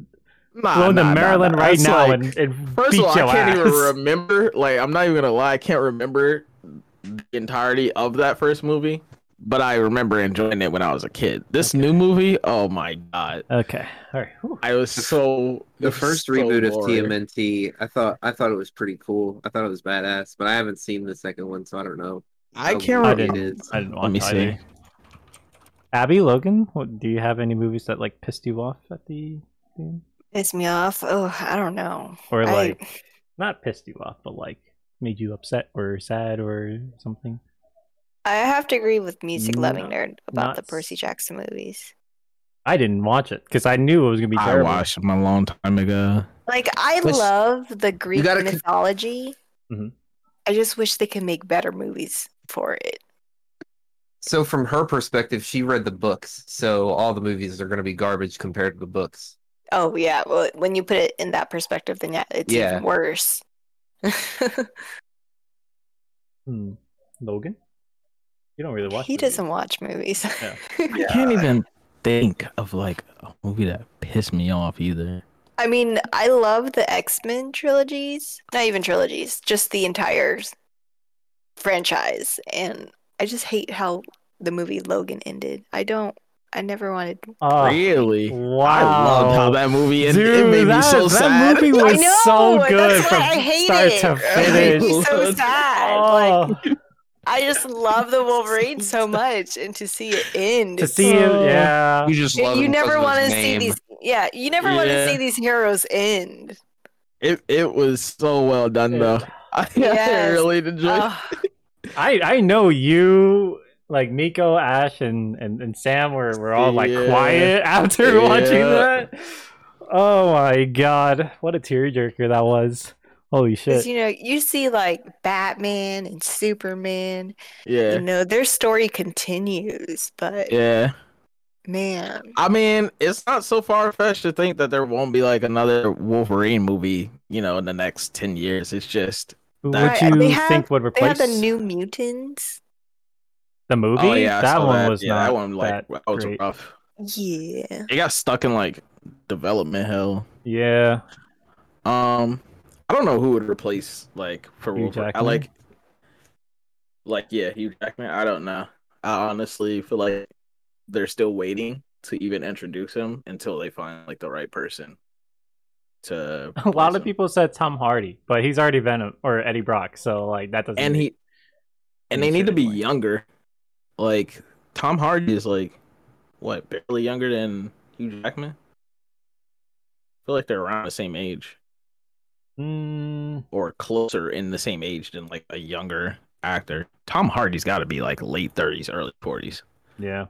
[SPEAKER 4] Nah,
[SPEAKER 1] flown
[SPEAKER 4] Ah, nah, nah,
[SPEAKER 1] to Maryland
[SPEAKER 4] nah.
[SPEAKER 1] right
[SPEAKER 4] That's
[SPEAKER 1] now
[SPEAKER 4] like-
[SPEAKER 1] and, and
[SPEAKER 4] First
[SPEAKER 1] beat
[SPEAKER 4] of all, I
[SPEAKER 1] your
[SPEAKER 4] can't
[SPEAKER 1] ass.
[SPEAKER 4] even remember. Like, I'm not even gonna lie, I can't remember the entirety of that first movie, but I remember enjoying it when I was a kid. This new movie, oh my god,
[SPEAKER 1] Okay, all right. Whew.
[SPEAKER 4] I was so
[SPEAKER 2] the
[SPEAKER 4] it was
[SPEAKER 2] first
[SPEAKER 4] so
[SPEAKER 2] reboot
[SPEAKER 4] bored.
[SPEAKER 2] of TMNT, I thought I thought it was pretty cool. I thought it was badass, but I haven't seen the second one, so I don't know.
[SPEAKER 4] I
[SPEAKER 2] how
[SPEAKER 4] can't
[SPEAKER 1] I
[SPEAKER 2] good
[SPEAKER 4] remember.
[SPEAKER 1] didn't.
[SPEAKER 2] It is.
[SPEAKER 1] I didn't watch
[SPEAKER 4] Let me
[SPEAKER 1] either.
[SPEAKER 4] see.
[SPEAKER 1] Abby Logan, what, do you have any movies that like pissed you off at the, the
[SPEAKER 3] Piss me off. Oh, I don't know.
[SPEAKER 1] or
[SPEAKER 3] I-
[SPEAKER 1] like not pissed you off, but like made you upset or sad or something?
[SPEAKER 3] I have to agree with music loving
[SPEAKER 1] Not-
[SPEAKER 3] nerd about the
[SPEAKER 1] not-
[SPEAKER 3] Percy Jackson movies.
[SPEAKER 1] I didn't watch it because I knew it was gonna be
[SPEAKER 4] I
[SPEAKER 1] terrible.
[SPEAKER 4] watched them a long time ago.
[SPEAKER 3] Like I
[SPEAKER 2] Plus,
[SPEAKER 3] love the Greek
[SPEAKER 2] gotta con-
[SPEAKER 3] mythology.
[SPEAKER 1] Mhm.
[SPEAKER 3] I just wish they could make better movies for it.
[SPEAKER 2] So from her perspective, she read the books, so all the movies are going to be garbage compared to the books.
[SPEAKER 3] Oh yeah, well when you put it in that perspective, then yeah, it's
[SPEAKER 2] Yeah.
[SPEAKER 3] even worse.
[SPEAKER 1] Hmm. Logan, you don't really watch.
[SPEAKER 3] he
[SPEAKER 1] movies.
[SPEAKER 3] doesn't watch movies.
[SPEAKER 1] Yeah.
[SPEAKER 5] Yeah,
[SPEAKER 4] I can't even think of like a movie that pissed me off either.
[SPEAKER 3] I mean, I love the X Men trilogies, not even trilogies, just the entire s- franchise. And I just hate how the movie Logan ended. I don't, I never wanted.
[SPEAKER 1] Oh,
[SPEAKER 4] really?
[SPEAKER 1] Wow.
[SPEAKER 4] I loved how that movie ended.
[SPEAKER 1] Dude,
[SPEAKER 4] it made
[SPEAKER 1] that,
[SPEAKER 4] me so
[SPEAKER 1] that
[SPEAKER 4] sad.
[SPEAKER 1] movie was
[SPEAKER 3] know,
[SPEAKER 1] so
[SPEAKER 3] that's
[SPEAKER 1] good
[SPEAKER 3] why
[SPEAKER 1] from
[SPEAKER 3] I hate
[SPEAKER 1] start
[SPEAKER 3] it.
[SPEAKER 1] to
[SPEAKER 3] It
[SPEAKER 1] finish.
[SPEAKER 3] was so sad. Like,
[SPEAKER 1] Oh,
[SPEAKER 3] I just love the Wolverine so much, and to see it end,
[SPEAKER 1] to
[SPEAKER 3] it's-
[SPEAKER 1] see him, yeah.
[SPEAKER 2] You just love
[SPEAKER 3] you
[SPEAKER 2] him 'cause
[SPEAKER 3] never
[SPEAKER 2] of
[SPEAKER 3] want to
[SPEAKER 2] his
[SPEAKER 3] see
[SPEAKER 2] name.
[SPEAKER 3] these. Yeah, you never want to
[SPEAKER 4] Yeah.
[SPEAKER 3] see these heroes end.
[SPEAKER 4] It it was so well done though. I
[SPEAKER 3] Yes.
[SPEAKER 4] really enjoyed.
[SPEAKER 2] Uh,
[SPEAKER 4] it.
[SPEAKER 3] Ugh.
[SPEAKER 1] I I know you, like Nico, Ash, and and, and Sam were were all like
[SPEAKER 4] Yeah.
[SPEAKER 1] quiet after
[SPEAKER 4] Yeah.
[SPEAKER 1] watching that. Oh my god, what a tearjerker that was! Holy shit!
[SPEAKER 3] Because you know, you see like Batman and Superman, you
[SPEAKER 4] Yeah,
[SPEAKER 3] know, their story continues, but
[SPEAKER 4] yeah.
[SPEAKER 3] man,
[SPEAKER 4] I mean, it's not so far fetched to think that there won't be like another Wolverine movie, you know, in the next ten years. It's just
[SPEAKER 1] Who
[SPEAKER 4] Right,
[SPEAKER 1] would
[SPEAKER 3] they
[SPEAKER 1] you
[SPEAKER 3] have-
[SPEAKER 1] think would
[SPEAKER 3] they
[SPEAKER 1] replace
[SPEAKER 3] had the New Mutants.
[SPEAKER 1] the movie?
[SPEAKER 4] oh yeah, I
[SPEAKER 1] that
[SPEAKER 4] saw
[SPEAKER 1] one was
[SPEAKER 4] yeah,
[SPEAKER 1] not
[SPEAKER 4] that one
[SPEAKER 1] that
[SPEAKER 4] like that was
[SPEAKER 1] great.
[SPEAKER 4] rough.
[SPEAKER 3] Yeah.
[SPEAKER 4] It got stuck in like development hell.
[SPEAKER 1] Yeah,
[SPEAKER 4] Um, I don't know who would replace like for
[SPEAKER 1] Hugh
[SPEAKER 4] Wolverine. I
[SPEAKER 1] Jackman?
[SPEAKER 4] like, like yeah, Hugh Jackman. I don't know. I honestly feel like they're still waiting to even introduce him until they find like the right person. To
[SPEAKER 1] a lot
[SPEAKER 4] replace
[SPEAKER 1] of
[SPEAKER 4] him.
[SPEAKER 1] people said Tom Hardy, but he's already Venom or Eddie Brock, so like that doesn't.
[SPEAKER 4] and he and they
[SPEAKER 1] Any
[SPEAKER 4] need to be
[SPEAKER 1] certain way.
[SPEAKER 4] younger. Like Tom Hardy is like what barely younger than Hugh Jackman. I feel like they're around the same age
[SPEAKER 1] Mm,
[SPEAKER 4] or closer in the same age than like a younger actor. Tom Hardy's got to be like late thirties, early forties.
[SPEAKER 1] yeah,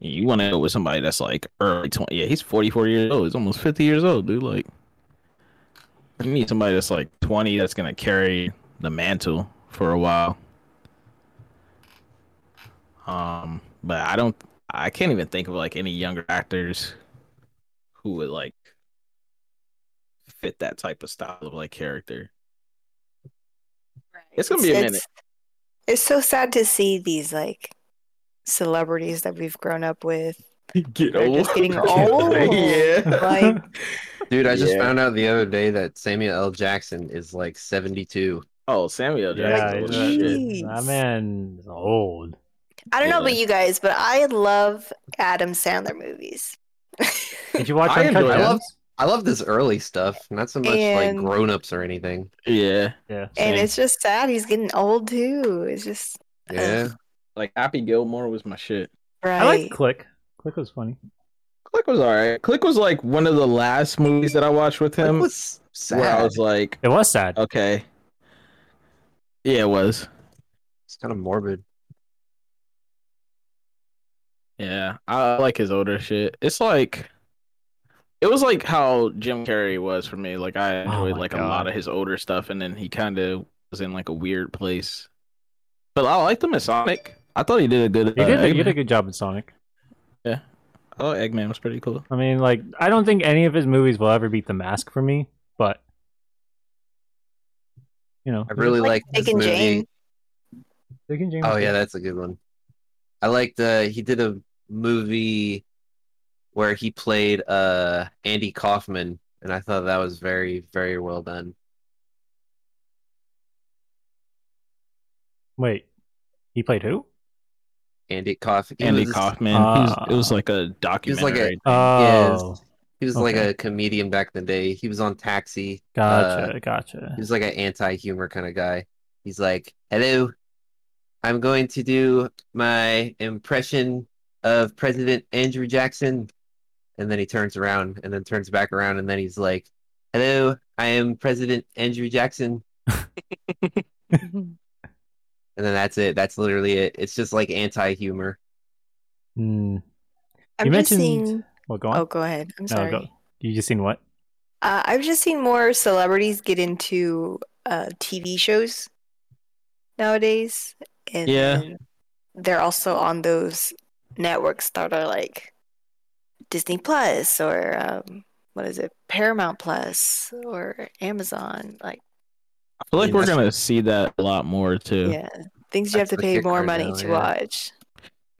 [SPEAKER 4] You want to go with somebody that's like early twenty? Yeah, he's forty four years old. He's almost fifty years old, dude. Like you need somebody that's like twenty that's gonna carry the mantle for a while. Um, but I don't. I can't even think of like any younger actors who would like fit that type of style of like character. It's gonna be a minute.
[SPEAKER 3] It's so sad to see these like celebrities that we've grown up with.
[SPEAKER 6] Get
[SPEAKER 3] They're just getting old.
[SPEAKER 6] yeah.
[SPEAKER 3] Like
[SPEAKER 2] Dude, I just
[SPEAKER 6] Yeah.
[SPEAKER 2] found out the other day that Samuel L. Jackson is like 72.
[SPEAKER 6] Oh, Samuel
[SPEAKER 1] Yeah,
[SPEAKER 6] Jackson.
[SPEAKER 1] yeah.
[SPEAKER 6] shit.
[SPEAKER 3] Jeez.
[SPEAKER 1] That man's old.
[SPEAKER 3] I don't know
[SPEAKER 6] Yeah.
[SPEAKER 3] about you guys, but I love Adam Sandler movies.
[SPEAKER 1] Did you watch
[SPEAKER 6] I
[SPEAKER 1] Uncut
[SPEAKER 6] enjoy it.
[SPEAKER 2] I love
[SPEAKER 1] Gems?
[SPEAKER 2] I love this early stuff, not so much
[SPEAKER 3] And-
[SPEAKER 2] like grown ups or anything.
[SPEAKER 4] Yeah.
[SPEAKER 1] Yeah.
[SPEAKER 3] and
[SPEAKER 4] Same.
[SPEAKER 3] it's just sad he's getting old too. It's just
[SPEAKER 2] Yeah.
[SPEAKER 6] Like Happy Gilmore was my shit.
[SPEAKER 3] right.
[SPEAKER 1] I like Click. Click was funny.
[SPEAKER 6] Click was alright. Click was like one of the last movies that I watched with
[SPEAKER 2] Like,
[SPEAKER 4] Um,
[SPEAKER 6] him
[SPEAKER 2] what's sad?
[SPEAKER 6] where I was like,
[SPEAKER 1] It was sad.
[SPEAKER 6] okay,
[SPEAKER 4] Yeah, it was.
[SPEAKER 2] it's kind of morbid.
[SPEAKER 4] Yeah. I like his older shit. It's like it was like how Jim Carrey was for me. Like I
[SPEAKER 1] Oh
[SPEAKER 4] enjoyed
[SPEAKER 1] my
[SPEAKER 4] like a
[SPEAKER 1] God.
[SPEAKER 4] lot of his older stuff and then he kinda was in like a weird place. But I liked him as Sonic. I thought he did a good
[SPEAKER 1] You
[SPEAKER 4] uh,
[SPEAKER 1] did, a- you
[SPEAKER 4] Eggman.
[SPEAKER 1] did a good job in Sonic.
[SPEAKER 4] Oh, Eggman was pretty cool.
[SPEAKER 1] I mean, like, I don't think any of his movies will ever beat The Mask for me, but you know,
[SPEAKER 2] I really
[SPEAKER 3] Like
[SPEAKER 2] like this
[SPEAKER 3] Dick and
[SPEAKER 2] movie.
[SPEAKER 3] Jane.
[SPEAKER 1] Dick and Jane
[SPEAKER 2] Oh
[SPEAKER 1] was
[SPEAKER 2] yeah,
[SPEAKER 1] good.
[SPEAKER 2] that's a good one. I liked uh he did a movie where he played uh Andy Kaufman and I thought that was very, very well done.
[SPEAKER 1] Wait, he played who?
[SPEAKER 2] Andy Kaufman he
[SPEAKER 4] Andy
[SPEAKER 2] was,
[SPEAKER 4] Kaufman.
[SPEAKER 1] Ah.
[SPEAKER 4] he was, it was like a documentary.
[SPEAKER 2] like a- uh,
[SPEAKER 1] Oh,
[SPEAKER 2] He was like
[SPEAKER 1] Okay.
[SPEAKER 2] a comedian back in the day. He was on Taxi.
[SPEAKER 1] gotcha,
[SPEAKER 2] He
[SPEAKER 1] gotcha.
[SPEAKER 2] was like an anti-humor kind of guy. He's like, "Hello, I'm going to do my impression of President Andrew Jackson," and then he turns around and then turns back around and then he's like, "Hello, I am President Andrew Jackson," and then that's it. That's literally it. It's just like anti-humor.
[SPEAKER 1] Hmm.
[SPEAKER 3] I'm
[SPEAKER 1] you
[SPEAKER 3] just
[SPEAKER 1] mentioned.
[SPEAKER 3] seeing
[SPEAKER 1] Well, go on.
[SPEAKER 3] Oh, go ahead. I'm
[SPEAKER 1] No,
[SPEAKER 3] sorry.
[SPEAKER 1] go- You just seen what?
[SPEAKER 3] Uh, I've just seen more celebrities get into uh, TV shows nowadays, and
[SPEAKER 4] Yeah.
[SPEAKER 3] then they're also on those networks that are like Disney Plus or um, what is it, Paramount Plus or Amazon. Like,
[SPEAKER 4] I feel like we're
[SPEAKER 2] That's-
[SPEAKER 4] gonna see that a lot more too.
[SPEAKER 3] yeah, things you
[SPEAKER 2] That's
[SPEAKER 3] have to
[SPEAKER 2] the
[SPEAKER 3] pay more
[SPEAKER 2] kicker
[SPEAKER 3] money
[SPEAKER 2] now,
[SPEAKER 3] to
[SPEAKER 2] yeah.
[SPEAKER 3] watch.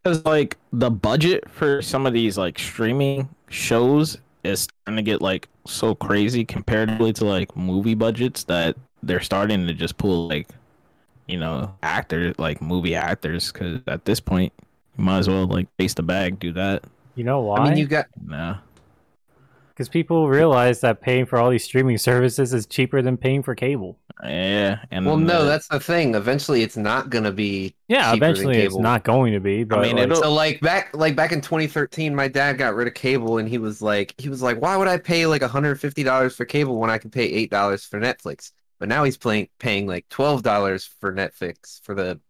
[SPEAKER 4] because like the budget for some of these like streaming shows is starting to get like so crazy comparatively to like movie budgets that they're starting to just pull like you know actors like movie actors because at this point you might as well like face the bag do that
[SPEAKER 1] You know
[SPEAKER 2] I
[SPEAKER 1] why?
[SPEAKER 2] mean,
[SPEAKER 1] Because
[SPEAKER 2] you got
[SPEAKER 4] nah
[SPEAKER 1] people realize that paying for all these streaming services is cheaper than paying for cable.
[SPEAKER 4] yeah and
[SPEAKER 2] well,
[SPEAKER 4] then
[SPEAKER 2] no,
[SPEAKER 4] the-
[SPEAKER 2] that's the thing. Eventually, it's not gonna be
[SPEAKER 1] Yeah,
[SPEAKER 2] Cheaper than
[SPEAKER 1] eventually it's
[SPEAKER 2] cable.
[SPEAKER 1] not going to be. But
[SPEAKER 4] mean,
[SPEAKER 1] like,
[SPEAKER 4] it'll-
[SPEAKER 2] So like back like back in 2013, my dad got rid of cable, and he was like, he was like, why would I pay like 150 dollars for cable when I can pay eight dollars for Netflix? But now he's playing paying like 12 dollars for Netflix for the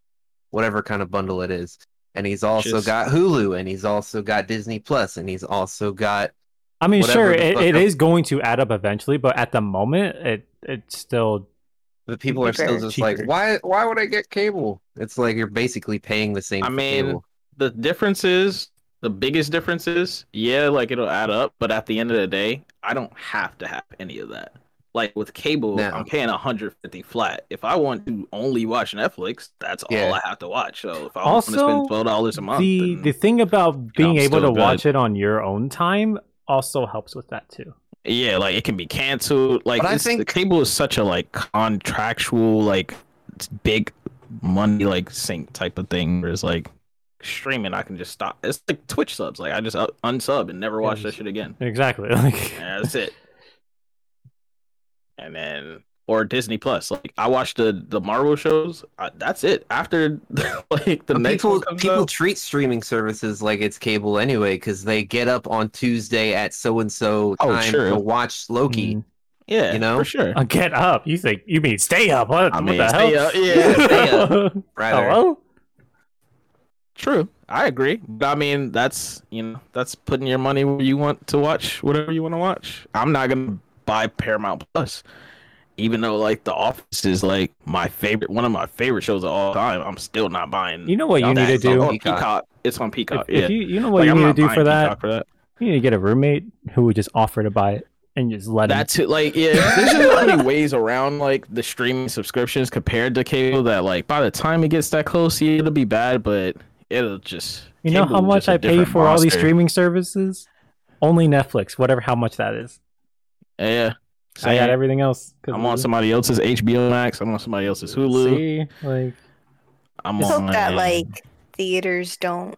[SPEAKER 2] whatever kind of bundle it is, and he's also
[SPEAKER 4] Just-
[SPEAKER 2] got Hulu, and he's also got Disney Plus, and he's also got
[SPEAKER 1] I mean,
[SPEAKER 2] whatever
[SPEAKER 1] sure,
[SPEAKER 2] the
[SPEAKER 1] it,
[SPEAKER 2] fuck
[SPEAKER 1] it
[SPEAKER 2] up-
[SPEAKER 1] is going to add up eventually, but at the moment, it it's still
[SPEAKER 2] the people are still
[SPEAKER 3] Cheaper.
[SPEAKER 2] just
[SPEAKER 1] Cheaper.
[SPEAKER 2] like, why why would I get cable? It's like you're basically paying the same.
[SPEAKER 4] I
[SPEAKER 2] for
[SPEAKER 4] mean,
[SPEAKER 2] cable.
[SPEAKER 4] the difference is the biggest difference is yeah like it'll add up but at the end of the day i don't have to have any of that like with cable
[SPEAKER 2] No.
[SPEAKER 4] i'm paying 150 flat if i want to only watch netflix that's
[SPEAKER 2] Yeah.
[SPEAKER 4] all i have to watch so if i
[SPEAKER 1] Also,
[SPEAKER 4] want to spend $12 a month
[SPEAKER 1] the
[SPEAKER 4] then-
[SPEAKER 1] the thing about being
[SPEAKER 4] I'm
[SPEAKER 1] able to
[SPEAKER 4] still good.
[SPEAKER 1] watch it on your own time also helps with that too.
[SPEAKER 4] yeah like it can be canceled like
[SPEAKER 2] But I
[SPEAKER 4] it's- the
[SPEAKER 2] think-
[SPEAKER 4] cable is such a like contractual like it's big money like sync type of thing where it's like streaming i can just stop it's like twitch subs like i just uh, unsub and never watch
[SPEAKER 1] Yeah.
[SPEAKER 4] that shit again
[SPEAKER 1] Exactly. Like
[SPEAKER 4] And that's it. And then or Disney Plus. Like I watched the the Marvel shows. I, that's it. After like the
[SPEAKER 2] But
[SPEAKER 4] next
[SPEAKER 2] people
[SPEAKER 4] one comes
[SPEAKER 2] people
[SPEAKER 4] out-
[SPEAKER 2] treat streaming services like it's cable anyway because they get up on Tuesday at so and so
[SPEAKER 4] Oh,
[SPEAKER 2] time
[SPEAKER 4] sure.
[SPEAKER 2] to watch
[SPEAKER 4] Hmm.
[SPEAKER 2] Loki.
[SPEAKER 1] mm,
[SPEAKER 4] yeah,
[SPEAKER 2] you know?
[SPEAKER 4] for sure.
[SPEAKER 1] uh, get up. You think you mean stay up? What,
[SPEAKER 4] I
[SPEAKER 1] what
[SPEAKER 4] mean,
[SPEAKER 1] the
[SPEAKER 4] stay
[SPEAKER 1] hell?
[SPEAKER 4] up, yeah,
[SPEAKER 2] stay up. Rather,
[SPEAKER 4] Oh,
[SPEAKER 1] Hello.
[SPEAKER 4] True, I agree. But I mean, that's you know, that's putting your money where you want to watch whatever you want to watch. I'm not gonna buy Paramount Plus, even though like The Office is like my favorite, one of my favorite shows of all time. I'm still not buying.
[SPEAKER 1] You know what you
[SPEAKER 4] Now
[SPEAKER 1] need to
[SPEAKER 2] that's all
[SPEAKER 1] do.
[SPEAKER 4] on
[SPEAKER 2] Peacock.
[SPEAKER 4] Peacock. It's on
[SPEAKER 1] If,
[SPEAKER 4] Peacock.
[SPEAKER 1] if
[SPEAKER 4] yeah.
[SPEAKER 1] you you know what
[SPEAKER 4] Like,
[SPEAKER 1] you
[SPEAKER 4] I'm
[SPEAKER 1] need to
[SPEAKER 4] not
[SPEAKER 1] do
[SPEAKER 4] buying
[SPEAKER 1] for that.
[SPEAKER 4] Peacock for that.
[SPEAKER 1] You need to get a roommate who would just offer to buy it. and just let him.
[SPEAKER 4] That's it. Like, yeah, there's just so many ways around like the streaming subscriptions compared to cable that like by the time it gets that close, yeah, it'll be bad, but it'll just
[SPEAKER 1] You know
[SPEAKER 4] cable
[SPEAKER 1] how
[SPEAKER 4] is
[SPEAKER 1] much
[SPEAKER 4] just a
[SPEAKER 1] I pay
[SPEAKER 4] different
[SPEAKER 1] for all these
[SPEAKER 4] monster.
[SPEAKER 1] streaming services? Only Netflix, whatever how much that is.
[SPEAKER 4] Yeah,
[SPEAKER 1] I got
[SPEAKER 4] Same.
[SPEAKER 1] everything else. 'cause
[SPEAKER 4] I'm on
[SPEAKER 1] of-
[SPEAKER 4] somebody else's HBO Max. I'm on somebody else's Hulu.
[SPEAKER 1] See, like
[SPEAKER 4] I'm
[SPEAKER 1] Just hope
[SPEAKER 4] on my-
[SPEAKER 7] hope that like theaters don't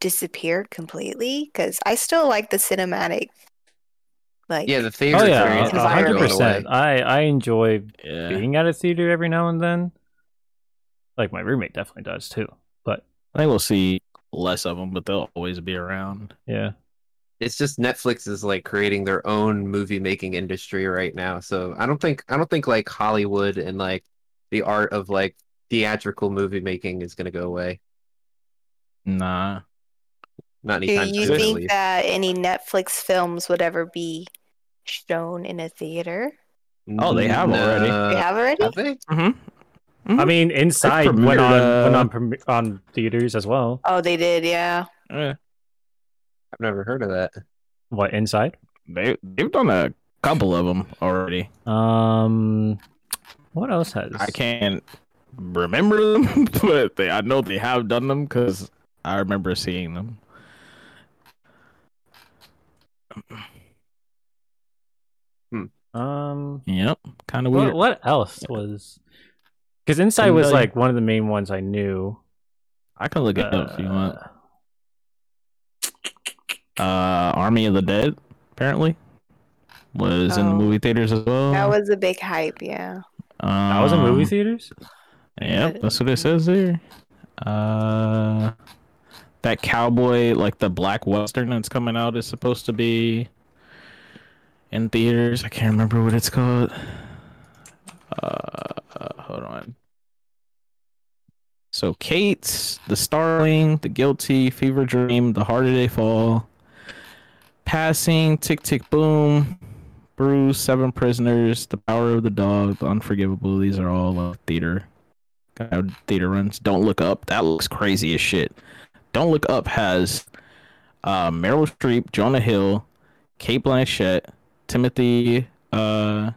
[SPEAKER 7] disappear completely because I still like the cinematic. Like
[SPEAKER 2] Yeah, the theater
[SPEAKER 1] oh yeah,
[SPEAKER 2] experience
[SPEAKER 1] a-
[SPEAKER 2] is
[SPEAKER 1] a
[SPEAKER 2] never
[SPEAKER 1] hundred
[SPEAKER 2] going
[SPEAKER 1] percent.
[SPEAKER 2] away.
[SPEAKER 1] I I enjoy
[SPEAKER 4] yeah.
[SPEAKER 1] being at a theater every now and then. Like my roommate definitely does too. But
[SPEAKER 4] I think we'll see less of them, but they'll always be around.
[SPEAKER 1] yeah,
[SPEAKER 2] It's just Netflix is like creating their own movie making industry right now. So I don't think I don't think like Hollywood and like the art of like theatrical movie making is gonna go away.
[SPEAKER 4] Nah.
[SPEAKER 2] Not
[SPEAKER 7] do
[SPEAKER 2] anytime
[SPEAKER 7] you
[SPEAKER 2] soon, at
[SPEAKER 7] think
[SPEAKER 2] least.
[SPEAKER 7] that any Netflix films would ever be shown in a theater?
[SPEAKER 4] Oh, they have already.
[SPEAKER 7] they have already?
[SPEAKER 2] Uh, Have they?
[SPEAKER 4] Mm-hmm.
[SPEAKER 1] I mean Inside went
[SPEAKER 4] premiered,
[SPEAKER 1] on went
[SPEAKER 4] uh,
[SPEAKER 1] on prem- on theaters as well.
[SPEAKER 7] Oh, they did, yeah.
[SPEAKER 4] Yeah.
[SPEAKER 2] I've never heard of that.
[SPEAKER 1] What Inside?
[SPEAKER 4] They they've done a couple of them already.
[SPEAKER 1] Um, what else has?
[SPEAKER 4] I can't remember them, but they I know they have done them because I remember seeing them.
[SPEAKER 1] Um,
[SPEAKER 4] Yep. Kind of
[SPEAKER 1] what,
[SPEAKER 4] weird.
[SPEAKER 1] what else was? Because Inside
[SPEAKER 4] Couldn't
[SPEAKER 1] was
[SPEAKER 4] tell you.
[SPEAKER 1] like one of the main ones I knew.
[SPEAKER 4] I can look it up if you want.
[SPEAKER 1] Uh,
[SPEAKER 4] Uh, Army of the Dead apparently was in the
[SPEAKER 7] Oh.
[SPEAKER 4] movie theaters as well.
[SPEAKER 7] That was a big hype, yeah.
[SPEAKER 1] That was in
[SPEAKER 4] Um,
[SPEAKER 1] movie theaters.
[SPEAKER 4] Yep, that's what it says there. Uh, that cowboy, like the black western that's coming out, is supposed to be in theaters. I can't remember what it's called. Uh, hold on. So, Kate's, The Starling, The Guilty, Fever Dream, The Harder They Fall, Passing, Tick Tick Boom, Bruise, Seven Prisoners, The Power of the Dog, The Unforgivable. These are all uh, theater uh, theater runs. Don't Look Up. That looks crazy as shit. Don't Look Up has uh, Meryl Streep, Jonah Hill, Kate Blanchett, Timothy uh,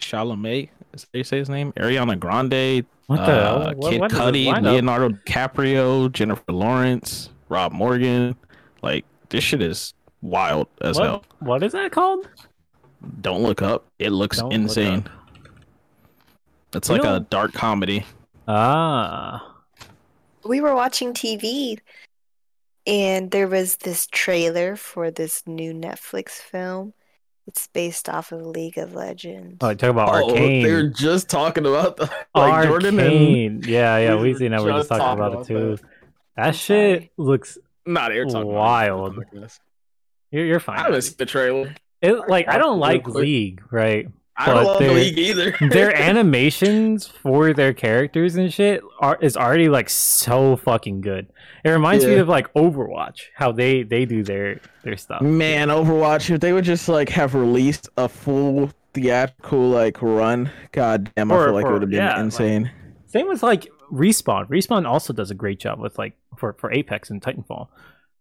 [SPEAKER 4] Chalamet. Is that how you say his name? Ariana Grande,
[SPEAKER 1] What the
[SPEAKER 4] uh,
[SPEAKER 1] hell? What,
[SPEAKER 4] Kid
[SPEAKER 1] what is this
[SPEAKER 4] Cudi,
[SPEAKER 1] lineup?
[SPEAKER 4] Leonardo DiCaprio, Jennifer Lawrence, Rob Morgan. Like this shit is wild as
[SPEAKER 1] What-
[SPEAKER 4] hell.
[SPEAKER 1] what is that called?
[SPEAKER 4] Don't look up. It looks
[SPEAKER 1] Don't Look
[SPEAKER 4] insane. It's
[SPEAKER 1] You
[SPEAKER 4] like
[SPEAKER 1] know-
[SPEAKER 4] a dark comedy.
[SPEAKER 1] Ah,
[SPEAKER 7] We were watching TV and there was this trailer for this new Netflix film. It's based off of League of Legends.
[SPEAKER 1] oh, talk about
[SPEAKER 6] Oh, They're
[SPEAKER 1] arcane.
[SPEAKER 6] just talking about the, like Jordan and
[SPEAKER 1] Arcane. yeah, yeah, we see now. We're just
[SPEAKER 6] Just
[SPEAKER 1] talking
[SPEAKER 6] talking
[SPEAKER 1] about it too.
[SPEAKER 6] about
[SPEAKER 1] That shit looks.
[SPEAKER 6] not air talking. about it.
[SPEAKER 1] Wild. You're, you're fine.
[SPEAKER 6] I haven't seen the trailer.
[SPEAKER 1] It, like I don't
[SPEAKER 6] Real
[SPEAKER 1] like
[SPEAKER 6] quick.
[SPEAKER 1] League, right?
[SPEAKER 6] I
[SPEAKER 1] But
[SPEAKER 6] don't love the
[SPEAKER 1] they're-
[SPEAKER 6] league either.
[SPEAKER 1] their animations for their characters and shit are is already like so fucking good. It reminds me
[SPEAKER 6] Yeah.
[SPEAKER 1] of like Overwatch, how they they do their their stuff.
[SPEAKER 4] Man, Overwatch, if they would just like have released a full theatrical like run, god damn,
[SPEAKER 1] Or-
[SPEAKER 4] I feel like
[SPEAKER 1] or-
[SPEAKER 4] it would have been
[SPEAKER 1] yeah, like-
[SPEAKER 4] insane.
[SPEAKER 1] Same with like Respawn. Respawn also does a great job with like for for Apex and Titanfall.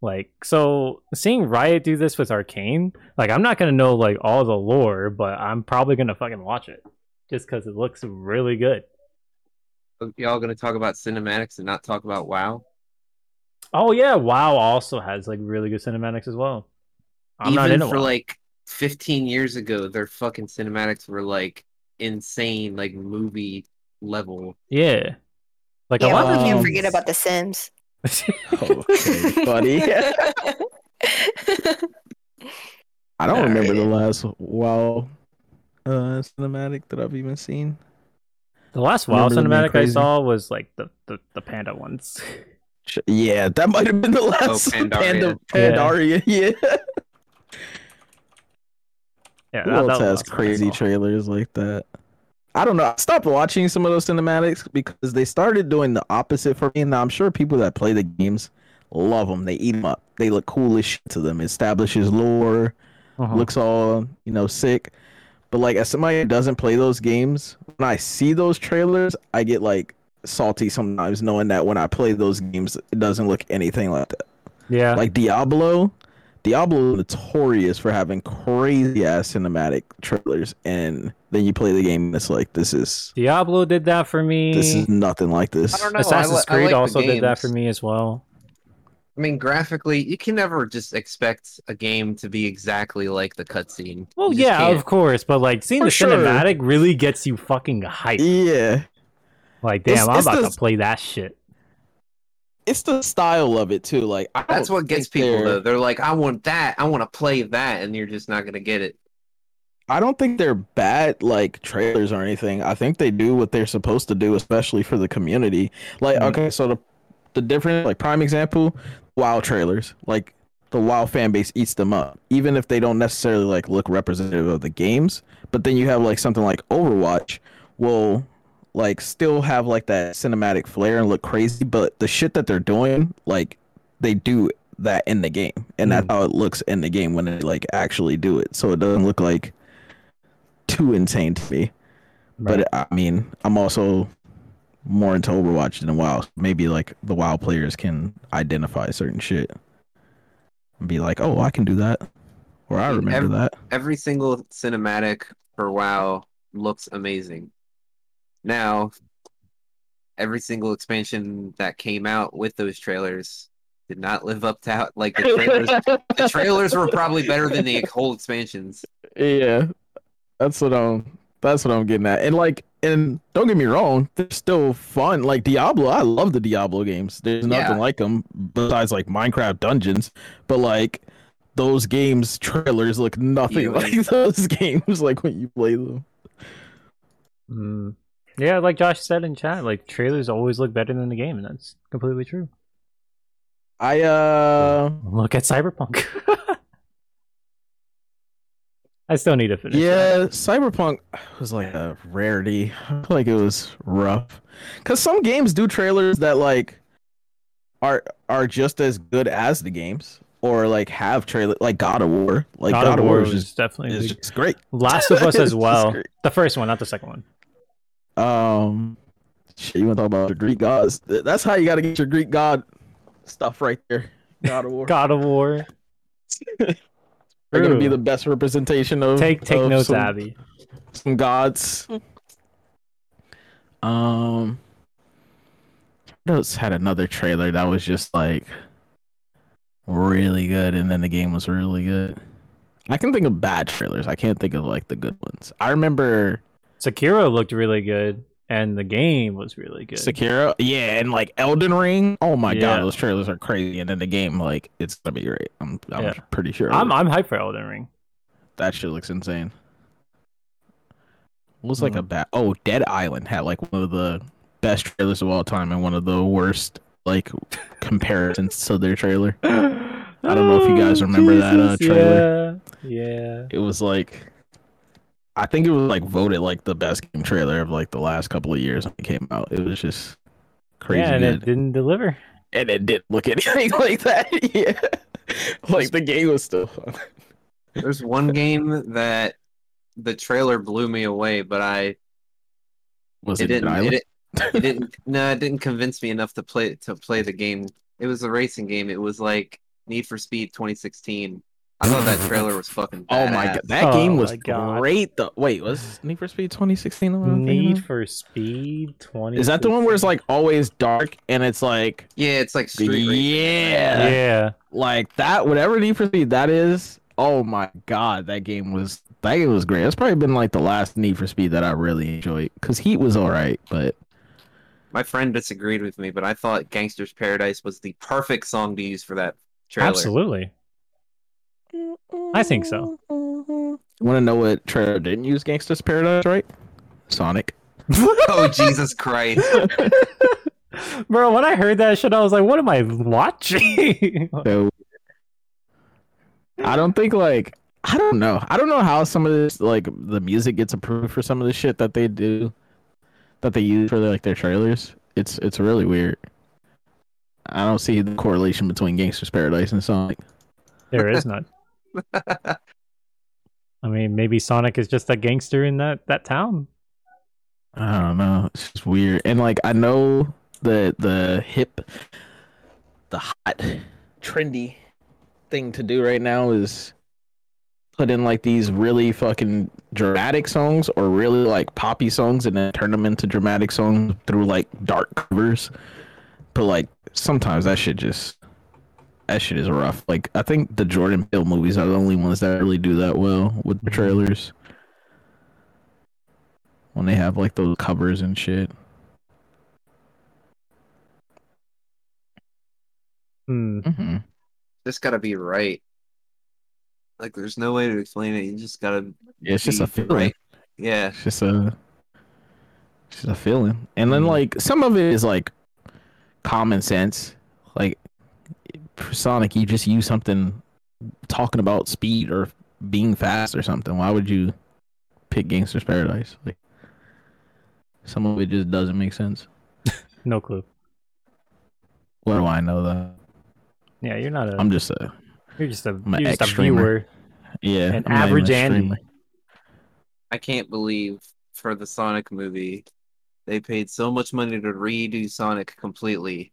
[SPEAKER 1] Like so, seeing Riot do this with Arcane, like I'm not gonna know like all the lore, but I'm probably gonna fucking watch it just because it looks really good.
[SPEAKER 2] Y'all gonna talk about cinematics and not talk about WoW?
[SPEAKER 1] Oh yeah, WoW also has like really good cinematics as well. I'm
[SPEAKER 2] Even
[SPEAKER 1] not into
[SPEAKER 2] for
[SPEAKER 1] WoW.
[SPEAKER 2] like 15 years ago, their fucking cinematics were like insane, like movie level.
[SPEAKER 1] Yeah. Like
[SPEAKER 7] yeah,
[SPEAKER 1] a lot
[SPEAKER 7] well,
[SPEAKER 1] of
[SPEAKER 7] we can't
[SPEAKER 4] um,
[SPEAKER 1] these-
[SPEAKER 7] forget about The Sims.
[SPEAKER 4] Okay, buddy. I don't remember the last WoW uh, cinematic that I've even seen.
[SPEAKER 1] the last WoW
[SPEAKER 4] Remember them being
[SPEAKER 1] cinematic I
[SPEAKER 4] crazy.
[SPEAKER 1] saw was like the, the, the panda ones.
[SPEAKER 4] Sh- Yeah, that might have been the last
[SPEAKER 2] Pandaria.
[SPEAKER 4] Panda, Pandaria. Yeah,
[SPEAKER 1] Yeah,
[SPEAKER 4] who
[SPEAKER 1] that- that was
[SPEAKER 4] else has
[SPEAKER 1] the last one I
[SPEAKER 4] crazy
[SPEAKER 1] saw.
[SPEAKER 4] trailers like that? I don't know. I stopped watching some of those cinematics because they started doing the opposite for me. Now I'm sure people that play the games love them. They eat them up. They look cool as shit to them. Establishes lore.
[SPEAKER 1] Uh-huh.
[SPEAKER 4] looks all you know sick but like as somebody who doesn't play those games when i see those trailers i get like salty sometimes knowing that when i play those games it doesn't look anything like that
[SPEAKER 1] yeah.
[SPEAKER 4] like diablo Diablo is notorious for having crazy ass cinematic trailers, and then you play the game and it's like this is
[SPEAKER 1] Diablo did that for me.
[SPEAKER 4] this is nothing like this.
[SPEAKER 2] I don't know.
[SPEAKER 1] Assassin's
[SPEAKER 2] I li- I
[SPEAKER 1] Creed
[SPEAKER 2] like the
[SPEAKER 1] also did that
[SPEAKER 2] games.
[SPEAKER 1] for me as well.
[SPEAKER 2] I mean, graphically, you can never just expect a game to be exactly like the cutscene.
[SPEAKER 1] Well,
[SPEAKER 2] You just
[SPEAKER 1] yeah,
[SPEAKER 2] can't.
[SPEAKER 1] of course, but like seeing
[SPEAKER 4] For
[SPEAKER 1] the
[SPEAKER 4] sure.
[SPEAKER 1] cinematic really gets you fucking hyped.
[SPEAKER 4] Yeah,
[SPEAKER 1] Like, damn,
[SPEAKER 4] It's-
[SPEAKER 1] I'm
[SPEAKER 4] it's
[SPEAKER 1] about
[SPEAKER 4] the-
[SPEAKER 1] to play that shit.
[SPEAKER 4] it's the style of it too. Like I
[SPEAKER 2] That's
[SPEAKER 4] don't
[SPEAKER 2] what gets
[SPEAKER 4] think
[SPEAKER 2] people
[SPEAKER 4] they're-
[SPEAKER 2] though. They're like, I want that. I want to play that, and you're just not gonna get it.
[SPEAKER 4] I don't think they're bad like trailers or anything. I think they do what they're supposed to do, especially for the community. Like,
[SPEAKER 2] Mhm.
[SPEAKER 4] okay, so the the different like prime example, WoW trailers. Like the WoW fan base eats them up, even if they don't necessarily like look representative of the games. But then you have like something like Overwatch will like still have like that cinematic flair and look crazy, but the shit that they're doing, like they do that in the game. And that's how it looks in the game when they like actually do it. So it doesn't look like too insane to me. But I mean, I'm also more into Overwatch than WoW. Maybe like the WoW players can identify certain shit and be like, "Oh, I can do that," or "I
[SPEAKER 2] Dude,
[SPEAKER 4] remember
[SPEAKER 2] every-
[SPEAKER 4] that."
[SPEAKER 2] Every single cinematic for WoW looks amazing. Now, every single expansion that came out with those trailers did not live up to how, like the trailers. the trailers were probably better than the whole expansions.
[SPEAKER 4] Yeah, that's what I'm. That's what I'm getting at. And like, and don't get me wrong, they're still fun. Like Diablo, I love the Diablo games. There's nothing
[SPEAKER 2] Yeah.
[SPEAKER 4] like them besides like Minecraft Dungeons. But like, those games trailers look nothing
[SPEAKER 2] Yeah.
[SPEAKER 4] like those games. Like when you play them.
[SPEAKER 1] Mm. Yeah, like Josh said in chat, like trailers always look better than the game, and that's completely true.
[SPEAKER 4] I uh,
[SPEAKER 1] Look at Cyberpunk. I still need to finish. that.
[SPEAKER 4] yeah, Cyberpunk was like a rarity. I feel like it was rough because some games do trailers that like are are just as good as the games, or like have trailer like God of War. Like
[SPEAKER 1] God, of War
[SPEAKER 4] is
[SPEAKER 1] was
[SPEAKER 4] just,
[SPEAKER 1] definitely
[SPEAKER 4] is
[SPEAKER 1] big.
[SPEAKER 4] just great.
[SPEAKER 1] Last of Us
[SPEAKER 4] It's
[SPEAKER 1] as
[SPEAKER 4] just
[SPEAKER 1] well.
[SPEAKER 4] great.
[SPEAKER 1] The first one, not the second one.
[SPEAKER 4] Um, shit, you want to talk about the Greek gods? Th- That's how you got to get your Greek god stuff right there. God of War.
[SPEAKER 1] God of War.
[SPEAKER 4] They're gonna be
[SPEAKER 1] True.
[SPEAKER 4] the best representation of
[SPEAKER 1] Take take
[SPEAKER 4] of
[SPEAKER 1] notes,
[SPEAKER 4] some-
[SPEAKER 1] Abby.
[SPEAKER 4] some gods. Um, what else had another trailer that was just like really good, and then the game was really good. I can think of bad trailers. I can't think of like the good ones. I remember
[SPEAKER 1] Sekiro looked really good, and the game was really good.
[SPEAKER 4] Sekiro, yeah, and like Elden Ring. Oh my
[SPEAKER 1] Yeah.
[SPEAKER 4] god, those trailers are crazy. And then the game, like, it's gonna be great. I'm, I'm
[SPEAKER 1] Yeah.
[SPEAKER 4] pretty sure.
[SPEAKER 1] I'm I'm hyped for Elden Ring.
[SPEAKER 4] that shit looks insane. What was like
[SPEAKER 1] Mhm.
[SPEAKER 4] a bad? Oh, Dead Island had like one of the best trailers of all time and one of the worst like comparisons to their trailer.
[SPEAKER 1] I
[SPEAKER 4] don't know if you guys remember that, uh, trailer.
[SPEAKER 1] Oh, Yeah. yeah.
[SPEAKER 4] It was like, I think it was like voted like the best game trailer of like the last couple of years when it came out. It was just crazy
[SPEAKER 1] yeah, and
[SPEAKER 4] good,
[SPEAKER 1] it didn't deliver.
[SPEAKER 4] and it didn't look anything like that. yeah, like the game was still fun.
[SPEAKER 2] There's one game that the trailer blew me away, but I
[SPEAKER 4] Was
[SPEAKER 2] it
[SPEAKER 4] it, Dead
[SPEAKER 2] didn't,
[SPEAKER 4] Island?
[SPEAKER 2] it, it didn't no it didn't convince me enough to play to play the game it was a racing game it was like need for speed 2016 i thought that trailer was fucking
[SPEAKER 4] Oh my god,
[SPEAKER 2] badass.
[SPEAKER 4] that
[SPEAKER 1] Oh
[SPEAKER 4] game was
[SPEAKER 1] my God.
[SPEAKER 4] great. Though, wait, was Need for Speed 2016? the one I'm thinking
[SPEAKER 1] Need
[SPEAKER 4] of?
[SPEAKER 1] for Speed 20.
[SPEAKER 4] Is that the one where it's like always dark and it's like
[SPEAKER 2] yeah it's like street racing.
[SPEAKER 4] yeah,
[SPEAKER 1] Yeah.
[SPEAKER 4] like that whatever Need for Speed that is. Oh my god, that game was that game was great. That's probably been like the last Need for Speed that I really enjoyed because Heat was all right, but
[SPEAKER 2] my friend disagreed with me but i thought gangsters paradise was the perfect song to use for that trailer
[SPEAKER 1] Absolutely. I think so.
[SPEAKER 4] want to know what trailer didn't use Gangsta's Paradise right? Sonic.
[SPEAKER 2] oh jesus christ
[SPEAKER 1] Bro, when I heard that shit, I was like, what am I watching?
[SPEAKER 4] So I don't think like I don't know. I don't know how some of this like the music gets approved for some of the shit that they do that they use for like their trailers. It's it's really weird. I don't see the correlation between Gangster's Paradise and Sonic.
[SPEAKER 1] there is none. I mean, maybe Sonic is just a gangster in that, that town.
[SPEAKER 4] I don't know. It's just weird. And like I know the the hip the hot trendy thing to do right now is put in like these really fucking dramatic songs or really like poppy songs and then turn them into dramatic songs through like dark covers. But like sometimes that shit just that shit is rough. Like I think the Jordan Peele movies are the only ones that really do that well with the trailers. When they have like those covers and shit.
[SPEAKER 1] Hmm.
[SPEAKER 4] Mm-hmm.
[SPEAKER 2] This gotta be right. Like, there's no way to explain it. You just gotta.
[SPEAKER 4] Yeah, it's just a
[SPEAKER 2] be
[SPEAKER 4] feeling.
[SPEAKER 2] right. Yeah.
[SPEAKER 4] It's just a it's just a feeling. And then like some of it is like common sense. Like for Sonic you just use something talking about speed or being fast or something. Why would you pick Gangster's Paradise? Like some of it just doesn't make sense.
[SPEAKER 1] No clue.
[SPEAKER 4] What do I know though?
[SPEAKER 1] Yeah, you're not a.
[SPEAKER 4] I'm just a
[SPEAKER 1] you're just a.
[SPEAKER 4] I'm an
[SPEAKER 1] You're just a
[SPEAKER 4] extremer.
[SPEAKER 1] viewer.
[SPEAKER 4] yeah,
[SPEAKER 1] An
[SPEAKER 4] I'm not
[SPEAKER 1] average
[SPEAKER 4] even
[SPEAKER 1] Andy.
[SPEAKER 4] extremely-
[SPEAKER 2] I can't believe for the Sonic movie, they paid so much money to redo Sonic completely.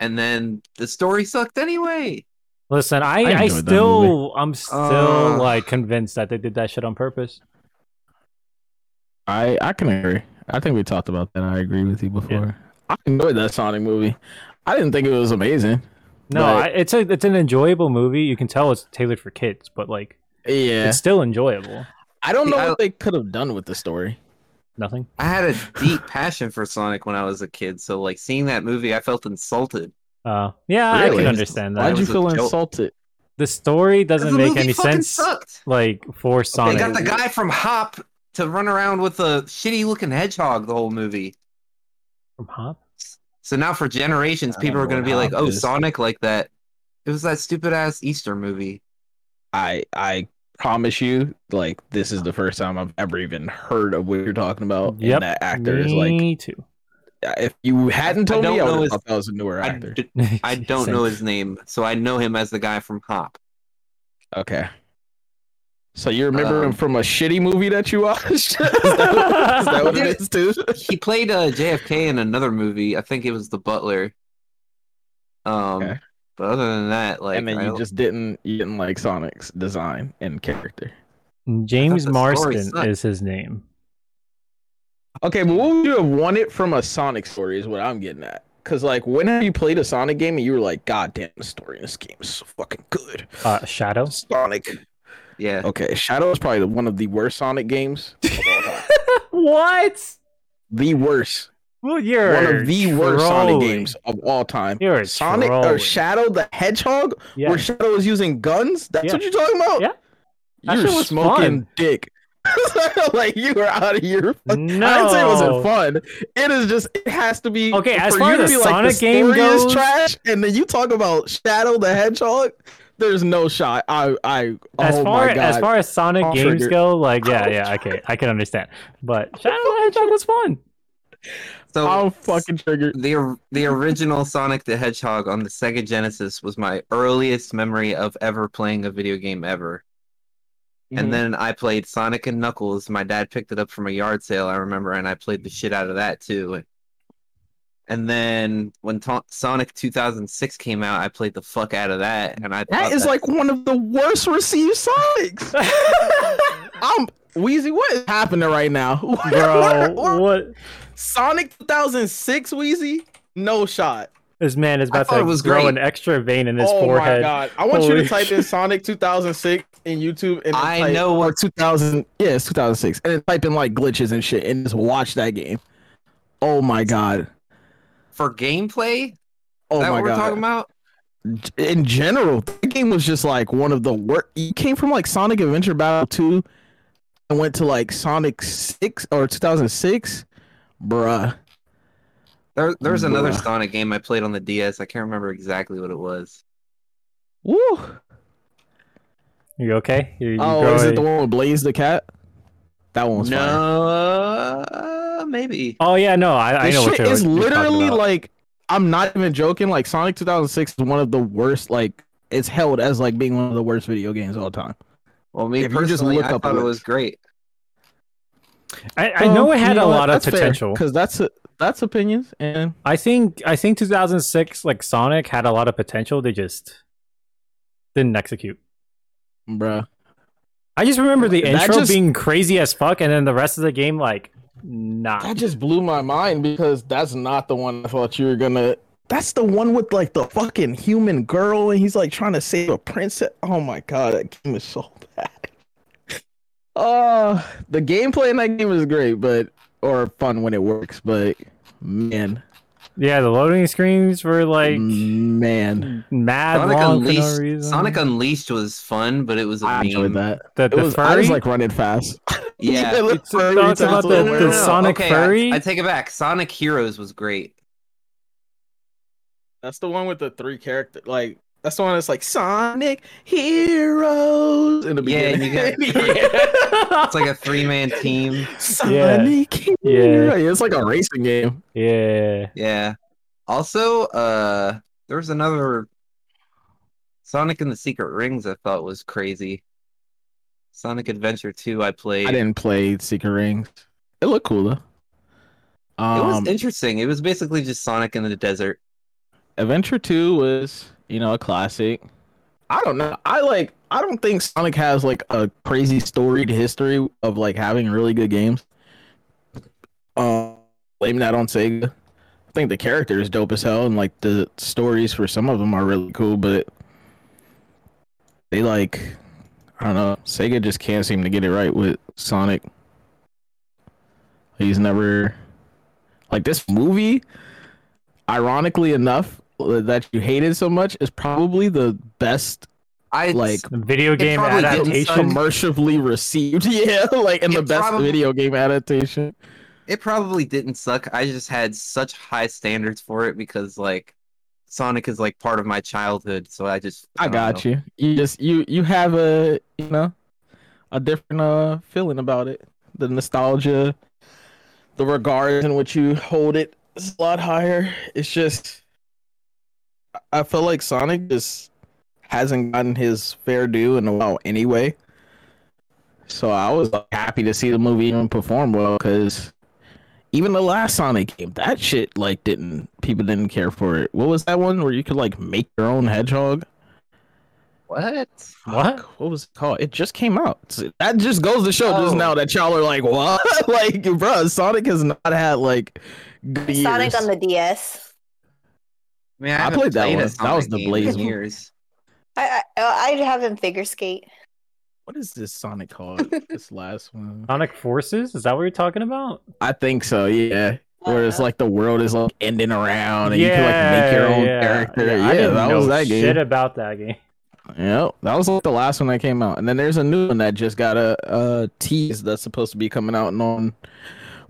[SPEAKER 2] And then the story sucked anyway.
[SPEAKER 1] Listen, I,
[SPEAKER 4] I
[SPEAKER 1] I,
[SPEAKER 4] enjoyed that
[SPEAKER 1] still, I'm still
[SPEAKER 2] Uh.
[SPEAKER 1] like convinced that they did that shit on purpose.
[SPEAKER 4] I I can agree. I think we talked about that. I agree with you before. I enjoyed that Sonic movie. I didn't think it was amazing.
[SPEAKER 1] No,
[SPEAKER 4] Right.
[SPEAKER 1] I, it's a, it's an enjoyable movie. You can tell it's tailored for kids, but like,
[SPEAKER 4] Yeah,
[SPEAKER 1] it's still enjoyable.
[SPEAKER 4] I don't know
[SPEAKER 2] I-
[SPEAKER 4] what they could have done with the story.
[SPEAKER 1] Nothing.
[SPEAKER 2] I had a deep passion for Sonic when I was a kid, so like seeing that movie, I felt insulted.
[SPEAKER 1] Uh, yeah, I
[SPEAKER 4] Really?
[SPEAKER 1] can understand
[SPEAKER 2] Why
[SPEAKER 1] that.
[SPEAKER 4] Why'd
[SPEAKER 2] it
[SPEAKER 4] you
[SPEAKER 2] was a
[SPEAKER 4] feel
[SPEAKER 2] joke.
[SPEAKER 4] insulted?
[SPEAKER 1] The story
[SPEAKER 2] 'Cause
[SPEAKER 1] doesn't
[SPEAKER 2] the
[SPEAKER 1] make
[SPEAKER 2] movie
[SPEAKER 1] any
[SPEAKER 2] fucking
[SPEAKER 1] sense.
[SPEAKER 2] Sucked.
[SPEAKER 1] Like for
[SPEAKER 2] They
[SPEAKER 1] Sonic,
[SPEAKER 2] got the guy from Hop to run around with a shitty looking hedgehog the whole movie.
[SPEAKER 1] from Hop.
[SPEAKER 2] So now for generations,
[SPEAKER 4] I
[SPEAKER 2] people are
[SPEAKER 4] don't know
[SPEAKER 2] going to
[SPEAKER 4] what
[SPEAKER 2] be like,
[SPEAKER 4] Hop
[SPEAKER 2] "Oh,
[SPEAKER 4] is."
[SPEAKER 2] Sonic like that." It was that stupid ass Easter movie.
[SPEAKER 4] I I promise you, like this is the first time I've ever even heard of what you're talking about.
[SPEAKER 1] Yep.
[SPEAKER 4] And that actor is like,
[SPEAKER 1] Me too.
[SPEAKER 4] if you hadn't
[SPEAKER 2] I
[SPEAKER 4] told me,
[SPEAKER 2] don't
[SPEAKER 4] I
[SPEAKER 2] know
[SPEAKER 4] would
[SPEAKER 2] his-
[SPEAKER 4] have thought that was a newer
[SPEAKER 2] I,
[SPEAKER 4] actor.
[SPEAKER 2] d- I don't know his name, so I know him as the guy from Hop.
[SPEAKER 4] Okay. So you remember him
[SPEAKER 2] Um,
[SPEAKER 4] from a shitty movie that you watched? is, that, is that what it is too?
[SPEAKER 2] He played uh, JFK in another movie. I think it was The Butler. Um,
[SPEAKER 4] Okay.
[SPEAKER 2] but other than that, like,
[SPEAKER 4] and then
[SPEAKER 2] I
[SPEAKER 4] you
[SPEAKER 2] don't-
[SPEAKER 4] just didn't you didn't like Sonic's design and character.
[SPEAKER 1] James
[SPEAKER 2] the story
[SPEAKER 1] Marston
[SPEAKER 2] sucked.
[SPEAKER 1] is his name.
[SPEAKER 4] Okay, but what would you have wanted from a Sonic story is what I'm getting at. Cause like when have you played a Sonic game and you were like, God damn, the story in this game is so fucking good.
[SPEAKER 1] Uh, Shadow.
[SPEAKER 4] Sonic.
[SPEAKER 2] yeah,
[SPEAKER 4] Okay, Shadow is probably the- one of the worst Sonic games.
[SPEAKER 1] what?
[SPEAKER 4] the worst.
[SPEAKER 1] Well, you're
[SPEAKER 4] one of the worst Sonic
[SPEAKER 1] trolling.
[SPEAKER 4] games of all time.
[SPEAKER 1] You're a
[SPEAKER 4] Sonic or
[SPEAKER 1] trolling.
[SPEAKER 4] Shadow the Hedgehog,
[SPEAKER 1] Yeah.
[SPEAKER 4] where Shadow was using guns. That's
[SPEAKER 1] Yeah.
[SPEAKER 4] what you're talking about.
[SPEAKER 1] Yeah. That
[SPEAKER 4] you're
[SPEAKER 1] shit was
[SPEAKER 4] smoking
[SPEAKER 1] fun.
[SPEAKER 4] dick. like you are out of your. fuck- I didn't say it
[SPEAKER 1] No.
[SPEAKER 4] wasn't fun. It is just it has to be
[SPEAKER 1] Okay, as
[SPEAKER 4] for
[SPEAKER 1] far
[SPEAKER 4] you to
[SPEAKER 1] as
[SPEAKER 4] be
[SPEAKER 1] the
[SPEAKER 4] like,
[SPEAKER 1] Sonic game
[SPEAKER 4] story is
[SPEAKER 1] goes-
[SPEAKER 4] trash, and then you talk about Shadow the Hedgehog. There's no shot. I I
[SPEAKER 1] as
[SPEAKER 4] oh
[SPEAKER 1] far
[SPEAKER 4] my god.
[SPEAKER 1] as far as Sonic
[SPEAKER 4] I'll
[SPEAKER 1] games
[SPEAKER 4] trigger.
[SPEAKER 1] go, like yeah,
[SPEAKER 4] I'll
[SPEAKER 1] yeah, okay, I can understand. But Shadow the Hedgehog was fun.
[SPEAKER 2] so
[SPEAKER 4] I'm fucking triggered.
[SPEAKER 2] the or- the original Sonic the Hedgehog on the Sega Genesis was my earliest memory of ever playing a video game ever.
[SPEAKER 4] Mhm.
[SPEAKER 2] And then I played Sonic and Knuckles. My dad picked it up from a yard sale, I remember, and I played the shit out of that too. And then when Ta- Sonic 2006 came out, I played the fuck out of that, and I
[SPEAKER 4] That
[SPEAKER 2] thought
[SPEAKER 4] is like one of the worst received Sonics. I'm Wheezy. What is happening right now, What-
[SPEAKER 1] Bro,
[SPEAKER 4] what- what-
[SPEAKER 1] what
[SPEAKER 4] Sonic 2006 Wheezy? No shot.
[SPEAKER 1] this man is
[SPEAKER 2] I
[SPEAKER 1] about
[SPEAKER 2] thought
[SPEAKER 1] to
[SPEAKER 2] it was
[SPEAKER 1] grow
[SPEAKER 2] great.
[SPEAKER 1] an extra vein in his
[SPEAKER 4] oh my
[SPEAKER 1] forehead.
[SPEAKER 4] god! I want you
[SPEAKER 1] Holy
[SPEAKER 4] to type in Sonic 2006 in YouTube and then
[SPEAKER 2] I
[SPEAKER 4] type-
[SPEAKER 2] know
[SPEAKER 4] or
[SPEAKER 2] what
[SPEAKER 4] 2000. Yeah, it's 2006, and then type in like glitches and shit, and just watch that game. Oh my god!
[SPEAKER 2] for gameplay.
[SPEAKER 4] Oh
[SPEAKER 2] that
[SPEAKER 4] my
[SPEAKER 2] what we're
[SPEAKER 4] god!
[SPEAKER 2] talking about?
[SPEAKER 4] in general, that game was just like one of the worst. You came from like Sonic Adventure Battle 2 and went to like Sonic 6 or 2006. Bruh.
[SPEAKER 2] There, there's another
[SPEAKER 4] Bruh.
[SPEAKER 2] Sonic game I played on the DS. I can't remember exactly what it was.
[SPEAKER 4] Woo.
[SPEAKER 1] You okay? You, you
[SPEAKER 4] Oh, is
[SPEAKER 1] growing-
[SPEAKER 4] it the one with Blaze the Cat? That one was
[SPEAKER 2] no,
[SPEAKER 4] fire.
[SPEAKER 2] uh, maybe.
[SPEAKER 1] Oh yeah, no, I, I
[SPEAKER 4] This
[SPEAKER 1] know what
[SPEAKER 4] shit
[SPEAKER 1] you're
[SPEAKER 4] is
[SPEAKER 1] you're talking
[SPEAKER 4] literally
[SPEAKER 1] about.
[SPEAKER 4] like, I'm not even joking. Like, Sonic 2006 is one of the worst, like, it's held as like being one of the worst video games of all time.
[SPEAKER 2] Well, me
[SPEAKER 4] If you just
[SPEAKER 2] personally,
[SPEAKER 4] look
[SPEAKER 2] I
[SPEAKER 4] up
[SPEAKER 2] thought it
[SPEAKER 4] what-
[SPEAKER 2] was great.
[SPEAKER 1] I, I know it had a lot of potential.
[SPEAKER 4] because that's a, that's opinions and
[SPEAKER 1] I think I think 2006 like Sonic had a lot of potential. They just didn't execute.
[SPEAKER 4] bruh.
[SPEAKER 1] I just remember the
[SPEAKER 4] That
[SPEAKER 1] intro
[SPEAKER 4] just-
[SPEAKER 1] being crazy as fuck, and then the rest of the game like nah.
[SPEAKER 4] That just blew my mind because that's not the one I thought you were gonna. That's the one with like the fucking human girl, and he's like trying to save a princess. Oh my god, that game is so bad. Oh, the gameplay in that game is great, but or fun when it works, but man,
[SPEAKER 1] Yeah, the loading screens were like
[SPEAKER 4] Mm. man,
[SPEAKER 1] mad
[SPEAKER 2] Sonic
[SPEAKER 1] long for no
[SPEAKER 2] Unleashed.
[SPEAKER 1] reason.
[SPEAKER 2] Sonic Unleashed was fun, but it was a
[SPEAKER 4] I
[SPEAKER 2] meme.
[SPEAKER 4] enjoyed that.
[SPEAKER 1] the,
[SPEAKER 4] It
[SPEAKER 1] the
[SPEAKER 4] was, I
[SPEAKER 1] furry.
[SPEAKER 4] was like running fast.
[SPEAKER 2] Yeah.
[SPEAKER 1] It's- it's about the-
[SPEAKER 2] No, no,
[SPEAKER 1] the
[SPEAKER 2] no.
[SPEAKER 1] Sonic
[SPEAKER 2] okay, I-
[SPEAKER 1] furry?
[SPEAKER 2] I, take it back. Sonic Heroes was great.
[SPEAKER 6] That's the one with the three character. Like that's the one that's like Sonic Heroes in the
[SPEAKER 2] Yeah, and
[SPEAKER 6] beginning.
[SPEAKER 2] you get- It's like a three man team.
[SPEAKER 4] Sonic yeah.
[SPEAKER 1] Yeah.
[SPEAKER 4] It's like a racing game.
[SPEAKER 1] yeah,
[SPEAKER 2] Yeah. Also, uh, there was another Sonic and the Secret Rings. I thought was crazy. Sonic Adventure Two. I played.
[SPEAKER 4] I didn't play Secret Rings. It looked cool though.
[SPEAKER 2] It was
[SPEAKER 4] Um,
[SPEAKER 2] interesting. It was basically just Sonic in the desert.
[SPEAKER 4] Adventure 2 was, you know, a classic. I don't know. I like I don't think Sonic has like a crazy storied history of like having really good games. Um blame that on Sega. I think the character is dope as hell and like the stories for some of them are really cool, but they like I don't know. Sega just can't seem to get it right with Sonic. He's never like this movie ironically enough uh, that you hated so much is probably the best
[SPEAKER 2] I
[SPEAKER 4] Like,
[SPEAKER 1] The video game
[SPEAKER 2] probably didn't
[SPEAKER 1] adaptation.
[SPEAKER 2] suck.
[SPEAKER 4] commercially received yeah like and the
[SPEAKER 2] It
[SPEAKER 4] best
[SPEAKER 2] probably-
[SPEAKER 4] video game adaptation
[SPEAKER 2] It probably didn't suck. I just had such high standards for it because like Sonic is like part of my childhood, so I just
[SPEAKER 4] i
[SPEAKER 2] don't
[SPEAKER 4] got
[SPEAKER 2] know.
[SPEAKER 4] you you just you you have a you know a different uh feeling about it the nostalgia the regard in which you hold it is a lot higher it's just I- i feel like sonic just hasn't gotten his fair due in a while anyway So I was like, happy to see the movie even perform well because even the last Sonic game, that shit like didn't people didn't care for it. What was that one where you could like make your own hedgehog?
[SPEAKER 2] What?
[SPEAKER 1] What?
[SPEAKER 4] Fuck, What was it called? It just came out. It's- That just goes to show just
[SPEAKER 2] Oh.
[SPEAKER 4] now that y'all are like, what? like, bro, Sonic has not had like good
[SPEAKER 7] Sonic
[SPEAKER 4] years.
[SPEAKER 7] on the DS.
[SPEAKER 2] I mean, I,
[SPEAKER 4] I
[SPEAKER 2] haven't
[SPEAKER 4] played that
[SPEAKER 2] played a
[SPEAKER 4] one. That
[SPEAKER 2] Sonic
[SPEAKER 4] was the
[SPEAKER 2] game in
[SPEAKER 4] Blaze one.
[SPEAKER 2] years.
[SPEAKER 7] I I, I have him figure skate.
[SPEAKER 4] What is this Sonic called? this last one.
[SPEAKER 1] Sonic Forces? Is that what you're talking about?
[SPEAKER 4] I think so. Yeah. Where it's
[SPEAKER 7] Uh,
[SPEAKER 4] like the world is like ending around and you can like make your own
[SPEAKER 1] yeah,
[SPEAKER 4] character.
[SPEAKER 1] Yeah,
[SPEAKER 4] Yeah,
[SPEAKER 1] I didn't
[SPEAKER 4] that
[SPEAKER 1] know
[SPEAKER 4] was that game.
[SPEAKER 1] shit about that game.
[SPEAKER 4] Yep, that was like the last one that came out, and then there's a new one that just got a, a tease that's supposed to be coming out. And on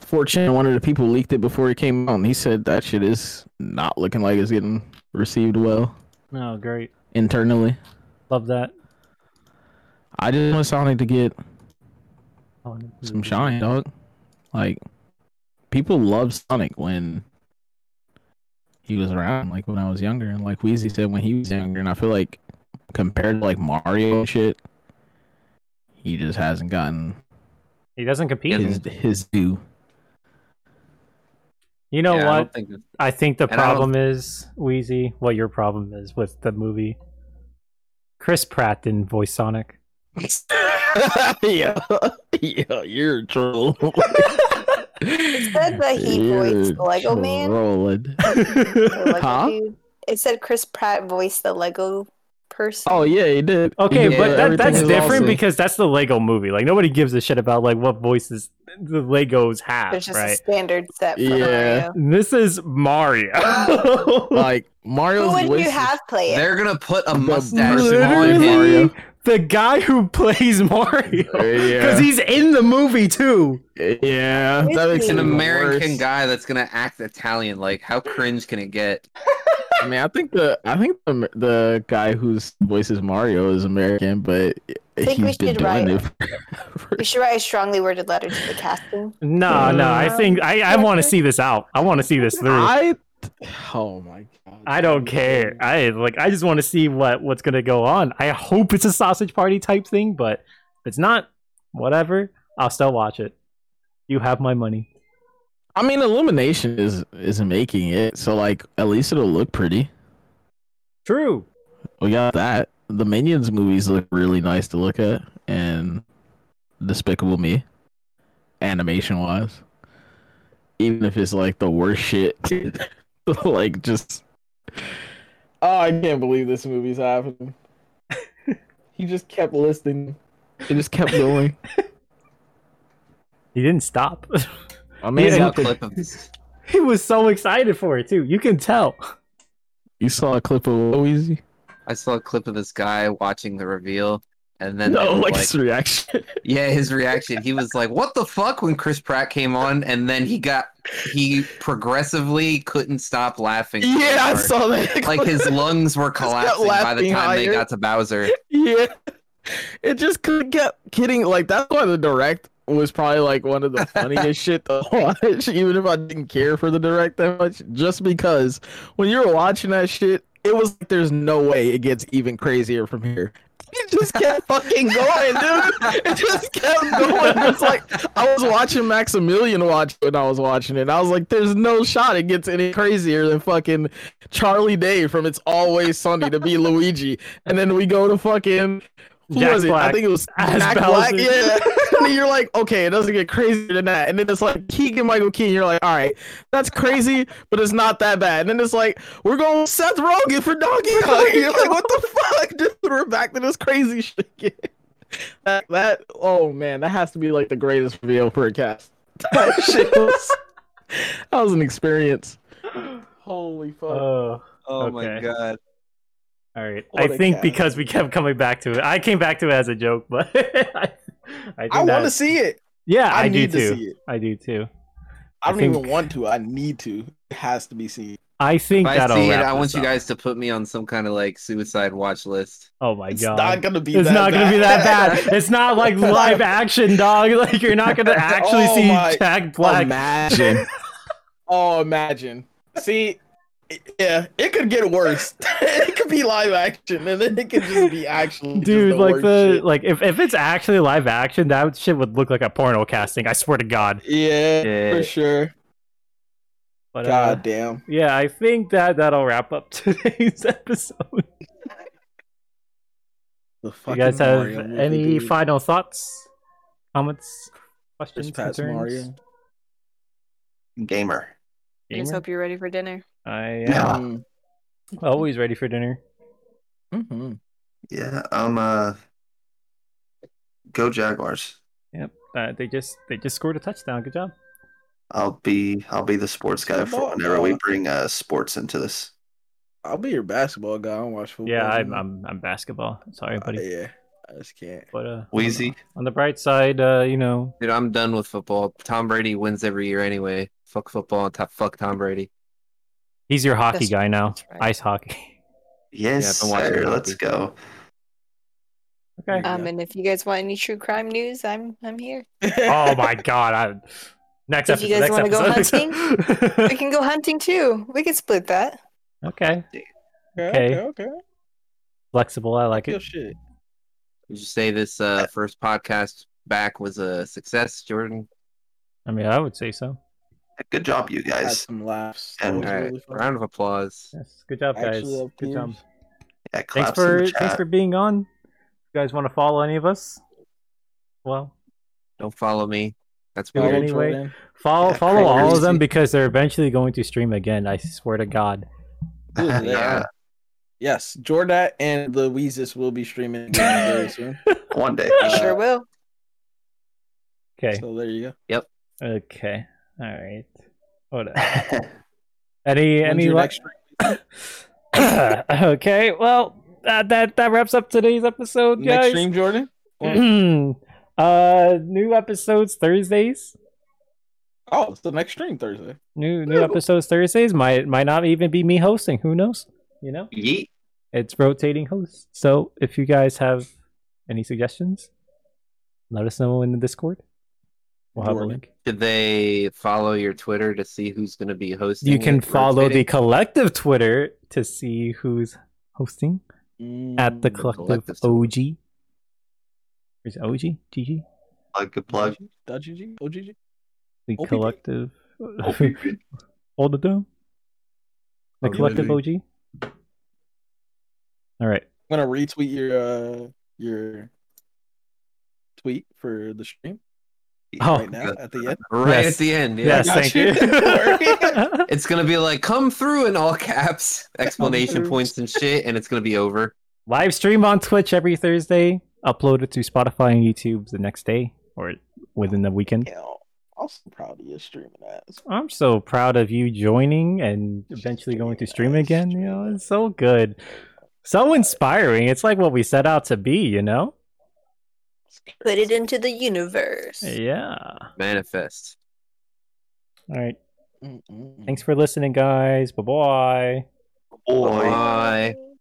[SPEAKER 4] 4chan, one of the people leaked it before it came out, and he said that shit is not looking like it's getting received well
[SPEAKER 1] Oh, great.
[SPEAKER 4] internally.
[SPEAKER 1] Love that.
[SPEAKER 4] I just want Sonic to get
[SPEAKER 1] Oh,
[SPEAKER 4] some shine, dog. Like people loved Sonic when he was around, like when I was younger, and like Wheezy said when he was younger, and I feel like compared to like Mario and shit, he just hasn't gotten
[SPEAKER 1] He doesn't compete.
[SPEAKER 4] his his due.
[SPEAKER 1] You know
[SPEAKER 2] Yeah, I
[SPEAKER 1] what?
[SPEAKER 2] don't think-
[SPEAKER 1] I think the
[SPEAKER 2] And I don't-
[SPEAKER 1] problem is, Wheezy, what your problem is with the movie. Chris Pratt didn't voice Sonic.
[SPEAKER 4] yeah, yeah, you're a troll.
[SPEAKER 7] It said that he voiced Lego Man.
[SPEAKER 4] Rolling.
[SPEAKER 7] the Lego
[SPEAKER 4] huh?
[SPEAKER 7] dude. It said Chris Pratt voiced the Lego person.
[SPEAKER 4] Oh yeah, he did. He
[SPEAKER 1] Okay,
[SPEAKER 4] did
[SPEAKER 1] but that,
[SPEAKER 4] everything
[SPEAKER 1] that's
[SPEAKER 4] is
[SPEAKER 1] different
[SPEAKER 4] awesome.
[SPEAKER 1] because that's the Lego movie. Like nobody gives a shit about like what voices the Legos have,
[SPEAKER 7] There's just a
[SPEAKER 1] right?
[SPEAKER 7] standard set for
[SPEAKER 4] Yeah.
[SPEAKER 7] Mario.
[SPEAKER 1] This is Mario.
[SPEAKER 4] like Mario's
[SPEAKER 7] Who would
[SPEAKER 4] voice
[SPEAKER 7] you
[SPEAKER 4] is-
[SPEAKER 7] have play it?
[SPEAKER 2] They're gonna put a
[SPEAKER 4] But
[SPEAKER 2] mustache on
[SPEAKER 1] literally-
[SPEAKER 2] him.
[SPEAKER 4] Mario.
[SPEAKER 1] the guy who plays Mario.
[SPEAKER 4] Uh, Yeah,
[SPEAKER 1] Because he's in the movie too.
[SPEAKER 4] yeah, that makes
[SPEAKER 7] It's
[SPEAKER 2] It's
[SPEAKER 4] it
[SPEAKER 2] an
[SPEAKER 7] Even
[SPEAKER 2] American
[SPEAKER 4] worse.
[SPEAKER 2] guy that's gonna act Italian. Like, how cringe can it get?
[SPEAKER 4] I mean, I think the I think the, the guy whose voices Mario is American, but
[SPEAKER 7] Think we
[SPEAKER 4] he's been
[SPEAKER 7] should
[SPEAKER 4] doing
[SPEAKER 7] write-
[SPEAKER 4] it. for-
[SPEAKER 7] We should write a strongly worded letter to the casting.
[SPEAKER 1] No, no. I think I, I want to see this out. I want to see this through.
[SPEAKER 4] I oh my god,
[SPEAKER 1] I don't care. I like. I just want to see what what's gonna go on. I hope it's a sausage party type thing, but if it's not, whatever. I'll still watch it. You have my money.
[SPEAKER 4] I mean, Illumination is is making it, so like at least it'll look pretty.
[SPEAKER 1] True.
[SPEAKER 4] We got that. the Minions movies look really nice to look at, and Despicable Me, animation wise. Even if it's like the worst shit, like just
[SPEAKER 6] Oh, I can't believe this movie's happening. he just kept listing.
[SPEAKER 4] it just kept going.
[SPEAKER 1] He didn't stop.
[SPEAKER 2] I made
[SPEAKER 1] Yeah.
[SPEAKER 2] a clip of this.
[SPEAKER 1] he was so excited for it too. You can tell.
[SPEAKER 4] You saw a clip of Oezy?
[SPEAKER 2] I saw a clip of this guy watching the reveal, and then
[SPEAKER 4] No,
[SPEAKER 2] it was
[SPEAKER 4] like his reaction.
[SPEAKER 2] yeah, his reaction. He was like, "What the fuck?" When Chris Pratt came on, and then he got he progressively couldn't stop laughing.
[SPEAKER 4] yeah, I saw that.
[SPEAKER 2] Like his lungs were collapsing by the
[SPEAKER 4] laughing
[SPEAKER 2] time they
[SPEAKER 4] higher.
[SPEAKER 2] got to Bowser.
[SPEAKER 4] yeah. It just could get kidding. Like that's why the direct was probably like one of the funniest shit to watch, even if I didn't care for the direct that much. Just because when you were watching that shit, it was like there's no way it gets even crazier from here. It just kept fucking going, dude. It just kept going. It's like I was watching Maximilian watch when I was watching it. and I was like, there's no shot it gets any crazier than fucking Charlie Day from It's Always Sunny to be Luigi. And then we go to fucking who
[SPEAKER 1] Jack
[SPEAKER 4] was it?
[SPEAKER 1] Black
[SPEAKER 4] I think it was
[SPEAKER 1] as
[SPEAKER 4] Jack Black.
[SPEAKER 1] Bowser.
[SPEAKER 4] Yeah. and then you're like, okay, it doesn't get crazier than that. And then it's like Keegan Michael Key, and you're like, all right, that's crazy, but it's not that bad. And then it's like, we're going with Seth Rogen for Donkey Kong. You're like, what the fuck? Dude, we're back to this crazy shit again. That, that oh man, that has to be like the greatest reveal for a cast. That shit was that was an experience.
[SPEAKER 6] Holy fuck!
[SPEAKER 1] Oh.
[SPEAKER 2] Oh
[SPEAKER 1] Okay.
[SPEAKER 2] my god!
[SPEAKER 1] All right.
[SPEAKER 6] Uh, What
[SPEAKER 1] I
[SPEAKER 6] a
[SPEAKER 1] think
[SPEAKER 6] cat.
[SPEAKER 1] because we kept coming back to it. I came back to it as a joke, but I, I,
[SPEAKER 6] I
[SPEAKER 1] think
[SPEAKER 6] want to
[SPEAKER 1] that-
[SPEAKER 6] see it.
[SPEAKER 1] Yeah, I,
[SPEAKER 6] I,
[SPEAKER 1] do
[SPEAKER 6] need
[SPEAKER 1] too.
[SPEAKER 6] to see it.
[SPEAKER 1] I do too.
[SPEAKER 6] I
[SPEAKER 1] I
[SPEAKER 6] don't
[SPEAKER 1] think-
[SPEAKER 6] even want to. I need to. It has to be seen.
[SPEAKER 1] I
[SPEAKER 2] If
[SPEAKER 1] think
[SPEAKER 2] I
[SPEAKER 1] that'll
[SPEAKER 2] see it,
[SPEAKER 1] wrap
[SPEAKER 2] I want
[SPEAKER 1] this
[SPEAKER 2] you
[SPEAKER 1] up.
[SPEAKER 2] guys to put me on some kind of like suicide watch list.
[SPEAKER 1] Oh my
[SPEAKER 6] It's
[SPEAKER 1] god.
[SPEAKER 6] not gonna be.
[SPEAKER 1] it's
[SPEAKER 6] that
[SPEAKER 1] not gonna be that
[SPEAKER 6] bad.
[SPEAKER 1] bad. It's not like live action, dog. Like you're not gonna actually
[SPEAKER 6] Oh
[SPEAKER 1] see
[SPEAKER 6] my-
[SPEAKER 1] Jack Black.
[SPEAKER 4] Imagine.
[SPEAKER 6] oh, imagine. See, it- yeah, it could get worse. it could be live action, and then it could just be actually. just
[SPEAKER 1] Dude,
[SPEAKER 6] the
[SPEAKER 1] like
[SPEAKER 6] worst
[SPEAKER 1] the
[SPEAKER 6] shit.
[SPEAKER 1] like if, if it's actually live action, that shit would look like a porno casting. I swear to God.
[SPEAKER 6] Yeah,
[SPEAKER 2] Yeah.
[SPEAKER 6] for sure.
[SPEAKER 1] But, uh,
[SPEAKER 6] God damn.
[SPEAKER 1] yeah, I think that that'll wrap up today's episode.
[SPEAKER 6] The
[SPEAKER 1] You
[SPEAKER 6] fucking
[SPEAKER 1] guys have
[SPEAKER 6] Mario movie,
[SPEAKER 1] any
[SPEAKER 6] dude.
[SPEAKER 1] final thoughts, comments, questions,
[SPEAKER 6] Chris Pratt's
[SPEAKER 1] concerns?
[SPEAKER 6] Mario.
[SPEAKER 5] Gamer.
[SPEAKER 3] I just
[SPEAKER 1] Gamer?
[SPEAKER 3] hope you're ready for dinner.
[SPEAKER 1] I
[SPEAKER 5] Yeah.
[SPEAKER 1] am always ready for dinner.
[SPEAKER 6] Mm-hmm.
[SPEAKER 5] Yeah, um uh go Jaguars.
[SPEAKER 1] Uh, they just they just scored a touchdown. Good job.
[SPEAKER 5] I'll be I'll be the sports guy for whenever we bring uh sports into this.
[SPEAKER 6] I'll be your basketball guy. I don't watch football.
[SPEAKER 1] Yeah, I'm
[SPEAKER 6] man.
[SPEAKER 1] I'm, I'm basketball. Sorry,
[SPEAKER 6] Uh,
[SPEAKER 1] buddy.
[SPEAKER 6] yeah, I just can't.
[SPEAKER 1] But uh,
[SPEAKER 5] Wheezy.
[SPEAKER 1] on the bright side, uh, you know,
[SPEAKER 2] Dude, I'm done with football. Tom Brady wins every year anyway. Fuck football. Top, fuck Tom Brady.
[SPEAKER 1] he's your hockey
[SPEAKER 3] That's-
[SPEAKER 1] guy now.
[SPEAKER 3] that's right.
[SPEAKER 1] Ice hockey.
[SPEAKER 5] Yes,
[SPEAKER 2] Yeah, I've been watching
[SPEAKER 5] sir.
[SPEAKER 2] hockey.
[SPEAKER 5] Let's go.
[SPEAKER 1] Okay.
[SPEAKER 6] Yeah.
[SPEAKER 3] Um, and if you guys want any true crime news, I'm I'm here.
[SPEAKER 1] oh my god. I, next
[SPEAKER 3] Did
[SPEAKER 1] episode.
[SPEAKER 3] you guys
[SPEAKER 1] next
[SPEAKER 3] wanna
[SPEAKER 1] episode.
[SPEAKER 3] We can go hunting too. We can split that.
[SPEAKER 1] okay.
[SPEAKER 6] Okay, okay.
[SPEAKER 1] Flexible. I like
[SPEAKER 6] Good
[SPEAKER 1] it.
[SPEAKER 6] shit.
[SPEAKER 2] Would you say this uh, first podcast back was a success, Jordan?
[SPEAKER 1] I mean, I would say so.
[SPEAKER 5] Good job, you
[SPEAKER 6] Had
[SPEAKER 5] guys.
[SPEAKER 6] some laughs. That
[SPEAKER 5] And-
[SPEAKER 6] was
[SPEAKER 2] All right,
[SPEAKER 6] really fun.
[SPEAKER 2] round of applause.
[SPEAKER 1] Yes. Good job, guys.
[SPEAKER 6] Actually, up
[SPEAKER 1] Good
[SPEAKER 6] here.
[SPEAKER 1] job.
[SPEAKER 5] Yeah,
[SPEAKER 1] Thanks
[SPEAKER 5] claps in
[SPEAKER 1] for
[SPEAKER 5] the
[SPEAKER 1] thanks
[SPEAKER 5] chat.
[SPEAKER 1] for being on. you guys want to follow any of us? Well,
[SPEAKER 2] Don't follow me. That's
[SPEAKER 1] Do it
[SPEAKER 2] weird.
[SPEAKER 1] anyway.
[SPEAKER 6] Jordan.
[SPEAKER 1] Follow
[SPEAKER 5] Yeah,
[SPEAKER 1] follow all of them
[SPEAKER 5] crazy.
[SPEAKER 1] because they're eventually going to stream again. I swear to God.
[SPEAKER 6] Good.
[SPEAKER 5] yeah,
[SPEAKER 6] Yes, Jordan and the Weezus will be streaming again very soon.
[SPEAKER 5] one day.
[SPEAKER 3] I
[SPEAKER 6] Uh,
[SPEAKER 3] sure will.
[SPEAKER 1] Okay.
[SPEAKER 6] So there you go.
[SPEAKER 1] Okay. All right. What? Any
[SPEAKER 6] When's
[SPEAKER 1] any
[SPEAKER 6] your
[SPEAKER 1] la-
[SPEAKER 6] next stream?
[SPEAKER 1] okay. Well, that, that that wraps up today's episode,
[SPEAKER 6] Next
[SPEAKER 1] guys.
[SPEAKER 6] stream, Jordan?
[SPEAKER 1] uh, new episodes Thursdays.
[SPEAKER 6] Oh, it's the next stream Thursday.
[SPEAKER 1] New new episodes Thursdays. Might might not even be me hosting. Who knows? You know.
[SPEAKER 5] Yeet.
[SPEAKER 1] it's rotating hosts. So if you guys have any suggestions, let us know in the Discord. We'll have a
[SPEAKER 6] Jordan.
[SPEAKER 1] link.
[SPEAKER 2] Should they follow your Twitter to see who's going to be hosting?
[SPEAKER 1] You can
[SPEAKER 2] it,
[SPEAKER 1] follow the
[SPEAKER 2] rotating?
[SPEAKER 1] collective Twitter to see who's hosting at the
[SPEAKER 6] Mm,
[SPEAKER 1] collective
[SPEAKER 2] collective Twitter.
[SPEAKER 1] OG. Is it OG? GG?
[SPEAKER 5] Plug, good plug.
[SPEAKER 6] .gg? OGG?
[SPEAKER 1] The
[SPEAKER 6] OPP.
[SPEAKER 1] collective.
[SPEAKER 5] OPP.
[SPEAKER 1] Hold it down. The
[SPEAKER 5] OPP.
[SPEAKER 1] collective OG. All right.
[SPEAKER 6] gonna retweet your uh your tweet for the stream
[SPEAKER 1] Oh,
[SPEAKER 6] right now at the end.
[SPEAKER 2] Right
[SPEAKER 1] Yes.
[SPEAKER 2] at the end. Yeah.
[SPEAKER 1] Yes,
[SPEAKER 6] got
[SPEAKER 1] thank
[SPEAKER 6] you.
[SPEAKER 1] you.
[SPEAKER 6] Don't
[SPEAKER 2] It's gonna be like come through in all caps, explanation points and shit, and it's gonna be over.
[SPEAKER 1] Live stream on Twitch every Thursday, uploaded to Spotify and YouTube the next day or within the weekend.
[SPEAKER 6] Yeah, I'm so proud of you streaming that. It's
[SPEAKER 1] I'm so proud of you joining and eventually going to stream again. You know, it's so good. So inspiring. It's like what we set out to be, you know?
[SPEAKER 7] Put it into the universe.
[SPEAKER 1] Yeah.
[SPEAKER 2] Manifest.
[SPEAKER 1] All right.
[SPEAKER 6] Mm-mm.
[SPEAKER 1] Thanks for listening, guys. Bye bye.
[SPEAKER 5] Boy.
[SPEAKER 2] Bye.
[SPEAKER 7] Bye.